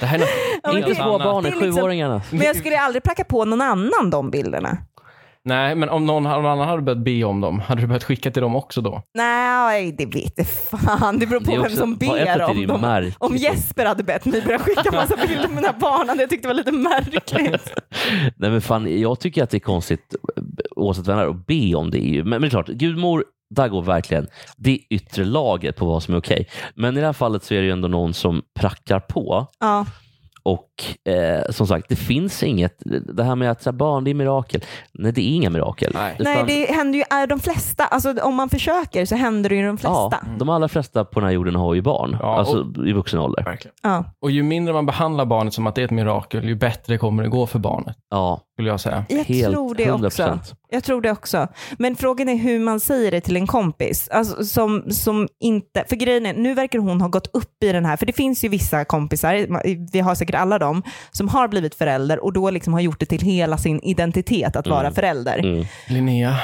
[SPEAKER 2] Det här är
[SPEAKER 1] Ja,
[SPEAKER 2] något
[SPEAKER 1] men
[SPEAKER 2] helt
[SPEAKER 1] det-
[SPEAKER 2] annat.
[SPEAKER 3] Småbarnen,
[SPEAKER 1] Det är liksom-
[SPEAKER 3] sjuåringarna.
[SPEAKER 1] Men jag skulle aldrig pracka på någon annan de bilderna.
[SPEAKER 2] Nej, men om någon, någon annan hade börjat be om dem, hade du börjat skicka till dem också då?
[SPEAKER 1] Nej, det vet jag fan. Det beror på
[SPEAKER 3] Det är
[SPEAKER 1] vem
[SPEAKER 3] också-
[SPEAKER 1] liksom som
[SPEAKER 3] på ett sätt
[SPEAKER 1] ber
[SPEAKER 3] är det
[SPEAKER 1] om
[SPEAKER 3] ju
[SPEAKER 1] dem.
[SPEAKER 3] märkligt.
[SPEAKER 1] Om Jesper hade bett mig börja skicka massa bilder på mina barn hade jag tyckt det var lite
[SPEAKER 3] <laughs>
[SPEAKER 1] märkligt.
[SPEAKER 3] Nej men fan, jag tycker att det är konstigt eh, oavsett vem det är att be om det. är ju- Men, men det är klart, gudmor, där går verkligen det yttre laget på vad som är okej. Men i det här fallet så är det ju ändå någon som prackar på.
[SPEAKER 1] Ja.
[SPEAKER 3] Och eh, som sagt, det finns inget. Det här med att så här, barn, det är mirakel. Nej, det är inga mirakel.
[SPEAKER 2] Nej.
[SPEAKER 3] Utan-
[SPEAKER 1] Nej, det händer ju är de flesta. Alltså, om man försöker så händer det ju de flesta.
[SPEAKER 3] Ja, de allra flesta på den här jorden har ju barn,
[SPEAKER 2] Ja,
[SPEAKER 3] alltså i vuxen ålder.
[SPEAKER 2] Verkligen.
[SPEAKER 1] Ja.
[SPEAKER 2] Och ju mindre man behandlar barnet som att det är ett mirakel, ju bättre kommer det gå för barnet,
[SPEAKER 3] Ja,
[SPEAKER 2] skulle jag säga.
[SPEAKER 1] Jag
[SPEAKER 3] helt
[SPEAKER 1] tror det också.
[SPEAKER 3] 100%.
[SPEAKER 1] Jag tror det också. Men frågan är hur man säger det till en kompis. Alltså, som, som inte, för grejen är, nu verkar hon ha gått upp i den här, för det finns ju vissa kompisar, ma- vi har säkert alla dem, som har blivit förälder och då liksom har gjort det till hela sin identitet att vara förälder.
[SPEAKER 3] Mm. <laughs>
[SPEAKER 2] Linnea <laughs>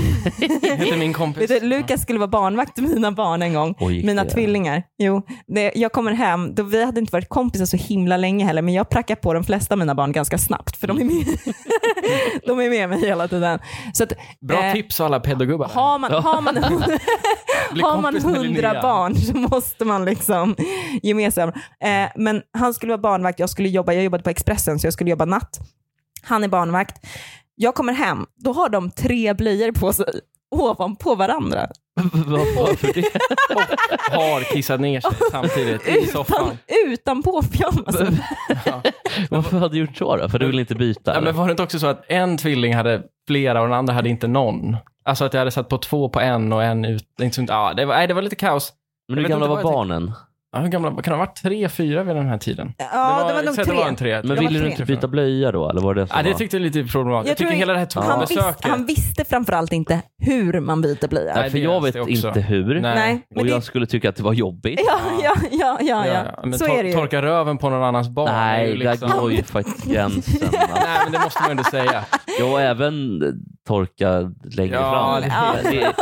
[SPEAKER 2] heter min
[SPEAKER 1] Vet
[SPEAKER 2] kompis.
[SPEAKER 1] du, Lukas skulle vara barnvakt till mina barn en gång.
[SPEAKER 3] Oj,
[SPEAKER 1] mina
[SPEAKER 3] det-
[SPEAKER 1] tvillingar. Jo, det, jag kommer hem, då vi hade inte varit kompisar så himla länge heller, men jag prackar på de flesta av mina barn ganska snabbt, för de är
[SPEAKER 3] <laughs>
[SPEAKER 1] med, de är med mig hela tiden. Så att,
[SPEAKER 2] Bra
[SPEAKER 1] eh,
[SPEAKER 2] tips alla pedagogubbar.
[SPEAKER 1] Har man, har man,
[SPEAKER 2] Bli
[SPEAKER 1] har man
[SPEAKER 2] kompis med
[SPEAKER 1] hundra
[SPEAKER 2] Linnea.
[SPEAKER 1] barn så måste man liksom ge med sig. av dem. Eh, men han skulle vara barnvakt, jag skulle jobba, jag jobbade på Expressen så jag skulle jobba natt. Han är barnvakt. Jag kommer hem, då har de tre blöjor på sig ovanpå varandra.
[SPEAKER 3] Varför, varför det?
[SPEAKER 2] Har kissat ner sig samtidigt i
[SPEAKER 1] <laughs>
[SPEAKER 2] soffan.
[SPEAKER 1] Utan, Alltså, utanpå pyjamasen.
[SPEAKER 2] Ja.
[SPEAKER 3] Varför hade du gjort så då? För du vill inte byta?
[SPEAKER 2] Ja,
[SPEAKER 3] eller?
[SPEAKER 2] men var det inte också så att en tvilling hade flera och den andra hade inte någon? Alltså att jag hade satt på två på en och en ut. det är inte så- Ja, det, var, nej, det var lite kaos.
[SPEAKER 3] Men
[SPEAKER 2] Jag
[SPEAKER 3] hur
[SPEAKER 2] vet
[SPEAKER 3] gamla
[SPEAKER 2] inte vad
[SPEAKER 3] var
[SPEAKER 2] jag
[SPEAKER 3] barnen?
[SPEAKER 2] Ja, hur gamla, kan det ha varit tre, fyra vid den här tiden?
[SPEAKER 1] Ja, det var nog
[SPEAKER 2] säg att
[SPEAKER 1] tre.
[SPEAKER 2] Det var en tre.
[SPEAKER 3] Men
[SPEAKER 1] Jag
[SPEAKER 3] ville
[SPEAKER 1] var
[SPEAKER 3] du
[SPEAKER 1] tre.
[SPEAKER 3] inte byta blöja då? Eller var det det som
[SPEAKER 2] Ja, det
[SPEAKER 3] var?
[SPEAKER 2] tyckte jag är lite problematiskt. Jag,
[SPEAKER 1] Jag tror
[SPEAKER 2] tycker hela det här
[SPEAKER 1] han, han, visste,
[SPEAKER 2] torbesöket.
[SPEAKER 1] han visste framförallt inte hur man byter blöja.
[SPEAKER 3] Nej, för
[SPEAKER 2] det
[SPEAKER 3] jag
[SPEAKER 2] görs
[SPEAKER 3] vet
[SPEAKER 2] det också.
[SPEAKER 3] inte hur.
[SPEAKER 2] Nej.
[SPEAKER 1] Nej, men
[SPEAKER 3] och
[SPEAKER 1] det-
[SPEAKER 3] jag skulle tycka att det var jobbigt.
[SPEAKER 1] <laughs> Ja, ja, ja, ja, ja.
[SPEAKER 2] Men
[SPEAKER 1] så
[SPEAKER 2] tor-
[SPEAKER 1] är det ju.
[SPEAKER 2] Torka röven på någon annans barn är
[SPEAKER 3] Nej,
[SPEAKER 2] ju liksom...
[SPEAKER 3] där går ju faktiskt gränsen. alltså.
[SPEAKER 2] Nej, men det måste man ju
[SPEAKER 1] <laughs>
[SPEAKER 2] ändå säga.
[SPEAKER 3] Jag har även torka längre
[SPEAKER 2] Ja,
[SPEAKER 3] fram.
[SPEAKER 2] det-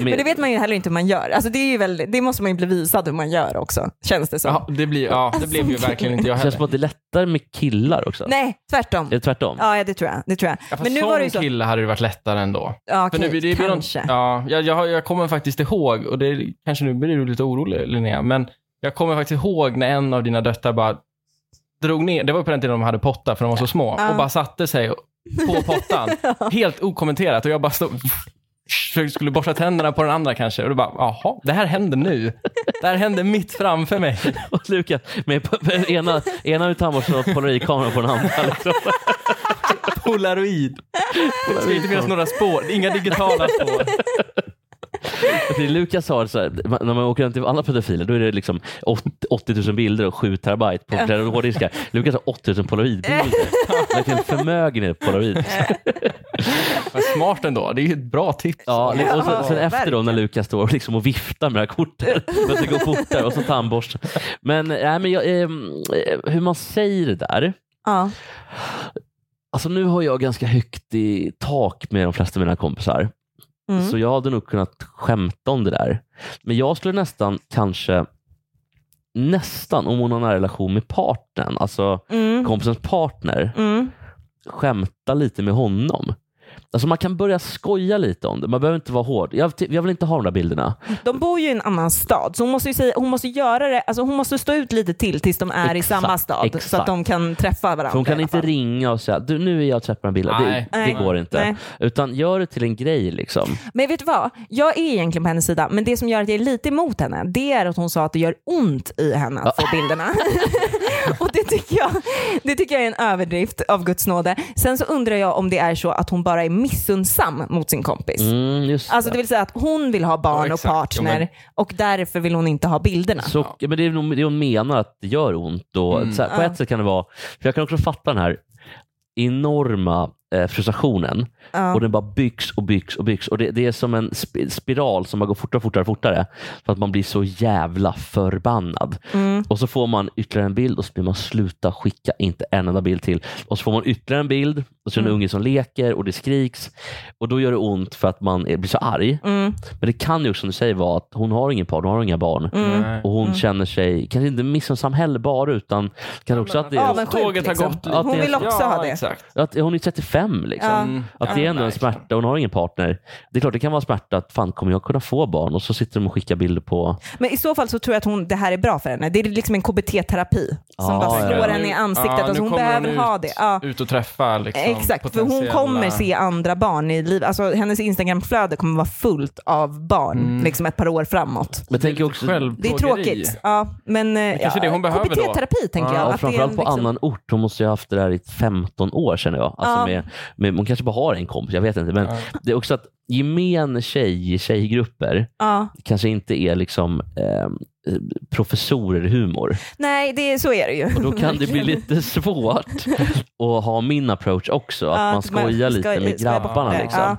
[SPEAKER 1] Men det vet man ju heller inte hur man gör. Alltså det, är ju väl, det måste man ju bli visad hur man gör också, känns det som.
[SPEAKER 2] Ja, det, blir, ja, det blev ju verkligen inte jag
[SPEAKER 3] <laughs> det känns
[SPEAKER 2] heller.
[SPEAKER 3] som att det är lättare med killar också.
[SPEAKER 1] Nej, tvärtom.
[SPEAKER 3] Är det tvärtom? <laughs>
[SPEAKER 1] Ja, ja, det tror jag. Det tror jag.
[SPEAKER 2] Ja, för
[SPEAKER 1] Men nu
[SPEAKER 2] som
[SPEAKER 1] var det ju så.
[SPEAKER 2] kille hade det varit lättare ändå.
[SPEAKER 1] Ja,
[SPEAKER 2] För
[SPEAKER 1] okej,
[SPEAKER 2] nu, blir någon-
[SPEAKER 1] kanske.
[SPEAKER 2] ja, jag, jag, har- jag kommer faktiskt ihåg, och det, kanske nu blir du lite orolig Linnea, men jag kommer faktiskt ihåg när en av dina döttrar bara drog ner, det var ju på den tiden de hade pottar för de var så små,
[SPEAKER 1] Ja.
[SPEAKER 2] och bara satte sig på
[SPEAKER 1] <laughs>
[SPEAKER 2] pottan, helt okommenterat, och jag bara stod försökte- skulle borsta tänderna på den andra kanske. Och du bara, jaha, det här händer nu. Det här händer mitt framför mig. <laughs>
[SPEAKER 3] Och Lukas, med på, på, ena, ena ur tandborsten och polaroidkameran på den andra. Liksom.
[SPEAKER 2] Polaroid. Det ska inte finnas några spår, inga digitala spår.
[SPEAKER 3] För Lukas har, så här, när man åker runt till alla pedofiler, då är det liksom 80, 80 000 bilder och 7 terabyte på flera hårddiskar. Lukas har 80 000 polaroidbilder. Verkligen förmögen i polaroid.
[SPEAKER 2] Men smart ändå, det är ju ett bra tips.
[SPEAKER 3] Ja, li- liksom, och sen, sen
[SPEAKER 1] Ja,
[SPEAKER 3] efter då när
[SPEAKER 1] verkligen.
[SPEAKER 3] Lukas står och liksom och viftar med det här kortet, men det går fortare och så tandborsten. Men, nej, men jag, ehm, eh, hur man säger det där.
[SPEAKER 1] Ja. Mm,
[SPEAKER 3] Alltså nu har jag ganska högt i tak med de flesta av mina kompisar,
[SPEAKER 1] Mm.
[SPEAKER 2] Alltså-
[SPEAKER 3] så jag hade nog kunnat skämta om det där. Men jag skulle nästan kanske, nästan om hon har en nära relation med partnern, alltså
[SPEAKER 1] Mm.
[SPEAKER 3] kompisens partner,
[SPEAKER 1] Mm.
[SPEAKER 3] skämta lite med honom. Alltså man kan börja skoja lite om det, man behöver inte vara hård. Jag, jag vill inte ha de där bilderna.
[SPEAKER 1] De bor ju i en annan stad, så hon måste, ju säga, hon måste göra det, alltså hon måste stå ut lite till tills de är i
[SPEAKER 3] Exakt,
[SPEAKER 1] samma stad så att
[SPEAKER 3] exakt.
[SPEAKER 1] de kan träffa varandra.
[SPEAKER 3] För hon kan
[SPEAKER 1] i alla
[SPEAKER 3] inte
[SPEAKER 1] fall.
[SPEAKER 3] ringa och säga du nu är jag trött på den bilden.
[SPEAKER 2] Nej.
[SPEAKER 3] Det,
[SPEAKER 1] Nej.
[SPEAKER 3] det går inte.
[SPEAKER 1] Nej.
[SPEAKER 3] Utan gör det till en grej liksom.
[SPEAKER 1] Men vet du vad? Jag är egentligen på hennes sida, men det som gör att jag är lite emot henne, det är att hon sa att det gör ont i henne att få bilderna. <laughs> och det tycker, jag, det tycker jag är en överdrift av Guds nåde. Sen så undrar jag om det är så att hon bara är missundsam mot sin kompis.
[SPEAKER 3] Mm, just
[SPEAKER 1] Alltså det
[SPEAKER 3] det.
[SPEAKER 1] vill säga att hon vill ha barn
[SPEAKER 2] Ja,
[SPEAKER 1] och
[SPEAKER 2] exakt.
[SPEAKER 1] partner
[SPEAKER 2] Jo, men-
[SPEAKER 1] och därför vill hon inte ha bilderna.
[SPEAKER 3] Så, ja. men det är nog det hon menar att det gör ont. Och, så här, på ett sätt kan det vara, för jag kan också fatta den här enorma eh, frustrationen
[SPEAKER 1] Ja.
[SPEAKER 3] och den bara byggs och byggs och byggs. Och det, det är som en sp- spiral som bara går fortare och fortare, och fortare för att man blir så jävla förbannad.
[SPEAKER 1] Mm.
[SPEAKER 3] Och så får man ytterligare en bild och så blir man sluta skicka inte en enda bild till. Och så får man ytterligare en bild och så är det en
[SPEAKER 1] Mm.
[SPEAKER 3] unge som leker och det skriks. Och då gör det ont för att man är, blir så arg.
[SPEAKER 1] Mm.
[SPEAKER 3] Men det kan ju också som du säger vara att hon har ingen par, hon har inga barn.
[SPEAKER 1] Mm.
[SPEAKER 2] Nej.
[SPEAKER 3] Och hon
[SPEAKER 1] Mm.
[SPEAKER 3] känner sig, kanske inte missunnsamhäll bara, utan kanske också att, det är,
[SPEAKER 1] Avundsjuk,
[SPEAKER 2] Tåget har
[SPEAKER 1] liksom.
[SPEAKER 2] gått.
[SPEAKER 3] Att
[SPEAKER 1] Hon
[SPEAKER 3] det-
[SPEAKER 1] vill också
[SPEAKER 2] ja,
[SPEAKER 1] ha det.
[SPEAKER 2] Exakt.
[SPEAKER 3] att hon är 35 liksom.
[SPEAKER 1] Ja.
[SPEAKER 2] Mm.
[SPEAKER 3] Att det är ändå en
[SPEAKER 2] nej.
[SPEAKER 3] smärta, hon har ingen partner. Det är klart det kan vara smärta att fan kommer jag kunna få barn? Och så sitter de och skickar bilder på...
[SPEAKER 1] Men i så fall så tror jag att hon, det här är bra för henne. Det är liksom en KBT-terapi som
[SPEAKER 3] Ja,
[SPEAKER 1] bara
[SPEAKER 3] ja,
[SPEAKER 1] slår
[SPEAKER 3] ja.
[SPEAKER 1] henne i ansiktet.
[SPEAKER 2] Eh, Ja, nu
[SPEAKER 1] alltså, hon
[SPEAKER 2] kommer
[SPEAKER 1] behöver
[SPEAKER 2] ut,
[SPEAKER 1] ha det. Ja.
[SPEAKER 2] Ut och träffa liksom,
[SPEAKER 1] Exakt, för hon
[SPEAKER 2] potentiella-
[SPEAKER 1] kommer se andra barn i livet. Alltså, hennes Instagram-flöde kommer vara fullt av barn
[SPEAKER 2] Mm.
[SPEAKER 1] liksom ett par år framåt.
[SPEAKER 3] Men tänk
[SPEAKER 2] lite
[SPEAKER 3] också,
[SPEAKER 1] Det är
[SPEAKER 2] självplågeri.
[SPEAKER 1] tråkigt. Ja, men, eh,
[SPEAKER 2] kanske
[SPEAKER 1] ja,
[SPEAKER 2] det hon behöver då.
[SPEAKER 1] KBT-terapi tänker
[SPEAKER 2] Ja,
[SPEAKER 1] jag.
[SPEAKER 3] och
[SPEAKER 1] att det är en
[SPEAKER 3] framförallt på
[SPEAKER 1] liksom-
[SPEAKER 3] annan ort. Hon måste ju ha haft det där i 15 år känner jag. Alltså
[SPEAKER 1] Ja.
[SPEAKER 3] med, med, hon kanske bara har en kompis, jag vet inte. Men
[SPEAKER 2] Ja.
[SPEAKER 3] det är också att gemene tjej i tjejgrupper
[SPEAKER 1] Ja.
[SPEAKER 3] kanske inte är liksom eh, professorer i humor.
[SPEAKER 1] Nej, det, så är det ju.
[SPEAKER 3] Och då kan det
[SPEAKER 1] <laughs>
[SPEAKER 3] bli lite svårt att ha min approach också. Att
[SPEAKER 1] Ja,
[SPEAKER 3] man
[SPEAKER 1] att
[SPEAKER 3] skojar
[SPEAKER 1] man
[SPEAKER 3] lite
[SPEAKER 1] skoj-
[SPEAKER 3] med
[SPEAKER 1] skojar bort
[SPEAKER 3] grabbarna.
[SPEAKER 1] det.
[SPEAKER 3] Liksom.
[SPEAKER 1] Ja.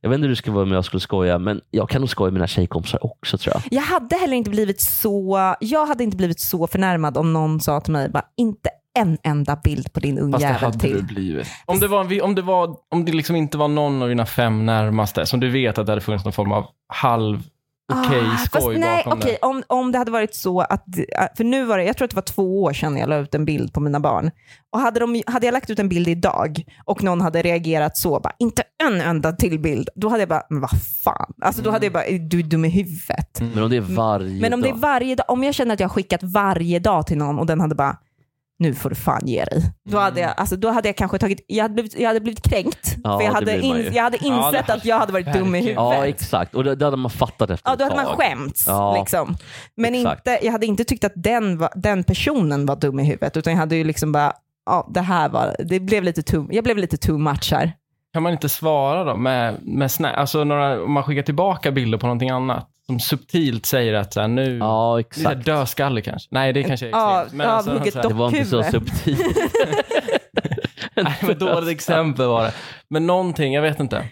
[SPEAKER 3] Jag vet inte hur det skulle vara om jag skulle skoja, men jag kan nog skoja med mina tjejkompisar också tror jag.
[SPEAKER 1] Jag hade heller inte blivit så, jag hade inte blivit så förnärmad om någon sa till mig, bara, inte en enda bild på din
[SPEAKER 2] Fast det
[SPEAKER 1] ungjävel
[SPEAKER 2] hade du
[SPEAKER 1] till.
[SPEAKER 2] blivit. Om det, var, en vi- om det, var, om det liksom inte var någon av dina fem närmaste som du vet att det hade funnits någon form av halv okej
[SPEAKER 1] Ah, fast
[SPEAKER 2] skoj
[SPEAKER 1] nej,
[SPEAKER 2] bakom
[SPEAKER 1] okej, om, om det hade varit så att, för nu var det, jag tror att det var två år sedan jag la ut en bild på mina barn. Och hade, de, hade jag lagt ut en bild idag och någon hade reagerat så, bara, inte en enda till bild, då hade jag bara, men vad fan. Alltså, då hade jag bara, är du dum i huvudet.
[SPEAKER 2] Mm.
[SPEAKER 3] Men om det är varje
[SPEAKER 1] Mm. Men om det är
[SPEAKER 3] dag.
[SPEAKER 1] varje dag, om jag känner att jag har skickat varje dag till någon och den hade bara, nu får du fan ge dig. Då hade
[SPEAKER 2] Mm.
[SPEAKER 1] jag, alltså, då hade jag kanske tagit, jag hade blivit, jag hade blivit kränkt.
[SPEAKER 3] Ja,
[SPEAKER 1] för jag
[SPEAKER 3] det
[SPEAKER 1] hade,
[SPEAKER 3] blir man ju.
[SPEAKER 1] jag hade insett
[SPEAKER 2] Ja, det hade-
[SPEAKER 1] att jag hade varit dum i
[SPEAKER 2] verkligen.
[SPEAKER 1] huvudet.
[SPEAKER 3] Ja, exakt. Och det, det hade man fattat efter
[SPEAKER 1] Ja,
[SPEAKER 3] ett
[SPEAKER 1] då hade man
[SPEAKER 3] tag.
[SPEAKER 1] skämts.
[SPEAKER 3] Ja.
[SPEAKER 1] Liksom. Men
[SPEAKER 3] Exakt.
[SPEAKER 1] inte, jag hade inte tyckt att den, var, den personen var dum i huvudet, utan jag hade ju liksom bara, ja, det här var, det blev lite too, jag blev lite too much här.
[SPEAKER 2] Kan man inte svara då med, med snä, alltså några, om man skickar tillbaka bilder på någonting annat som subtilt säger att så här, nu,
[SPEAKER 3] Ja,
[SPEAKER 2] lite
[SPEAKER 3] exakt.
[SPEAKER 2] dödskalle kanske. Nej, det kanske är extremt.
[SPEAKER 1] Ja, ja,
[SPEAKER 2] alltså,
[SPEAKER 1] hugget
[SPEAKER 2] så här-
[SPEAKER 3] Det var inte så
[SPEAKER 1] Dockhuvud.
[SPEAKER 3] subtilt.
[SPEAKER 2] <laughs> Nej, men dåligt exempel var det. Men någonting, jag vet inte.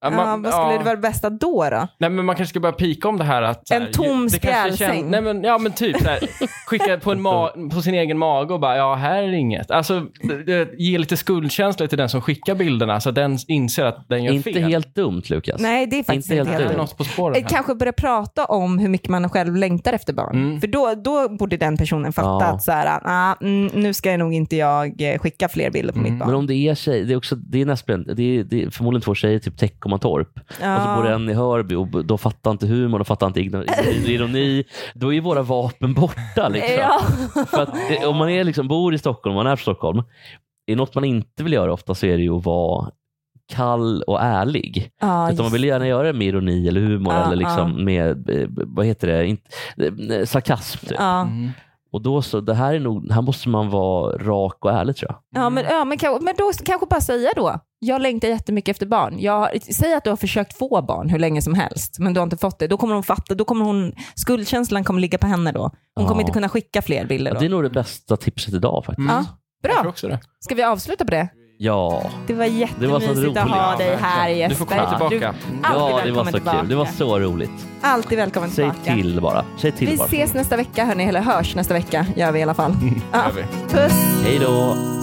[SPEAKER 2] Ja,
[SPEAKER 1] Ja,
[SPEAKER 2] man-
[SPEAKER 1] vad skulle
[SPEAKER 2] ja.
[SPEAKER 1] det vara det bästa då? då?
[SPEAKER 2] Nej, men man kanske ska börja pika om det här att... så
[SPEAKER 1] En
[SPEAKER 2] här,
[SPEAKER 1] tom
[SPEAKER 2] det kanske känns-
[SPEAKER 1] spjälsäng.
[SPEAKER 2] Nej, men, ja, men typ. Så här,
[SPEAKER 1] <laughs>
[SPEAKER 2] skicka på, en ma- på sin egen mage och bara, ja, här är inget. Alltså, det, det, ge lite skuldkänsla till den som skickar bilderna så att den inser att den gör
[SPEAKER 3] inte
[SPEAKER 2] fel.
[SPEAKER 3] helt dumt, Lukas.
[SPEAKER 1] Nej, det är faktiskt
[SPEAKER 3] Inte
[SPEAKER 1] inte
[SPEAKER 3] helt
[SPEAKER 1] helt
[SPEAKER 2] Det är
[SPEAKER 1] dumt.
[SPEAKER 2] något på spåren
[SPEAKER 1] Eh,
[SPEAKER 2] här.
[SPEAKER 1] Kanske börja prata om hur mycket man själv längtar efter barn.
[SPEAKER 2] Mm.
[SPEAKER 1] För då, då borde den personen fatta
[SPEAKER 3] Ja.
[SPEAKER 1] att så här, ah, mm, nu ska jag nog inte jag eh, skicka fler bilder på mitt barn.
[SPEAKER 3] Men om det är tjej, det är, också, det är nästan, det är, det är förmodligen två tjejer, typ Teckomatorp. Och så
[SPEAKER 1] Ja.
[SPEAKER 3] bor det en i Hörby och b- då fattar inte humor, då fattar inte igno- ironi. Då är ju våra vapen borta. Liksom.
[SPEAKER 1] Ja.
[SPEAKER 3] För att, det- om man är liksom, bor i Stockholm, man är från Stockholm, är något man inte vill göra ofta så är det ju att vara kall och ärlig.
[SPEAKER 1] Ja,
[SPEAKER 3] Utan man vill gärna göra det med ironi eller humor
[SPEAKER 1] Ja,
[SPEAKER 3] eller liksom med, eh, vad heter det, Int- eh, sarkasm. Typ.
[SPEAKER 1] ja.
[SPEAKER 2] Mm.
[SPEAKER 3] Och då så, det här är nog, här måste man vara rak och ärlig tror jag.
[SPEAKER 1] Ja, men, ja, men, kan- men då kanske bara säga då, jag längtar jättemycket efter barn. Jag, har- säg att du har försökt få barn hur länge som helst, men du har inte fått det. Då kommer hon fatta, då kommer hon, skuldkänslan kommer ligga på henne då. Hon kommer
[SPEAKER 3] Ja.
[SPEAKER 1] inte kunna skicka fler bilder
[SPEAKER 3] Ja,
[SPEAKER 1] då.
[SPEAKER 3] det är nog det bästa tipset idag faktiskt.
[SPEAKER 2] Mm.
[SPEAKER 1] Ja,
[SPEAKER 2] Jag tror
[SPEAKER 1] bra,
[SPEAKER 2] också det.
[SPEAKER 1] ska vi avsluta på det?
[SPEAKER 3] Ja,
[SPEAKER 1] Det var jättemysigt
[SPEAKER 3] roligt.
[SPEAKER 1] att ha dig här
[SPEAKER 2] Du får komma
[SPEAKER 1] Jesper.
[SPEAKER 2] tillbaka.
[SPEAKER 1] alltid
[SPEAKER 3] ja det var
[SPEAKER 1] välkommen
[SPEAKER 3] så
[SPEAKER 1] tillbaka.
[SPEAKER 3] kul. Det var så roligt.
[SPEAKER 1] Alltid välkommen
[SPEAKER 3] Säg
[SPEAKER 1] tillbaka.
[SPEAKER 3] till bara. Säg till
[SPEAKER 1] Vi
[SPEAKER 3] bara. Mm.
[SPEAKER 1] ses nästa vecka hörni, eller hörs nästa vecka, gör vi i alla fall. Ja.
[SPEAKER 2] Gör vi.
[SPEAKER 1] Puss!
[SPEAKER 3] Hej då.